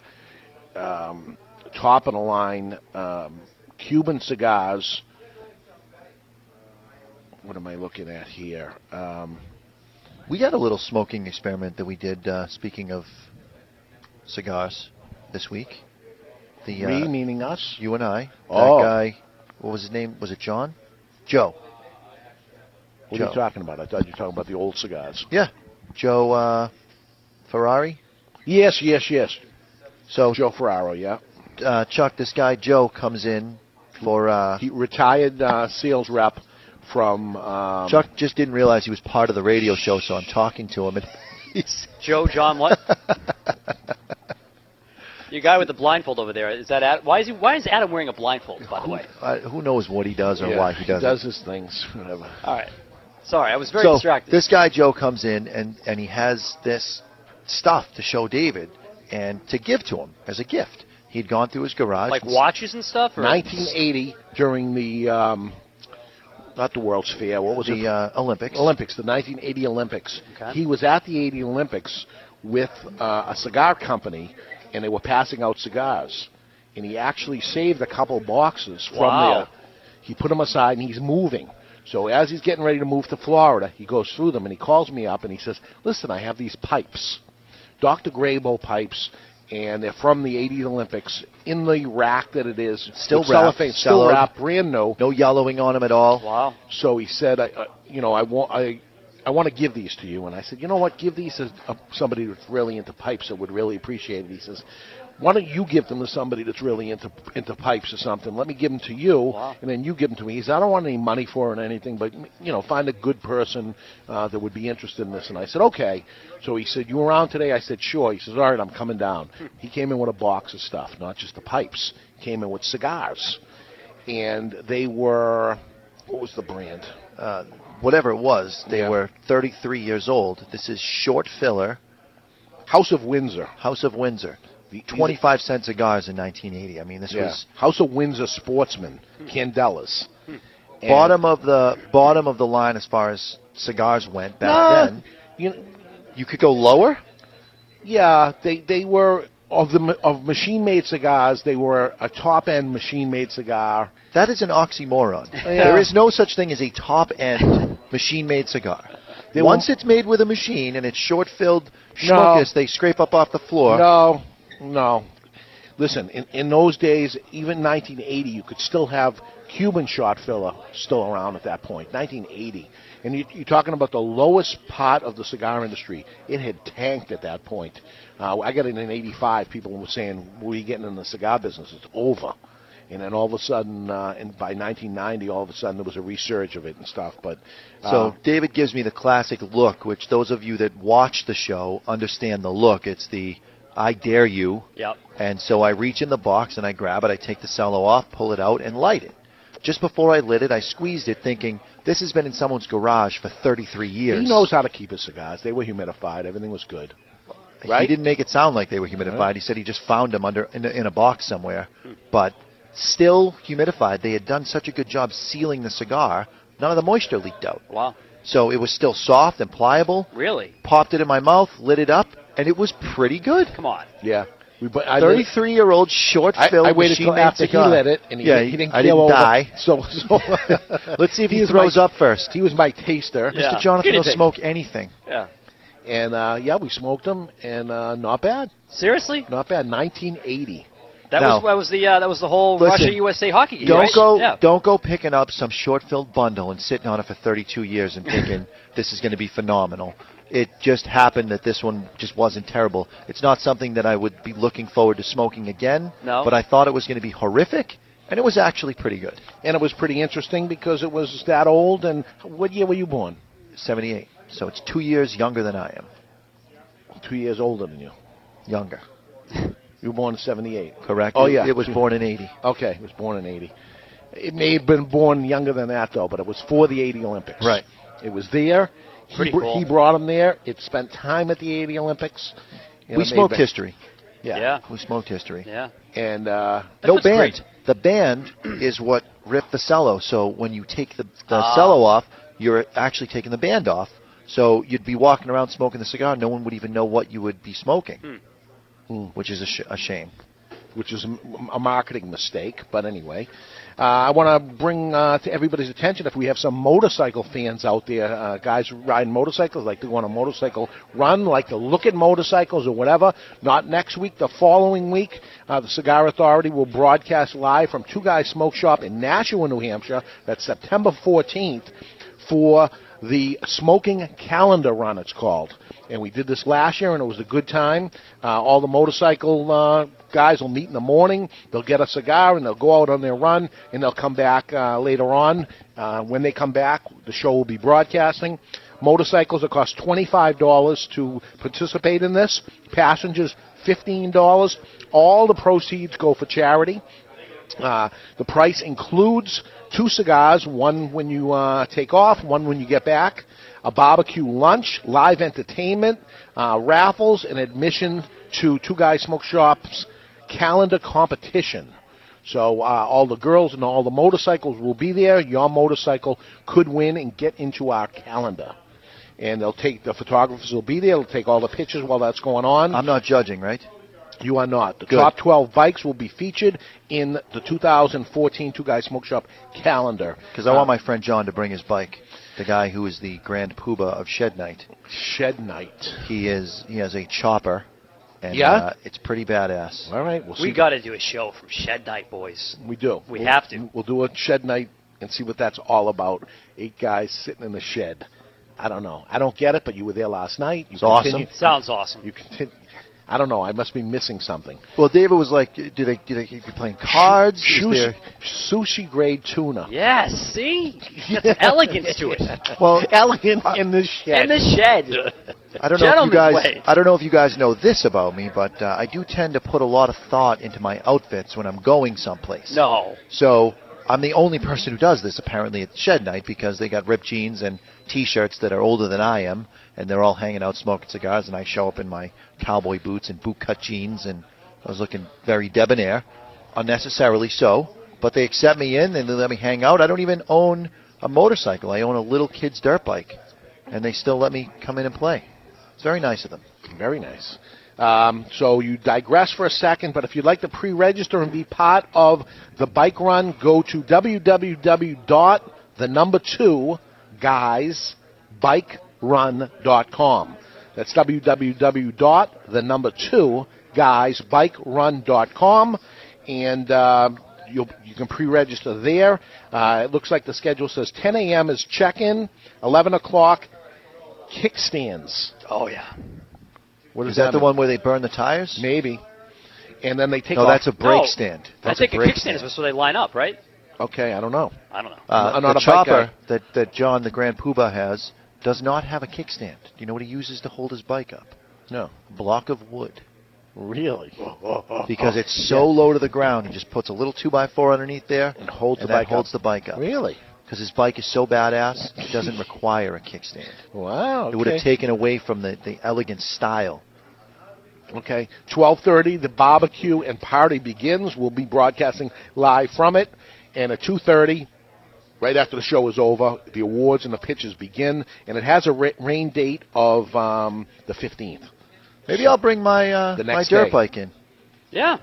[SPEAKER 9] um, top of the line um, Cuban cigars. What am I looking at here? Um,
[SPEAKER 6] We had a little smoking experiment that we did. Uh, speaking of cigars, this week, the uh,
[SPEAKER 9] me meaning us.
[SPEAKER 6] you and I,
[SPEAKER 9] Oh.
[SPEAKER 6] that guy, what was his name? Was it John? Joe.
[SPEAKER 9] What are
[SPEAKER 6] Joe.
[SPEAKER 9] you talking about? I thought you were talking about the old cigars.
[SPEAKER 6] Yeah, Joe uh, Ferrari.
[SPEAKER 9] Yes, yes, yes.
[SPEAKER 6] So
[SPEAKER 9] Joe Ferraro, yeah.
[SPEAKER 6] uh, Chuck, this guy Joe comes in for uh,
[SPEAKER 9] He retired uh, sales rep from um,
[SPEAKER 6] Chuck. Just didn't realize he was part of the radio show, so I'm talking to him. And
[SPEAKER 10] Joe John what? Your guy with the blindfold over there is that? Ad- why is he? Why is Adam wearing a blindfold? By the way,
[SPEAKER 6] uh, who knows what he does or
[SPEAKER 9] Yeah,
[SPEAKER 6] why he does, it.
[SPEAKER 9] his things. Whatever.
[SPEAKER 10] all right. Sorry, I was very
[SPEAKER 6] so
[SPEAKER 10] distracted.
[SPEAKER 6] this guy Joe comes in and and he has this stuff to show David and to give to him as a gift. He'd gone through his garage.
[SPEAKER 10] like
[SPEAKER 6] and s-
[SPEAKER 10] watches and stuff. Or?
[SPEAKER 9] 1980 during the um, not the World's Fair. What was
[SPEAKER 6] The,
[SPEAKER 9] it?
[SPEAKER 6] uh, Olympics.
[SPEAKER 9] Olympics, the 1980 Olympics.
[SPEAKER 6] Okay.
[SPEAKER 9] He was at the 80 Olympics with uh, a cigar company, and they were passing out cigars. And he actually saved a couple boxes from
[SPEAKER 29] Wow.
[SPEAKER 9] there. He put them aside, and he's moving. So as he's getting ready to move to Florida, he goes through them, and he calls me up, and he says, "Listen, I have these pipes, Dr. Grabo pipes." And they're from the 80 Olympics in the rack that it is.
[SPEAKER 6] Still
[SPEAKER 9] with
[SPEAKER 6] wrapped,
[SPEAKER 9] cellophane, still
[SPEAKER 6] sellowed.
[SPEAKER 9] wrapped, brand new.
[SPEAKER 6] No yellowing on them at all.
[SPEAKER 9] Wow. So he said, I, uh, you know, I want I. I want to give these to you, and I said, you know what? Give these to uh, somebody that's really into pipes that would really appreciate it. He says, why don't you give them to somebody that's really into into pipes or something? Let me give them to you, and then you give them to me. He says, I don't want any money for it or anything, but you know, find a good person uh, that would be interested in this. And I said, okay. So he said, you around today? I said, sure. He says, all right, I'm coming down. He came in with a box of stuff, not just the pipes. He came in with cigars and they were what was the brand?
[SPEAKER 6] Uh, whatever it was, they
[SPEAKER 9] Yeah.
[SPEAKER 6] were 33 years old. This is short filler.
[SPEAKER 9] House of Windsor.
[SPEAKER 6] House of Windsor. 25 cent cigars in 1980. I mean, this
[SPEAKER 9] Yeah.
[SPEAKER 6] was
[SPEAKER 9] House of Windsor Sportsman, Candelas. And-
[SPEAKER 6] bottom of the bottom of the line as far as cigars went back
[SPEAKER 9] Nah,
[SPEAKER 6] then.
[SPEAKER 9] You,
[SPEAKER 6] you could go lower.
[SPEAKER 9] Yeah, they they were of the ma- of machine made cigars. They were a top end machine made cigar. Oh,
[SPEAKER 6] That is an oxymoron.
[SPEAKER 9] Yeah.
[SPEAKER 6] There is no such thing as a top end machine made cigar.
[SPEAKER 9] They
[SPEAKER 6] Once
[SPEAKER 9] won't-
[SPEAKER 6] it's made with a machine and it's short filled
[SPEAKER 9] No.
[SPEAKER 6] schmuckus they scrape up off the floor.
[SPEAKER 9] No, no. Listen, in, in those days, even 1980, you could still have Cuban shot filler still around at that point. 1980, and you, you're talking about the lowest part of the cigar industry. It had tanked at that point. Uh, I got in in '85. People were saying, "What are you getting in the cigar business? It's over." And then all of a sudden, uh, and by 1990, all of a sudden there was a resurge of it and stuff. But uh,
[SPEAKER 6] So David gives me the classic look, which those of you that watch the show understand the look. It's the I dare you.
[SPEAKER 10] Yep.
[SPEAKER 6] And so I reach in the box and I grab it. I take the cello off, pull it out, and light it. Just before I lit it, I squeezed it, thinking this has been in someone's garage for 33 years.
[SPEAKER 9] he knows how to keep his cigars. They were humidified. Everything was good.
[SPEAKER 6] He
[SPEAKER 9] right?
[SPEAKER 6] didn't make it sound like they
[SPEAKER 10] Uh-huh.
[SPEAKER 6] were humidified.
[SPEAKER 9] Right.
[SPEAKER 6] He said he just found them under in a, in a box somewhere,
[SPEAKER 10] Hmm.
[SPEAKER 6] but still humidified. They had done such a good job sealing the cigar, none of the moisture leaked out.
[SPEAKER 10] Wow.
[SPEAKER 6] So it was still soft and pliable.
[SPEAKER 10] Really?
[SPEAKER 6] Popped it in my mouth, lit it up, and it was pretty good.
[SPEAKER 10] Come on.
[SPEAKER 9] Yeah. We, but I lit-
[SPEAKER 6] 33 year old short
[SPEAKER 9] I,
[SPEAKER 6] filled
[SPEAKER 9] I waited till after he lit it, and he,
[SPEAKER 6] yeah,
[SPEAKER 9] he didn't
[SPEAKER 6] I
[SPEAKER 9] kill
[SPEAKER 6] didn't
[SPEAKER 9] over.
[SPEAKER 6] die.
[SPEAKER 9] So, so
[SPEAKER 6] Let's see if he
[SPEAKER 9] was
[SPEAKER 6] throws
[SPEAKER 9] my-
[SPEAKER 6] up first.
[SPEAKER 9] He was my taster.
[SPEAKER 6] Mr. Jonathan will smoke anything.
[SPEAKER 10] Yeah.
[SPEAKER 9] And uh, yeah, we smoked them, and uh, not bad.
[SPEAKER 10] Seriously?
[SPEAKER 9] Not bad. 1980.
[SPEAKER 10] That
[SPEAKER 6] No.
[SPEAKER 10] was that was the uh, that was the whole
[SPEAKER 6] Listen,
[SPEAKER 10] Russia USA hockey game.
[SPEAKER 6] Don't
[SPEAKER 10] right?
[SPEAKER 6] go.
[SPEAKER 10] Yeah.
[SPEAKER 6] Don't go picking up some short-filled bundle and sitting on it for 32 years and thinking this is going to be phenomenal. It just happened that this one just wasn't terrible. It's not something that I would be looking forward to smoking again.
[SPEAKER 9] No.
[SPEAKER 6] But I thought it was going to be horrific, and it was actually pretty good.
[SPEAKER 9] And it was pretty interesting because it was that old. And what year were you born?
[SPEAKER 6] 78. So it's two years younger than I am.
[SPEAKER 9] Two years older than you.
[SPEAKER 6] Younger.
[SPEAKER 9] You were born in 78.
[SPEAKER 6] Correct.
[SPEAKER 9] Oh
[SPEAKER 6] It-
[SPEAKER 9] yeah.
[SPEAKER 6] It was born in 80.
[SPEAKER 9] Okay, it was born in 80. It may have been born younger than that, though, but it was for the 80 Olympics.
[SPEAKER 6] Right.
[SPEAKER 9] It was there.
[SPEAKER 6] Pretty
[SPEAKER 9] he, br-
[SPEAKER 6] cool.
[SPEAKER 9] he brought him there. It spent time at the 80 Olympics. and
[SPEAKER 6] we
[SPEAKER 9] it may
[SPEAKER 6] smoked
[SPEAKER 9] have been-
[SPEAKER 6] history.
[SPEAKER 9] Yeah.
[SPEAKER 6] We smoked history.
[SPEAKER 10] Yeah.
[SPEAKER 9] And uh,
[SPEAKER 10] That
[SPEAKER 6] no
[SPEAKER 10] was
[SPEAKER 6] band.
[SPEAKER 10] great.
[SPEAKER 6] The band is what ripped the cello. So when you take the, the
[SPEAKER 10] Ah.
[SPEAKER 6] cello off, you're actually taking the band off. So you'd be walking around smoking the cigar. No one would even know what you would be smoking,
[SPEAKER 10] Hmm.
[SPEAKER 6] Hmm, which is a, sh- a shame.
[SPEAKER 9] which is a m- a marketing mistake, but anyway. Uh, I want to bring uh, to everybody's attention if we have some motorcycle fans out there, uh, guys who ride motorcycles, like to go on a motorcycle run, like to look at motorcycles or whatever. Not next week, the following week, uh, the Cigar Authority will broadcast live from Two Guys Smoke Shop in Nashua, New Hampshire. That's September 14th for the smoking calendar run it's called and we did this last year and it was a good time uh, all the motorcycle uh, guys will meet in the morning they'll get a cigar and they'll go out on their run and they'll come back uh, later on uh, when they come back the show will be broadcasting motorcycles it costs $25 to participate in this passengers $15 all the proceeds go for charity uh, the price includes two cigars, one when you uh, take off, one when you get back, a barbecue lunch, live entertainment, uh, raffles, and admission to Two Guys Smoke Shop's calendar competition. So uh, all the girls and all the motorcycles will be there. Your motorcycle could win and get into our calendar. And they'll take the photographers will be there. They'll take all the pictures while that's going on.
[SPEAKER 6] I'm not judging, right?
[SPEAKER 9] You are not. The
[SPEAKER 6] Good.
[SPEAKER 9] top 12 bikes will be featured in the 2014 Two Guys Smoke Shop calendar. Uh,
[SPEAKER 6] Because I want my friend John to bring his bike. The guy who is the grand poobah of Shed Night.
[SPEAKER 9] Shed Night.
[SPEAKER 6] He is. He has a chopper. And,
[SPEAKER 9] Yeah?
[SPEAKER 6] Uh, it's pretty badass.
[SPEAKER 9] All right, we'll
[SPEAKER 10] we
[SPEAKER 9] see.
[SPEAKER 10] got to do a show from Shed Night Boys.
[SPEAKER 9] We do.
[SPEAKER 10] We
[SPEAKER 9] We'll-
[SPEAKER 10] have to.
[SPEAKER 9] We'll do a shed night and see what that's all about. Eight guys sitting in the shed. I don't know. I don't get it, but you were there last night. You
[SPEAKER 6] It's awesome.
[SPEAKER 10] Sounds awesome.
[SPEAKER 9] You continue. I don't know. I must be missing something.
[SPEAKER 6] Well, David was like, "Do they? Do they keep you playing cards? Is
[SPEAKER 9] Sushi,
[SPEAKER 6] there-
[SPEAKER 9] sushi grade tuna.
[SPEAKER 10] Yes, see? That's elegance to it.
[SPEAKER 6] Well,
[SPEAKER 9] elegant in the shed.
[SPEAKER 10] In the shed.
[SPEAKER 6] I don't know if you
[SPEAKER 10] Gentleman's
[SPEAKER 6] guys.
[SPEAKER 10] way.
[SPEAKER 6] I don't know if you guys know this about me, but uh, I do tend to put a lot of thought into my outfits when I'm going someplace.
[SPEAKER 10] No.
[SPEAKER 6] So I'm the only person who does this apparently at shed night because they got ripped jeans and T-shirts that are older than I am, and they're all hanging out smoking cigars, and I show up in my cowboy boots and bootcut jeans, and I was looking very debonair, unnecessarily so. But they accept me in, and they let me hang out. I don't even own a motorcycle. I own a little kid's dirt bike, and they still let me come in and play. It's very nice of them.
[SPEAKER 9] Very nice. Um, so you digress for a second, but if you'd like to pre-register and be part of the bike run, go to www. the number two guys com. That's www. the number two guys com, and uh, you'll, you can pre-register there. Uh, it looks like the schedule says 10 a.m. is check-in, 11 o'clock kickstands.
[SPEAKER 10] Oh yeah.
[SPEAKER 9] What
[SPEAKER 6] Is
[SPEAKER 9] does
[SPEAKER 6] that the
[SPEAKER 9] mean?
[SPEAKER 6] one where they burn the tires?
[SPEAKER 9] Maybe. And then they take
[SPEAKER 6] No,
[SPEAKER 9] off.
[SPEAKER 6] that's a brake stand.
[SPEAKER 10] I
[SPEAKER 6] That's
[SPEAKER 10] think a
[SPEAKER 6] brake
[SPEAKER 10] kickstand is so they line up, right?
[SPEAKER 9] Okay, I don't know.
[SPEAKER 10] I don't know.
[SPEAKER 6] Uh,
[SPEAKER 9] I'm
[SPEAKER 6] the
[SPEAKER 9] not a bike
[SPEAKER 6] chopper
[SPEAKER 9] guy.
[SPEAKER 6] that, that John the Grand Poobah has does not have a kickstand. Do you know what he uses to hold his bike up?
[SPEAKER 9] No.
[SPEAKER 6] block of wood.
[SPEAKER 9] Really?
[SPEAKER 6] Because it's so low to the ground, he just puts a little 2x4 underneath there and
[SPEAKER 9] holds the
[SPEAKER 6] that
[SPEAKER 9] bike up.
[SPEAKER 6] holds the bike up.
[SPEAKER 9] Really?
[SPEAKER 6] Because his bike is so badass, it doesn't require a kickstand.
[SPEAKER 9] Wow.
[SPEAKER 6] It would have
[SPEAKER 9] okay.
[SPEAKER 6] taken away from the, the elegant style.
[SPEAKER 9] Okay, 12:30, the barbecue and party begins. We'll be broadcasting live from it, and at 2:30, right after the show is over, the awards and the pitches begin. And it has a ra- rain date of um, the 15th.
[SPEAKER 6] Maybe I'll bring my uh,
[SPEAKER 9] The
[SPEAKER 6] my
[SPEAKER 9] next
[SPEAKER 6] dirt
[SPEAKER 9] day.
[SPEAKER 6] bike in.
[SPEAKER 10] Yeah.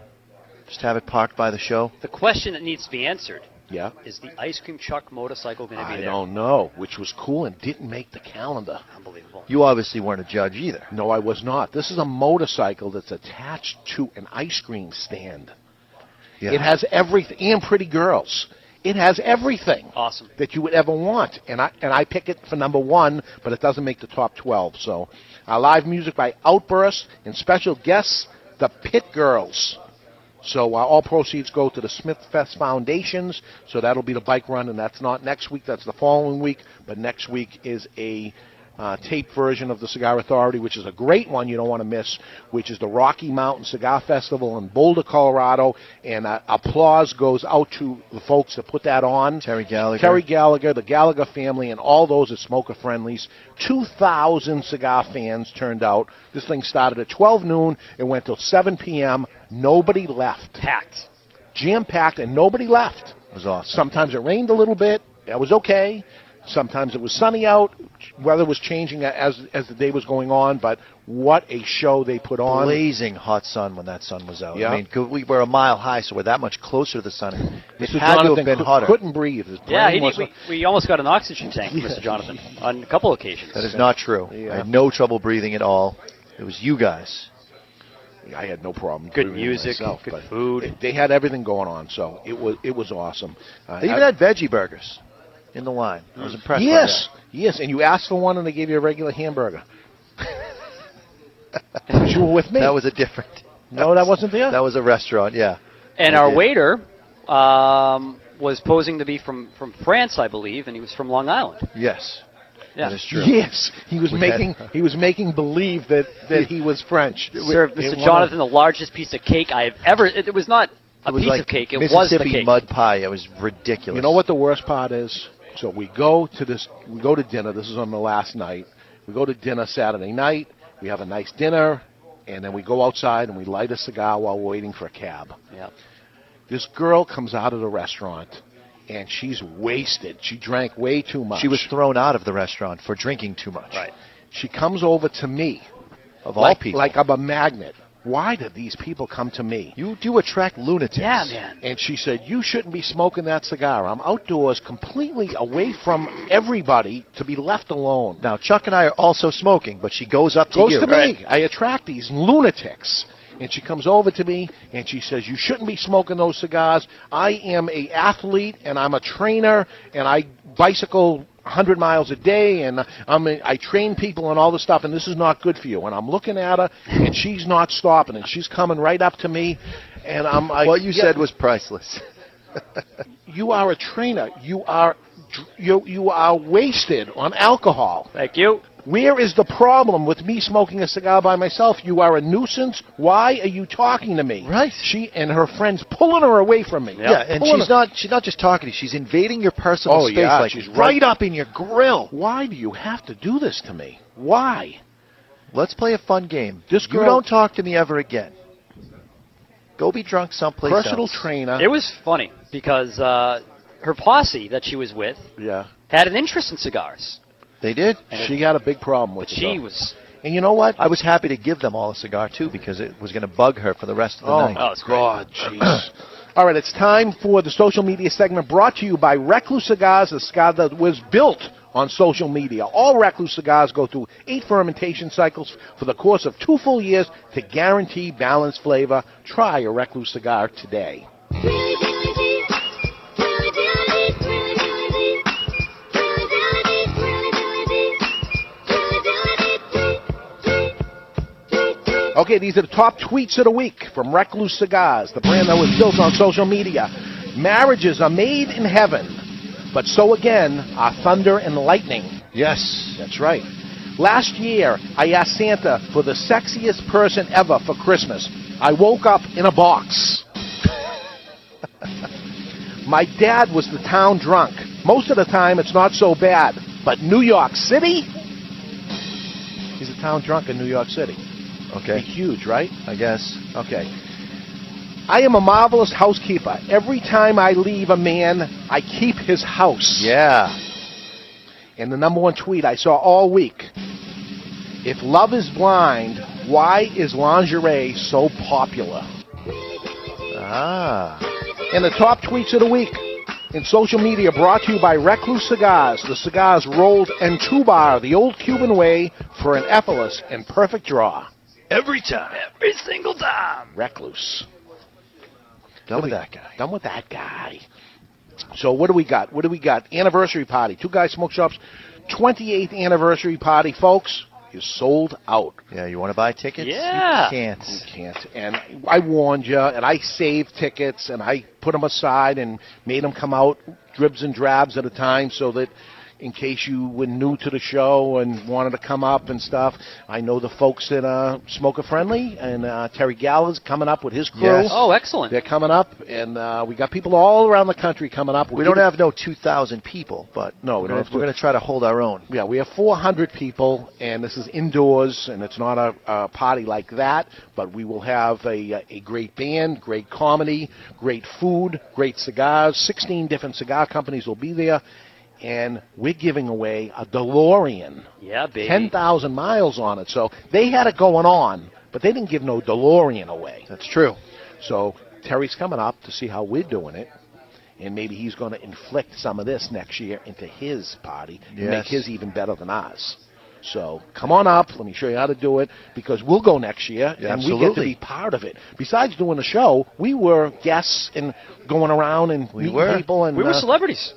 [SPEAKER 6] Just have it parked by the show.
[SPEAKER 10] The question that needs to be answered
[SPEAKER 9] Yeah.
[SPEAKER 10] is the ice cream truck motorcycle going to be
[SPEAKER 9] I
[SPEAKER 10] there?
[SPEAKER 9] don't know, which was cool and didn't make the calendar.
[SPEAKER 10] Unbelievable.
[SPEAKER 6] You obviously weren't a judge either.
[SPEAKER 9] No, I was not. This is a motorcycle that's attached to an ice cream stand.
[SPEAKER 6] Yeah.
[SPEAKER 9] It has everything, and pretty girls. It has everything
[SPEAKER 10] awesome
[SPEAKER 9] that you would ever want, and I and I pick it for number one, but it doesn't make the top twelve. So, uh, live music by Outburst and special guests, the Pit Girls. So uh, all proceeds go to the Smith Fest Foundations. So that'll be the bike run, and that's not next week. That's the following week. But next week is a uh, taped version of the Cigar Authority, which is a great one you don't want to miss, which is the Rocky Mountain Cigar Festival in Boulder, Colorado. And uh, applause goes out to the folks that put that on.
[SPEAKER 6] Terry Gallagher.
[SPEAKER 9] Terry Gallagher, the Gallagher family, and all those at Smoker Friendlies. 2,000 cigar fans turned out. This thing started at 12 noon. It went till 7 p.m. Nobody left.
[SPEAKER 10] Packed.
[SPEAKER 9] Jam packed, and nobody left.
[SPEAKER 6] It was awesome.
[SPEAKER 9] Sometimes it rained a little bit. That was okay. Sometimes it was sunny out. Weather was changing as as the day was going on. But what a show they put on!
[SPEAKER 6] blazing hot sun when that sun was out.
[SPEAKER 9] Yeah.
[SPEAKER 6] I mean, 'cause we were a mile high, so we're that much closer to the sun. It
[SPEAKER 9] Mr.
[SPEAKER 6] had to
[SPEAKER 9] Jonathan
[SPEAKER 6] have been
[SPEAKER 9] cou-
[SPEAKER 6] hotter.
[SPEAKER 9] couldn't breathe. His brain
[SPEAKER 10] Yeah, he did,
[SPEAKER 9] wasn't-
[SPEAKER 10] we, we almost got an oxygen tank, from Mr. Jonathan, on a couple occasions.
[SPEAKER 6] That is not true. I had no trouble breathing at all. It was you guys.
[SPEAKER 9] I had no problem.
[SPEAKER 10] Good
[SPEAKER 9] doing it
[SPEAKER 10] music,
[SPEAKER 9] myself,
[SPEAKER 10] good
[SPEAKER 9] but
[SPEAKER 10] food.
[SPEAKER 9] They, they had everything going on, so it was it was awesome. Uh,
[SPEAKER 6] They even
[SPEAKER 9] I-
[SPEAKER 6] had veggie burgers in the line. I was impressed. by
[SPEAKER 9] yes, yes, and you asked for one, and they gave you a regular hamburger. But you were with me.
[SPEAKER 6] that. that was a different.
[SPEAKER 9] no, that wasn't there.
[SPEAKER 6] That was a restaurant. Yeah.
[SPEAKER 10] And
[SPEAKER 6] I
[SPEAKER 10] our
[SPEAKER 6] did.
[SPEAKER 10] waiter um, was posing to be from, from France, I believe, and he was from Long Island.
[SPEAKER 6] Yes.
[SPEAKER 10] Yeah.
[SPEAKER 6] That is true.
[SPEAKER 9] Yes, he was
[SPEAKER 6] We had-
[SPEAKER 9] making he was making believe that that he was French.
[SPEAKER 10] Served
[SPEAKER 9] It
[SPEAKER 10] Mr.
[SPEAKER 9] was-
[SPEAKER 10] Jonathan the largest piece of cake I have ever. It, it was not a
[SPEAKER 6] It was
[SPEAKER 10] piece
[SPEAKER 6] like
[SPEAKER 10] of cake. It was the
[SPEAKER 6] Mississippi
[SPEAKER 10] cake.
[SPEAKER 6] mud pie. It was ridiculous.
[SPEAKER 9] You know what the worst part is? So we go to this, we go to dinner. This is on the last night. We go to dinner Saturday night. We have a nice dinner, and then we go outside and we light a cigar while we're waiting for a cab.
[SPEAKER 10] Yeah.
[SPEAKER 9] This girl comes out of the restaurant and she's wasted. She drank way too much.
[SPEAKER 6] She was thrown out of the restaurant for drinking too much.
[SPEAKER 9] Right. She comes over to me.
[SPEAKER 6] Of
[SPEAKER 9] like,
[SPEAKER 6] all people.
[SPEAKER 9] Like I'm a magnet. Why did these people come to me?
[SPEAKER 6] You do attract lunatics.
[SPEAKER 9] Yeah, man. And she said, You shouldn't be smoking that cigar. I'm outdoors, completely away from everybody to be left alone.
[SPEAKER 6] Now, Chuck and I are also smoking, but she goes up to
[SPEAKER 9] Goes
[SPEAKER 6] you.
[SPEAKER 9] to me. I attract these lunatics. And she comes over to me and she says, "You shouldn't be smoking those cigars. I am a athlete and I'm a trainer and I bicycle 100 miles a day and I'm a, I train people and all this stuff and this is not good for you." And I'm looking at her and she's not stopping and she's coming right up to me and I'm like,
[SPEAKER 6] what you
[SPEAKER 9] "Yeah,
[SPEAKER 6] said was priceless.
[SPEAKER 9] you are a trainer. You are dr- you you are wasted on alcohol.
[SPEAKER 10] Thank you.
[SPEAKER 9] Where is the problem with me smoking a cigar by myself? You are a nuisance. Why are you talking to me?
[SPEAKER 6] Right.
[SPEAKER 9] She and her friends pulling her away from me.
[SPEAKER 6] Yeah, and
[SPEAKER 9] Pulling
[SPEAKER 6] she's
[SPEAKER 9] her-
[SPEAKER 6] not she's not just talking to you. She's invading your personal
[SPEAKER 9] Oh,
[SPEAKER 6] space
[SPEAKER 9] yeah,
[SPEAKER 6] like
[SPEAKER 9] she's
[SPEAKER 6] right
[SPEAKER 9] right-
[SPEAKER 6] up in your grill.
[SPEAKER 9] Why do you have to do this to me? Why?
[SPEAKER 6] Let's play a fun game.
[SPEAKER 9] This
[SPEAKER 6] you
[SPEAKER 9] girl-
[SPEAKER 6] don't talk to me ever again. Go be drunk someplace
[SPEAKER 9] Personal
[SPEAKER 6] else.
[SPEAKER 9] trainer.
[SPEAKER 10] It was funny because uh, her posse that she was with
[SPEAKER 9] yeah.
[SPEAKER 10] had an interest in cigars.
[SPEAKER 6] They did.
[SPEAKER 9] She had a big problem with
[SPEAKER 10] But
[SPEAKER 9] it,
[SPEAKER 10] she
[SPEAKER 9] though.
[SPEAKER 10] was
[SPEAKER 9] And you know what?
[SPEAKER 6] I was happy to give them all a cigar too because it was going to bug her for the rest of the
[SPEAKER 9] oh,
[SPEAKER 6] night.
[SPEAKER 9] my God, jeez. All right, it's time for the social media segment brought to you by Recluse Cigars, the cigar that was built on social media. All Recluse cigars go through eight fermentation cycles for the course of two full years to guarantee balanced flavor. Try a Recluse cigar today. Okay, these are the top tweets of the week from Recluse Cigars, the brand that was built on social media. Marriages are made in heaven, but so again are thunder and lightning. Yes, that's right. Last year, I asked Santa for the sexiest person ever for Christmas. I woke up in a box. My dad was the town drunk. Most of the time, it's not so bad. But New York City? He's a town drunk in New York City.
[SPEAKER 6] Okay,
[SPEAKER 9] Huge, right?
[SPEAKER 6] I guess.
[SPEAKER 9] Okay. I am a marvelous housekeeper. Every time I leave a man, I keep his house.
[SPEAKER 6] Yeah.
[SPEAKER 9] And the number one tweet I saw all week If love is blind, why is lingerie so popular?
[SPEAKER 6] Ah.
[SPEAKER 9] And the top tweets of the week in social media brought to you by Recluse Cigars, the cigars rolled and two bar, the old Cuban way for an effortless and perfect draw.
[SPEAKER 6] Every time.
[SPEAKER 10] every single time.
[SPEAKER 9] Recluse.
[SPEAKER 6] Done with
[SPEAKER 9] What do we-
[SPEAKER 6] that guy.
[SPEAKER 9] Done with that guy. So what do we got? What do we got? Anniversary party. Two Guys Smoke Shop's 28th anniversary party, folks, is sold out.
[SPEAKER 6] Yeah, you want to buy tickets?
[SPEAKER 10] Yeah.
[SPEAKER 6] You can't.
[SPEAKER 9] You can't. And I warned you, and I saved tickets, and I put them aside and made them come out dribs and drabs at a time so that in case you were new to the show and wanted to come up and stuff, I know the folks at uh, Smoker Friendly, and uh, Terry Gallows coming up with his crew.
[SPEAKER 6] Yes.
[SPEAKER 10] Oh, excellent.
[SPEAKER 9] They're coming up, and uh, we got people all around the country coming up.
[SPEAKER 6] We don't have no 2,000 people, but
[SPEAKER 9] No,
[SPEAKER 6] we're gonna-
[SPEAKER 9] we don't have
[SPEAKER 6] we're going to try to hold our own.
[SPEAKER 9] Yeah, we have 400 people, and this is indoors, and it's not a, a party like that. But we will have a, a great band, great comedy, great food, great cigars. 16 different cigar companies will be there, and we're giving away a DeLorean,
[SPEAKER 10] Yeah, baby.
[SPEAKER 9] 10,000 miles on it. So they had it going on, but they didn't give no DeLorean away.
[SPEAKER 6] That's true.
[SPEAKER 9] So Terry's coming up to see how we're doing it, and maybe he's going to inflict some of this next year into his party and
[SPEAKER 6] Yes.
[SPEAKER 9] make his even better than ours. So come on up. Let me show you how to do it because we'll go next year
[SPEAKER 6] Yeah,
[SPEAKER 9] and we get to
[SPEAKER 6] absolutely.
[SPEAKER 9] be part of it. Besides doing the show, we were guests and going around and
[SPEAKER 6] We
[SPEAKER 9] meeting
[SPEAKER 6] were.
[SPEAKER 9] people and
[SPEAKER 10] we were
[SPEAKER 9] uh,
[SPEAKER 10] celebrities,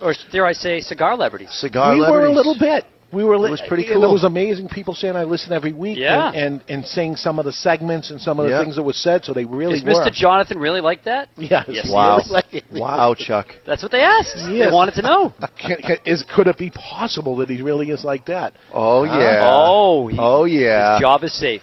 [SPEAKER 10] or dare I say, cigar celebrities.
[SPEAKER 6] Cigar
[SPEAKER 9] we were a
[SPEAKER 6] lebrities.
[SPEAKER 9] little bit. We were. Li-
[SPEAKER 6] It was pretty
[SPEAKER 9] and
[SPEAKER 6] cool.
[SPEAKER 9] It was amazing. People saying I listen every week.
[SPEAKER 10] Yeah.
[SPEAKER 9] And, and and saying some of the segments and some of the
[SPEAKER 6] Yeah.
[SPEAKER 9] things that were said. So they really
[SPEAKER 10] Is
[SPEAKER 9] were.
[SPEAKER 10] Mr. Jonathan really like that?
[SPEAKER 9] Yes.
[SPEAKER 10] Yes, he
[SPEAKER 6] Wow.
[SPEAKER 10] is.
[SPEAKER 6] wow, Chuck.
[SPEAKER 10] That's what they asked. They
[SPEAKER 9] Yes.
[SPEAKER 10] wanted to know.
[SPEAKER 9] Can, can, is could it be possible that he really is like that?
[SPEAKER 6] Oh, yeah.
[SPEAKER 10] Oh, he-
[SPEAKER 6] oh, yeah.
[SPEAKER 10] His job is safe.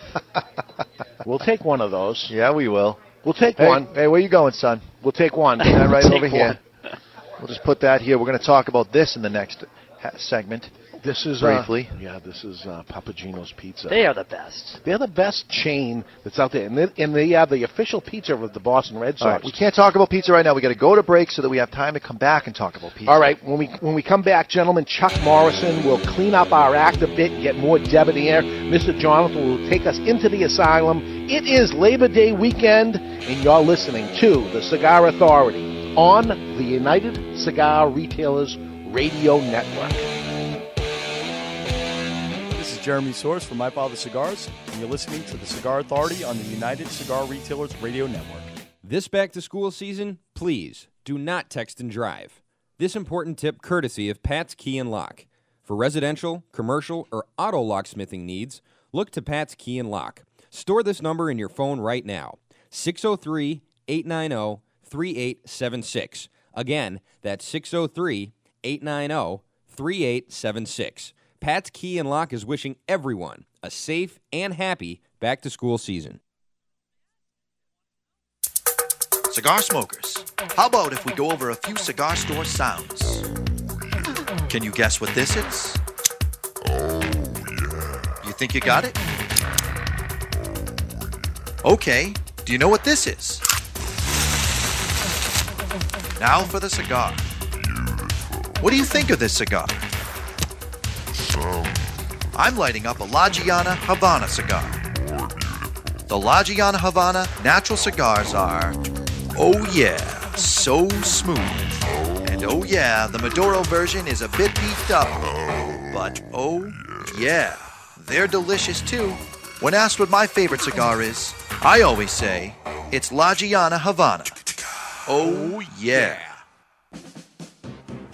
[SPEAKER 9] We'll take one of those.
[SPEAKER 6] Yeah, we will.
[SPEAKER 9] We'll take
[SPEAKER 6] Hey,
[SPEAKER 9] one.
[SPEAKER 6] hey, where you going, son?
[SPEAKER 9] We'll take one.
[SPEAKER 6] Put that right
[SPEAKER 10] Take
[SPEAKER 6] over here.
[SPEAKER 10] one.
[SPEAKER 6] We'll just put that here. We're going to talk about this in the next ha- segment.
[SPEAKER 9] This is uh,
[SPEAKER 6] briefly.
[SPEAKER 9] yeah, this is uh, Papagino's Pizza.
[SPEAKER 30] They are the best.
[SPEAKER 9] They're the best chain that's out there, and they, and they are the official pizza of the Boston Red
[SPEAKER 6] All right,
[SPEAKER 9] Sox.
[SPEAKER 6] we can't talk about pizza right now. We got to go to break so that we have time to come back and talk about pizza.
[SPEAKER 9] All right, when we when we come back, gentlemen, Chuck Morrison will clean up our act a bit, get more debonair. Mr. Jonathan will take us into the asylum. It is Labor Day weekend, and you're listening to the Cigar Authority on the United Cigar Retailers Radio Network.
[SPEAKER 5] This is Jeremy Source from My Father Cigars, and you're listening to the Cigar Authority on the United Cigar Retailers Radio Network.
[SPEAKER 31] This back to school season, please do not text and drive. This important tip courtesy of Pat's Key and Lock. For residential, commercial, or auto locksmithing needs, look to Pat's Key and Lock. Store this number in your phone right now 603 890 3876. Again, that's 603 890 3876. Pat's Key and Lock is wishing everyone a safe and happy back to school season.
[SPEAKER 32] Cigar smokers, how about if we go over a few cigar store sounds? Can you guess what this is? Oh, yeah. You think you got it? Okay, do you know what this is? Now for the cigar. What do you think of this cigar? I'm lighting up a La Giana Havana cigar. The La Giana Havana natural cigars are, oh yeah, so smooth. And oh yeah, the Maduro version is a bit beefed up. But oh yeah, they're delicious too. When asked what my favorite cigar is, I always say, it's La Giana Havana. Oh yeah.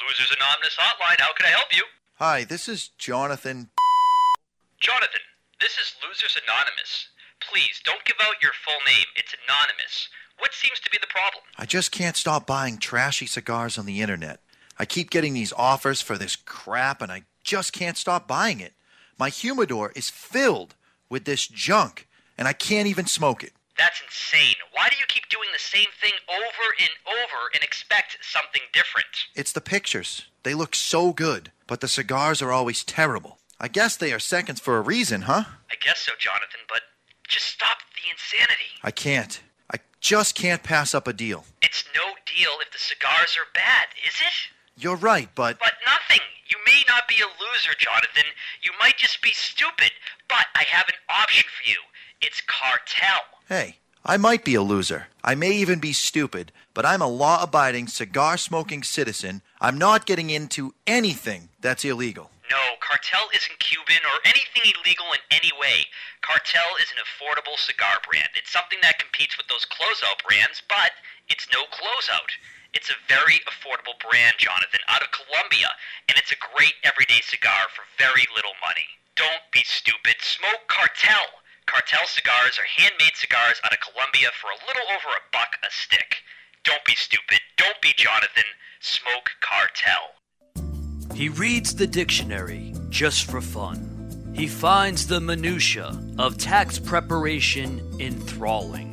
[SPEAKER 10] Losers Anonymous Hotline, how can I help you?
[SPEAKER 6] Hi, this is Jonathan.
[SPEAKER 10] Jonathan, this is Losers Anonymous. Please don't give out your full name. It's anonymous. What seems to be the problem?
[SPEAKER 6] I just can't stop buying trashy cigars on the internet. I keep getting these offers for this crap and I just can't stop buying it. My humidor is filled with this junk and I can't even smoke it.
[SPEAKER 10] That's insane. Why do you keep doing the same thing over and over and expect something different?
[SPEAKER 6] It's the pictures. They look so good, but the cigars are always terrible. I guess they are seconds for a reason, huh?
[SPEAKER 10] I guess so, Jonathan, but just stop the insanity.
[SPEAKER 6] I can't. I just can't pass up a deal.
[SPEAKER 10] It's no deal if the cigars are bad, is it?
[SPEAKER 6] You're right, but
[SPEAKER 10] But nothing. You may not be a loser, Jonathan. You might just be stupid. But I have an option for you. It's cartel.
[SPEAKER 6] hey, I might be a loser. I may even be stupid, but I'm a law abiding, cigar smoking citizen. I'm not getting into anything that's illegal.
[SPEAKER 10] No, Cartel isn't Cuban or anything illegal in any way. Cartel is an affordable cigar brand. It's something that competes with those closeout brands, but it's no closeout. It's a very affordable brand, Jonathan, out of Colombia, and it's a great everyday cigar for very little money. Don't be stupid. Smoke Cartel. Cartel cigars are handmade cigars out of Colombia for a little over a buck a stick. Don't be stupid. Don't be Jonathan. Smoke Cartel.
[SPEAKER 33] He reads the dictionary just for fun. He finds the minutiae of tax preparation enthralling.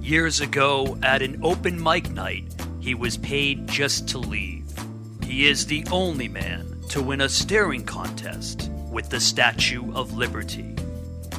[SPEAKER 33] Years ago, at an open mic night, he was paid just to leave. He is the only man to win a staring contest with the Statue of Liberty.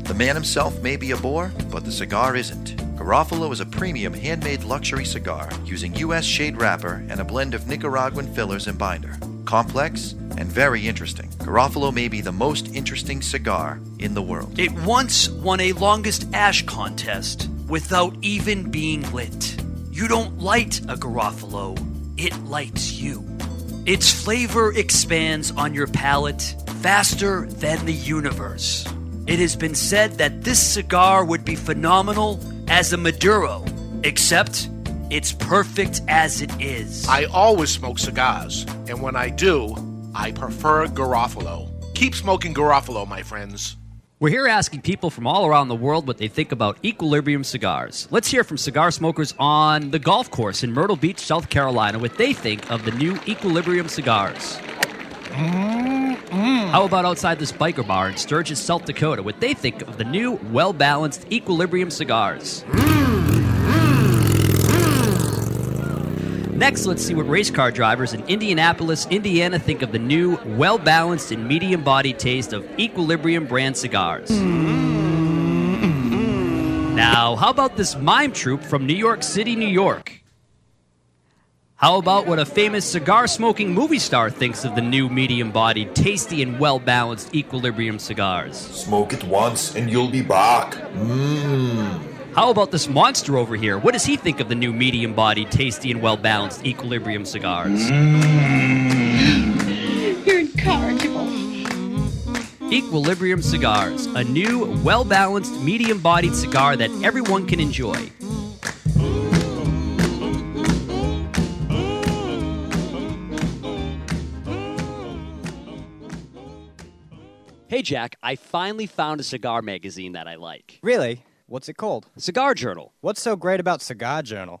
[SPEAKER 34] The man himself may be a bore, but the cigar isn't. Garofalo is a premium handmade luxury cigar using U.S. shade wrapper and a blend of Nicaraguan fillers and binder. Complex and very interesting. Garofalo may be the most interesting cigar in the world.
[SPEAKER 33] It once won a longest ash contest without even being lit. You don't light a Garofalo, it lights you. Its flavor expands on your palate faster than the universe. It has been said that this cigar would be phenomenal as a Maduro, except it's perfect as it is.
[SPEAKER 9] I always smoke cigars, and when I do, I prefer Garofalo. Keep smoking Garofalo, my friends.
[SPEAKER 10] We're here asking people from all around the world what they think about Equilibrium cigars. Let's hear from cigar smokers on the golf course in Myrtle Beach, South Carolina, what they think of the new Equilibrium cigars. How about outside this biker bar in Sturgis, South Dakota, what they think of the new, well balanced Equilibrium cigars? Next, let's see what race car drivers in Indianapolis, Indiana think of the new, well balanced and medium bodied taste of Equilibrium brand cigars. Now, how about this mime troupe from New York City, New York? How about what a famous cigar smoking movie star thinks of the new medium bodied, tasty, and well balanced Equilibrium cigars?
[SPEAKER 35] Smoke it once and you'll be back. Mmm.
[SPEAKER 10] How about this monster over here? What does he think of the new medium bodied, tasty, and well balanced Equilibrium cigars?
[SPEAKER 35] Mmm.
[SPEAKER 4] You're incorrigible.
[SPEAKER 10] Equilibrium Cigars, a new, well balanced, medium bodied cigar that everyone can enjoy. Hey, Jack, I finally found a cigar magazine that I like.
[SPEAKER 13] Really? What's it called?
[SPEAKER 10] Cigar Journal.
[SPEAKER 13] What's so great about Cigar Journal?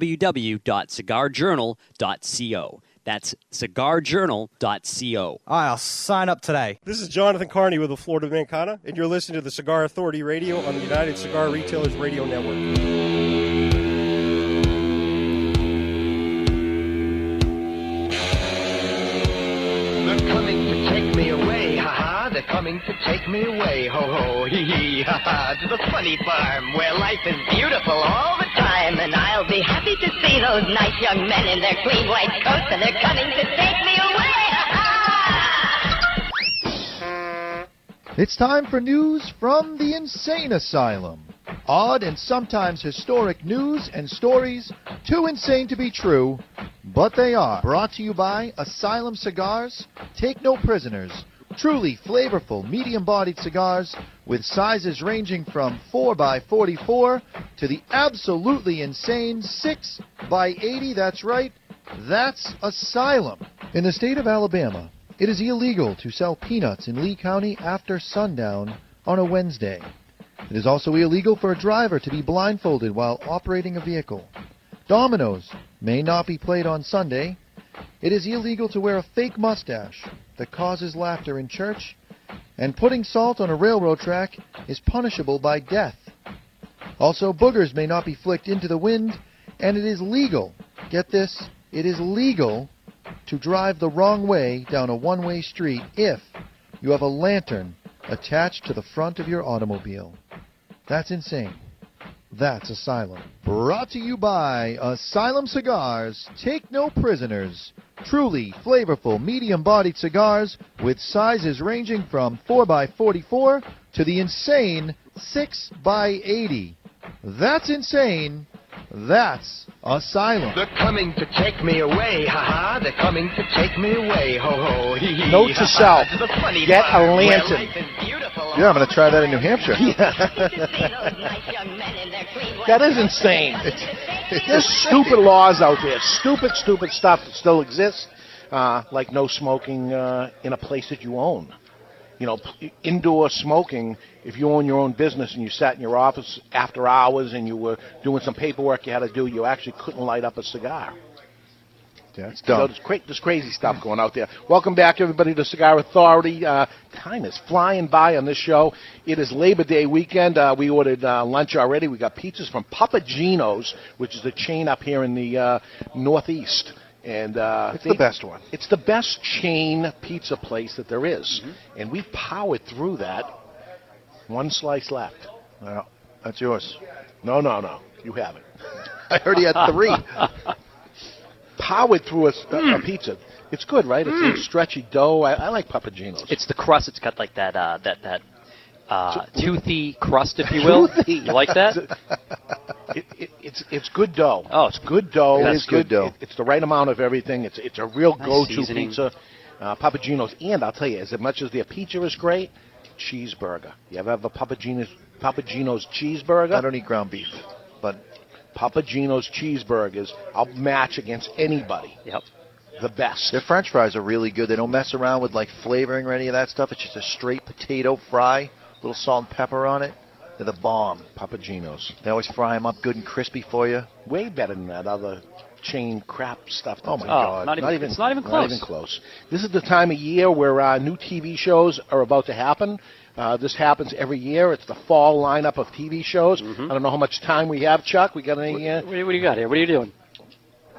[SPEAKER 10] www.cigarjournal.co. That's cigarjournal.co.
[SPEAKER 13] I'll sign up today.
[SPEAKER 36] This is Jonathan Carney with the Florida Mancana, and you're listening to the Cigar Authority Radio on the United Cigar Retailers Radio Network.
[SPEAKER 8] They're coming to take me away, ho ho, hee hee, ha ha, to the funny farm where life is beautiful all the time, and I'll be happy to see those nice young men in their clean white coats, and they're coming to take me away, ha ha!
[SPEAKER 6] It's time for news from the insane asylum. Odd and sometimes historic news and stories too insane to be true, but they are. Brought to you by Asylum Cigars, Take No Prisoners, Truly flavorful, medium bodied cigars with sizes ranging from 4x44 to the absolutely insane 6x80. That's right, that's asylum. In the state of Alabama, it is illegal to sell peanuts in Lee County after sundown on a Wednesday. It is also illegal for a driver to be blindfolded while operating a vehicle. Dominoes may not be played on Sunday. It is illegal to wear a fake mustache that causes laughter in church, and putting salt on a railroad track is punishable by death. Also, boogers may not be flicked into the wind, and it is legal, get this, it is legal to drive the wrong way down a one way street if you have a lantern attached to the front of your automobile. That's insane. That's Asylum. Brought to you by Asylum Cigars. Take no prisoners. Truly flavorful medium bodied cigars with sizes ranging from 4x44 to the insane 6x80. That's insane. That's Asylum.
[SPEAKER 15] They're coming to take me away, haha. They're coming to take me away, ho ho, hee hee.
[SPEAKER 6] Note to
[SPEAKER 15] haha.
[SPEAKER 6] self,
[SPEAKER 15] the funny
[SPEAKER 6] get
[SPEAKER 15] farm
[SPEAKER 6] a
[SPEAKER 15] where
[SPEAKER 6] lantern.
[SPEAKER 15] life is beautiful.
[SPEAKER 6] Yeah, I'm going to try that in New Hampshire.
[SPEAKER 9] That is insane. There's stupid laws out there, stupid, stupid stuff that still exists, uh, like no smoking uh, in a place that you own. You know, p- indoor smoking, if you own your own business and you sat in your office after hours and you were doing some paperwork you had to do, you actually couldn't light up a cigar.
[SPEAKER 6] That's
[SPEAKER 9] So
[SPEAKER 6] dumb.
[SPEAKER 9] there's, cra- there's crazy stuff going out there. Welcome back, everybody, to Cigar Authority. Uh, time is flying by on this show. It is Labor Day weekend. Uh, we ordered uh, lunch already. We got pizzas from Papa Gino's, which is a chain up here in the uh, Northeast. And uh,
[SPEAKER 6] It's the best one.
[SPEAKER 9] It's the best chain pizza place that there is.
[SPEAKER 6] Mm-hmm.
[SPEAKER 9] and we powered through that. One slice left.
[SPEAKER 6] Well, that's yours.
[SPEAKER 9] No, no, no. You have it.
[SPEAKER 6] I heard he had three.
[SPEAKER 9] Powered through a, s- a- a
[SPEAKER 10] Hmm.
[SPEAKER 9] pizza. It's good, right? It's a stretchy dough. I, I like Papagino's.
[SPEAKER 10] It's the crust. It's got like that uh, that that uh, toothy crust, if you will.
[SPEAKER 9] Toothy.
[SPEAKER 10] You like that?
[SPEAKER 9] It, it, it's it's good dough. Oh, it's good dough.
[SPEAKER 10] That's
[SPEAKER 9] it's
[SPEAKER 10] good dough.
[SPEAKER 9] it- it's the right amount of everything. It's it's a real
[SPEAKER 10] Nice
[SPEAKER 9] go-to
[SPEAKER 10] seasoning.
[SPEAKER 9] pizza. Uh, Papagino's, and I'll tell you, as much as their pizza is great, cheeseburger. You ever have a Papagino's Papagino's cheeseburger? I don't eat ground beef, but Papagino's cheeseburgers, I'll match against anybody.
[SPEAKER 10] Yep.
[SPEAKER 9] The best.
[SPEAKER 6] Their French fries are really good. They don't mess around with like flavoring or any of that stuff. It's just a straight potato fry, little salt and pepper on it. They're the bomb.
[SPEAKER 9] Papaginos.
[SPEAKER 6] They always fry them up good and crispy for you.
[SPEAKER 9] Way better than that other chain crap stuff.
[SPEAKER 6] Oh my
[SPEAKER 9] that's out
[SPEAKER 6] god!
[SPEAKER 9] there.
[SPEAKER 6] it's
[SPEAKER 9] Not even close. This is the time of year where uh, new TV shows are about to happen. Uh, this happens every year. It's the fall lineup of TV shows. I don't know how much time we have, Chuck. We got any? Uh,
[SPEAKER 10] What, do you- what do you got here? What are you doing?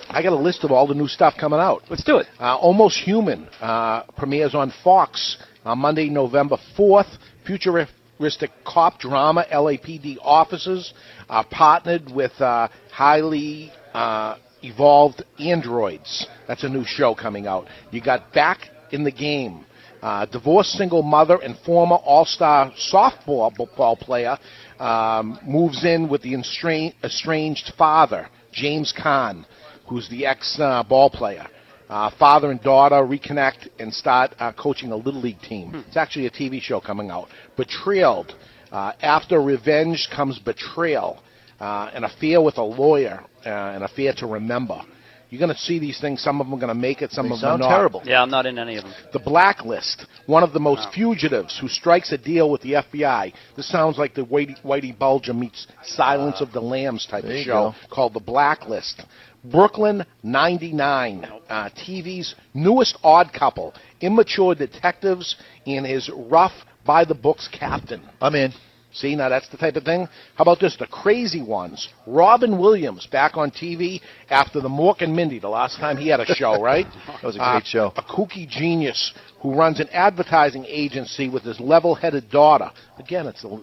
[SPEAKER 9] I got a list of all the new stuff coming out.
[SPEAKER 10] Let's do it.
[SPEAKER 9] Uh, Almost Human uh, premieres on Fox on Monday, November 4th. Futuristic cop drama LAPD officers are partnered with uh, highly uh, evolved androids. That's a new show coming out. You got Back in the Game. Uh, divorced single mother and former All Star softball b- ball player um, moves in with the estra- estranged father, James Kahn, who's the ex uh, ball player. Uh, father and daughter reconnect and start uh, coaching a little league team.
[SPEAKER 6] Hmm.
[SPEAKER 9] It's actually a TV show coming out. Betrayaled. Uh, after revenge comes betrayal, uh, an affair with a lawyer, uh, an affair to remember. You're going to see these things. Some of them are going to make it. Some
[SPEAKER 6] They
[SPEAKER 9] of them
[SPEAKER 6] sound
[SPEAKER 9] are not.
[SPEAKER 6] terrible.
[SPEAKER 10] Yeah, I'm not in any of them.
[SPEAKER 9] The Blacklist, one of the most fugitives who strikes a deal with the FBI. This sounds like the Whitey, Whitey Bulger meets Silence of the Lambs type
[SPEAKER 6] There
[SPEAKER 9] of
[SPEAKER 6] you
[SPEAKER 9] show called The Blacklist. Brooklyn 99, uh, TV's newest odd couple, immature detectives and his rough by the books captain.
[SPEAKER 6] I'm in.
[SPEAKER 9] See, now that's the type of thing. How about this? The crazy ones. Robin Williams back on TV after the Mork and Mindy, the last time he had a show, right? that
[SPEAKER 6] was a great show.
[SPEAKER 9] A kooky genius who runs an advertising agency with his level headed daughter. Again, it's a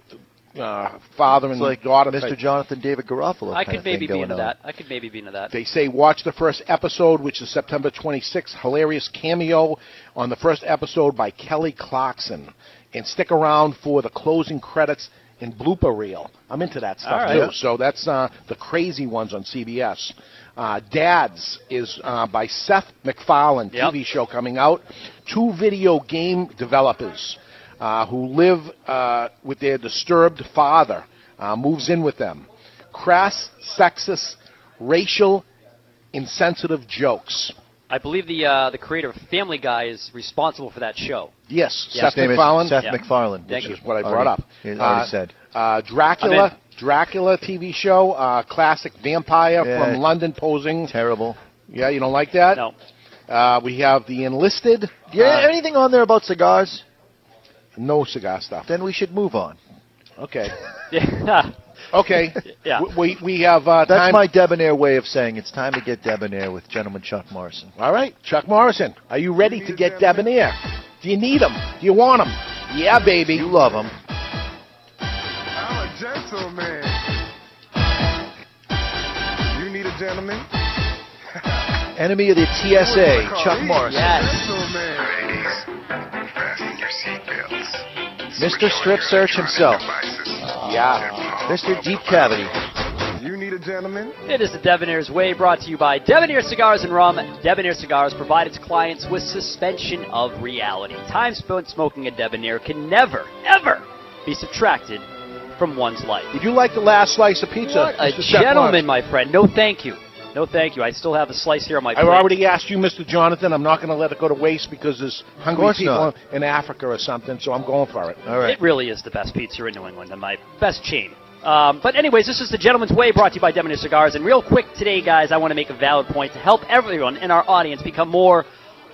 [SPEAKER 9] uh, father
[SPEAKER 6] It's
[SPEAKER 9] and
[SPEAKER 6] like
[SPEAKER 9] daughter.
[SPEAKER 6] Mr.
[SPEAKER 9] type.
[SPEAKER 6] Jonathan David Garofalo.
[SPEAKER 10] I
[SPEAKER 6] kind of
[SPEAKER 10] could maybe
[SPEAKER 6] thing
[SPEAKER 10] be
[SPEAKER 6] going
[SPEAKER 10] into
[SPEAKER 6] on.
[SPEAKER 10] that. I could maybe be into that.
[SPEAKER 9] They say watch the first episode, which is September 26th. Hilarious cameo on the first episode by Kelly Clarkson. And stick around for the closing credits and blooper reel. I'm into that
[SPEAKER 6] All
[SPEAKER 9] stuff
[SPEAKER 6] right.
[SPEAKER 9] too. So that's uh, the crazy ones on CBS. Uh, Dads is uh, by Seth MacFarlane, TV show coming out. Two video game developers uh, who live uh, with their disturbed father uh, moves in with them. Crass, sexist, racial, insensitive jokes.
[SPEAKER 10] I believe the uh, the creator of Family Guy is responsible for that show.
[SPEAKER 9] Yes,
[SPEAKER 10] Yeah.
[SPEAKER 9] Seth
[SPEAKER 10] His name is
[SPEAKER 9] McFarlane.
[SPEAKER 10] Seth Yeah. MacFarlane,
[SPEAKER 9] which
[SPEAKER 10] Thank you.
[SPEAKER 9] is what I brought
[SPEAKER 6] Already-
[SPEAKER 9] up.
[SPEAKER 6] he already
[SPEAKER 9] Uh,
[SPEAKER 6] said.
[SPEAKER 9] uh,
[SPEAKER 6] I'm
[SPEAKER 9] Dracula, Dracula TV show, uh, classic vampire
[SPEAKER 6] Yeah.
[SPEAKER 9] from London posing. Terrible. Yeah, you don't like that. No. Uh, we have the enlisted.
[SPEAKER 6] Do you have
[SPEAKER 9] Uh,
[SPEAKER 6] anything on there about cigars?
[SPEAKER 9] No cigar stuff.
[SPEAKER 6] Then we should move on.
[SPEAKER 9] Okay. okay. Yeah. We we have uh,
[SPEAKER 6] That's
[SPEAKER 9] time.
[SPEAKER 6] my debonair way of saying it's time to get debonair with gentleman Chuck Morrison.
[SPEAKER 9] All right, Chuck Morrison. Are you ready to get debonair? Do you need him? Do you want him? Yeah, baby. You love him.
[SPEAKER 8] I'm a gentleman. You need a gentleman?
[SPEAKER 6] Enemy of the TSA, Chuck Morrison. Mr. Strip Search himself.
[SPEAKER 8] Devices.
[SPEAKER 6] Yeah. Mr. Deep Cavity.
[SPEAKER 8] You need a it, gentlemen.
[SPEAKER 10] It is the Debonair's Way brought to you by Debonair Cigars and Rum. Debonair Cigars provide its clients with suspension of reality. Time spent smoking a Debonair can never, ever be subtracted from one's life.
[SPEAKER 9] If you like the last slice of pizza,
[SPEAKER 10] What a
[SPEAKER 9] Mr. Chef
[SPEAKER 10] gentleman,
[SPEAKER 9] Lawrence,
[SPEAKER 10] my friend. No thank you. No thank you. I still have a slice here on my plate.
[SPEAKER 9] I've already asked you, Mr. Jonathan. I'm not going to let it go to waste because there's hungry
[SPEAKER 10] course
[SPEAKER 9] people
[SPEAKER 10] not.
[SPEAKER 9] in Africa or something, so I'm going for it. All
[SPEAKER 10] It really is the best pizza in New England and my best chain. Um, but anyways, this is the Gentleman's Way brought to you by Debonair Cigars. And real quick today, guys, I want to make a valid point to help everyone in our audience become more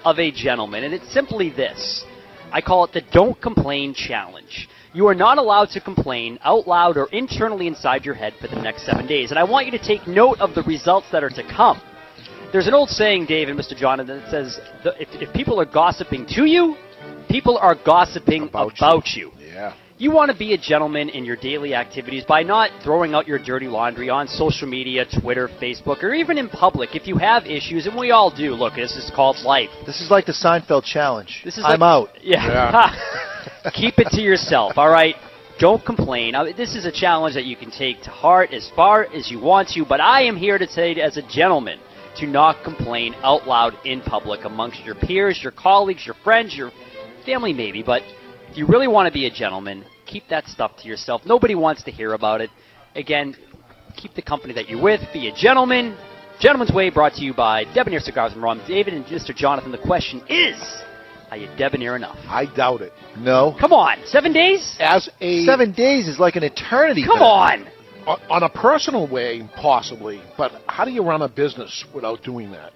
[SPEAKER 10] of a gentleman. And it's simply this. I call it the Don't Complain Challenge. You are not allowed to complain out loud or internally inside your head for the next seven days. And I want you to take note of the results that are to come. There's an old saying, Dave and Mr. Jonathan, that says the- if, if people are gossiping to you, people are gossiping about, you.
[SPEAKER 9] Yeah.
[SPEAKER 10] You want to be a gentleman in your daily activities by not throwing out your dirty laundry on social media, Twitter, Facebook, or even in public. If you have issues, and we all do, look, this is called life.
[SPEAKER 6] This is like the Seinfeld challenge.
[SPEAKER 10] This is
[SPEAKER 6] I'm
[SPEAKER 10] like-
[SPEAKER 6] out.
[SPEAKER 10] Yeah. Keep it to yourself, all right? Don't complain. I- This is a challenge that you can take to heart as far as you want to, but I am here to say, as a gentleman, to not complain out loud in public amongst your peers, your colleagues, your friends, your family, maybe, but if you really want to be a gentleman, keep that stuff to yourself. Nobody wants to hear about it. Again, keep the company that you're with, be a gentleman. Gentleman's Way brought to you by Debonair Cigars and Rum. David and Mr. Jonathan, the question is are you debonair enough?
[SPEAKER 9] I doubt it.
[SPEAKER 6] No.
[SPEAKER 10] Come on, seven days?
[SPEAKER 9] As a
[SPEAKER 6] Seven days is like an eternity.
[SPEAKER 10] Come on.
[SPEAKER 9] on. On a personal way, possibly, but how do you run a business without doing that?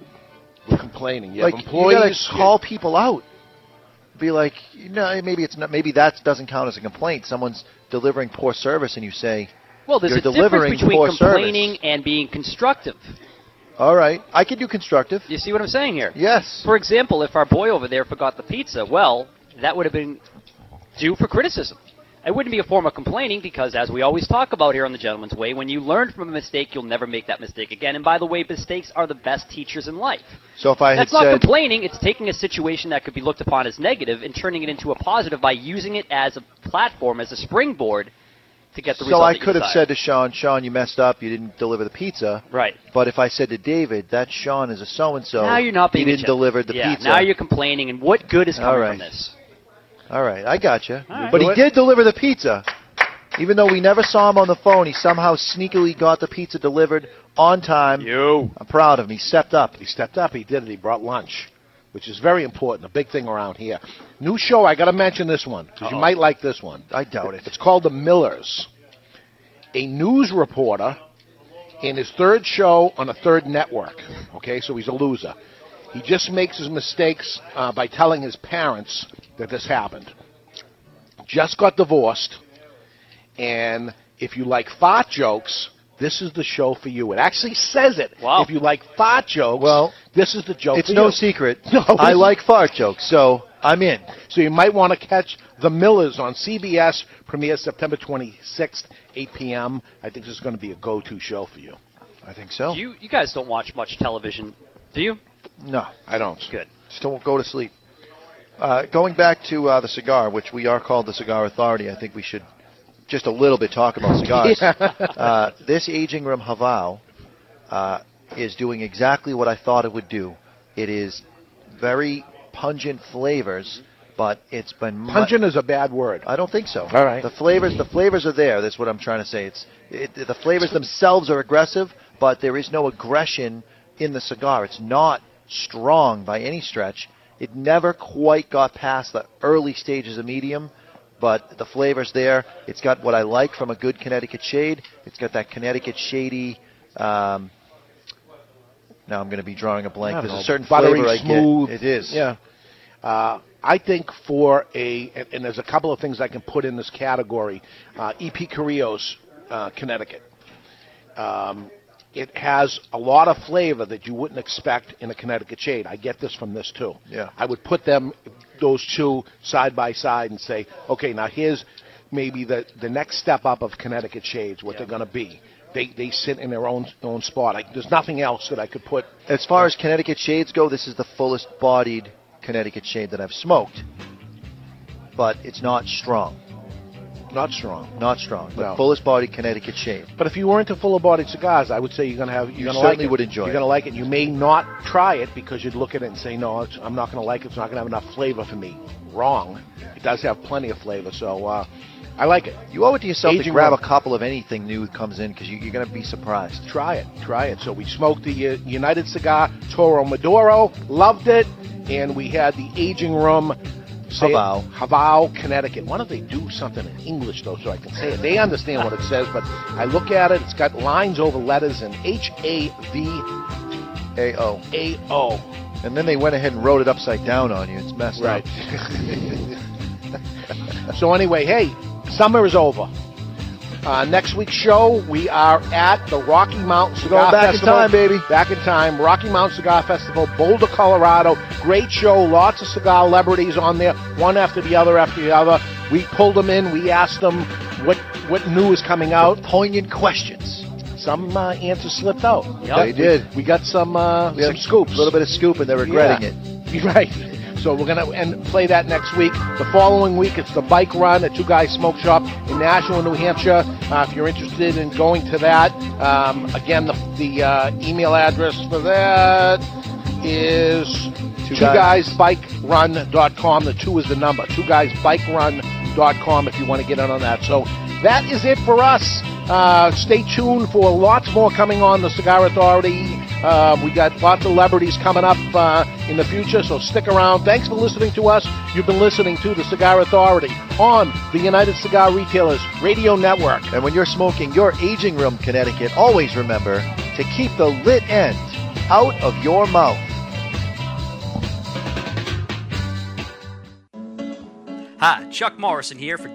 [SPEAKER 9] With complaining, you
[SPEAKER 6] like
[SPEAKER 9] have employees.
[SPEAKER 6] you gotta call people out. Be like, you know, maybe it's not. Maybe that doesn't count as a complaint. Someone's delivering poor service, and you say,
[SPEAKER 10] Well, there's
[SPEAKER 6] you're
[SPEAKER 10] a
[SPEAKER 6] delivering
[SPEAKER 10] difference between
[SPEAKER 6] poor
[SPEAKER 10] complaining and being constructive.
[SPEAKER 6] service." All right, I could do constructive.
[SPEAKER 10] You see what I'm saying here?
[SPEAKER 6] Yes.
[SPEAKER 10] For example, if our boy over there forgot the pizza, well, that would have been due for criticism. It wouldn't be a form of complaining because, as we always talk about here on The Gentleman's Way, when you learn from a mistake, you'll never make that mistake again. And by the way, mistakes are the best teachers in life.
[SPEAKER 6] So if I
[SPEAKER 10] That's
[SPEAKER 6] had
[SPEAKER 10] not
[SPEAKER 6] said,
[SPEAKER 10] complaining. It's taking a situation that could be looked upon as negative and turning it into a positive by using it as a platform, as a springboard to get the
[SPEAKER 6] so
[SPEAKER 10] result.
[SPEAKER 6] I
[SPEAKER 10] that you
[SPEAKER 6] could have
[SPEAKER 10] desire.
[SPEAKER 6] said to Sean, Sean, you messed up. You didn't deliver the pizza.
[SPEAKER 10] Right.
[SPEAKER 6] But if I said to David, that Sean is a so and so.
[SPEAKER 10] now you're not being
[SPEAKER 6] He
[SPEAKER 10] a
[SPEAKER 6] didn't
[SPEAKER 10] gentleman.
[SPEAKER 6] deliver the
[SPEAKER 10] yeah,
[SPEAKER 6] pizza.
[SPEAKER 10] Now you're complaining, and what good is
[SPEAKER 6] All
[SPEAKER 10] coming
[SPEAKER 6] right.
[SPEAKER 10] from this?
[SPEAKER 6] All right, I gotcha.
[SPEAKER 10] All right.
[SPEAKER 6] But
[SPEAKER 10] Do
[SPEAKER 6] he
[SPEAKER 10] it.
[SPEAKER 6] did deliver the pizza. Even though we never saw him on the phone, he somehow sneakily got the pizza delivered on time.
[SPEAKER 9] You.
[SPEAKER 6] I'm proud of him. He stepped up.
[SPEAKER 9] He stepped up. He did it. He brought lunch, which is very important, a big thing around here. New show. I got to mention this one because you
[SPEAKER 6] Uh-oh.
[SPEAKER 9] might like this one.
[SPEAKER 6] I doubt it.
[SPEAKER 9] It's called The Millers. A news reporter in his third show on a third network. Okay, so he's a loser. He just makes his mistakes uh, by telling his parents that this happened. Just got divorced, and if you like fart jokes, this is the show for you. It actually says it. Wow. If you like fart jokes, well, this is the joke.
[SPEAKER 6] It's
[SPEAKER 9] for
[SPEAKER 6] Oh, no
[SPEAKER 9] you.
[SPEAKER 6] secret.
[SPEAKER 9] No,
[SPEAKER 6] I
[SPEAKER 9] it's-
[SPEAKER 6] like fart jokes, so I'm in.
[SPEAKER 9] So you might want to catch The Millers on CBS, premieres September 26th, 8 p.m. I think this is going to be a go-to show for you.
[SPEAKER 6] I think so.
[SPEAKER 10] You you guys don't watch much television, do you?
[SPEAKER 6] No,
[SPEAKER 9] I don't.
[SPEAKER 10] Good.
[SPEAKER 6] Just don't go to sleep. Uh, going back to uh, the cigar, which we are called the Cigar Authority, I think we should just a little bit talk about cigars.
[SPEAKER 9] Yeah.
[SPEAKER 6] uh, this aging room Havao uh, is doing exactly what I thought it would do. It is very pungent flavors, but it's been mu-
[SPEAKER 9] Pungent is a bad word.
[SPEAKER 6] I don't think so.
[SPEAKER 9] All right.
[SPEAKER 6] The flavors, the flavors are there. That's what I'm trying to say. It's it, the flavors themselves are aggressive, but there is no aggression in the cigar. It's not strong by any stretch. It never quite got past the early stages of medium, but the flavors there. It's got what I like from a good Connecticut shade. It's got that Connecticut shady. Um, now I'm going to be drawing a blank.
[SPEAKER 9] I don't
[SPEAKER 6] There's
[SPEAKER 9] know,
[SPEAKER 6] a certain
[SPEAKER 9] buttery,
[SPEAKER 6] flavor I get.
[SPEAKER 9] smooth.
[SPEAKER 6] It is.
[SPEAKER 9] Yeah. Uh, I think for a, and, and there's a couple of things I can put in this category. Uh, EP Carrillo's uh, Connecticut. Um, it has a lot of flavor that you wouldn't expect in a Connecticut shade. I get this from this too.
[SPEAKER 6] Yeah.
[SPEAKER 9] I would put them, those two, side by side and say, okay, now here's maybe the, the next step up of Connecticut shades, what they're going to be. They, they sit in their own own spot. I, there's nothing else that I could put
[SPEAKER 6] As far as Connecticut shades go, this is the fullest bodied Connecticut shade that I've smoked, but it's not strong.
[SPEAKER 9] Not strong.
[SPEAKER 6] Not strong, but
[SPEAKER 9] No.
[SPEAKER 6] fullest body Connecticut shade.
[SPEAKER 9] But if you were into fuller bodied cigars, I would say you're gonna have you're
[SPEAKER 6] You
[SPEAKER 9] gonna
[SPEAKER 6] certainly
[SPEAKER 9] like it.
[SPEAKER 6] would enjoy
[SPEAKER 9] You're
[SPEAKER 6] it.
[SPEAKER 9] gonna like it. You may not try it because you'd look at it and say, "No, it's, I'm not gonna like it. It's not gonna have enough flavor for me." Wrong. It does have plenty of flavor, so uh, I like it.
[SPEAKER 6] You owe it to yourself to
[SPEAKER 9] Aging
[SPEAKER 6] grab
[SPEAKER 9] well.
[SPEAKER 6] a couple of anything new that comes in because you, you're going to be surprised.
[SPEAKER 9] Try it. Try it. So we smoked the uh, United Cigar Toro Maduro, loved it, and we had the Aging Room. say it-
[SPEAKER 6] Havao.
[SPEAKER 9] Havao, Connecticut. Why don't they do something in English though, so I can say it? They understand what it says, but I look at it. It's got lines over letters and H A V
[SPEAKER 6] AO.
[SPEAKER 9] AO.
[SPEAKER 6] And then they went ahead and wrote it upside down on you. It's messed
[SPEAKER 9] Right.
[SPEAKER 6] up.
[SPEAKER 9] so anyway, hey, summer is over. Uh, next week's show, we are at the Rocky Mountain
[SPEAKER 6] going
[SPEAKER 9] Cigar
[SPEAKER 6] back in
[SPEAKER 9] Festival.
[SPEAKER 6] time, baby.
[SPEAKER 9] Back in time, Rocky Mountain Cigar Festival, Boulder, Colorado. Great show, lots of cigar celebrities on there, one after the other after the other. We pulled them in. We asked them what what new is coming out. Poignant questions. Some uh, answers slipped out.
[SPEAKER 6] Yep. They did.
[SPEAKER 9] We got some uh,
[SPEAKER 6] We had
[SPEAKER 9] some scoops.
[SPEAKER 6] A little bit of scoop, and they're regretting it.
[SPEAKER 9] it. Right. So we're gonna and play that next week. The following week, it's the bike run at Two Guys Smoke Shop in Nashua, New Hampshire. Uh, if you're interested in going to that, um, again, the, the uh, email address for that is
[SPEAKER 6] Two
[SPEAKER 9] two
[SPEAKER 6] Guys.
[SPEAKER 9] guys bikerun.com. The two is the number. Two guys bikerun.com if you want to get in on that. So that is it for us. Uh, stay tuned for lots more coming on the Cigar Authority. Uh, we got lots of celebrities coming up uh, in the future, so stick around. Thanks for listening to us. You've been listening to the Cigar Authority on the United Cigar Retailers Radio Network.
[SPEAKER 6] And when you're smoking your aging room, Connecticut, always remember to keep the lit end out of your mouth.
[SPEAKER 4] Hi, Chuck Morrison here for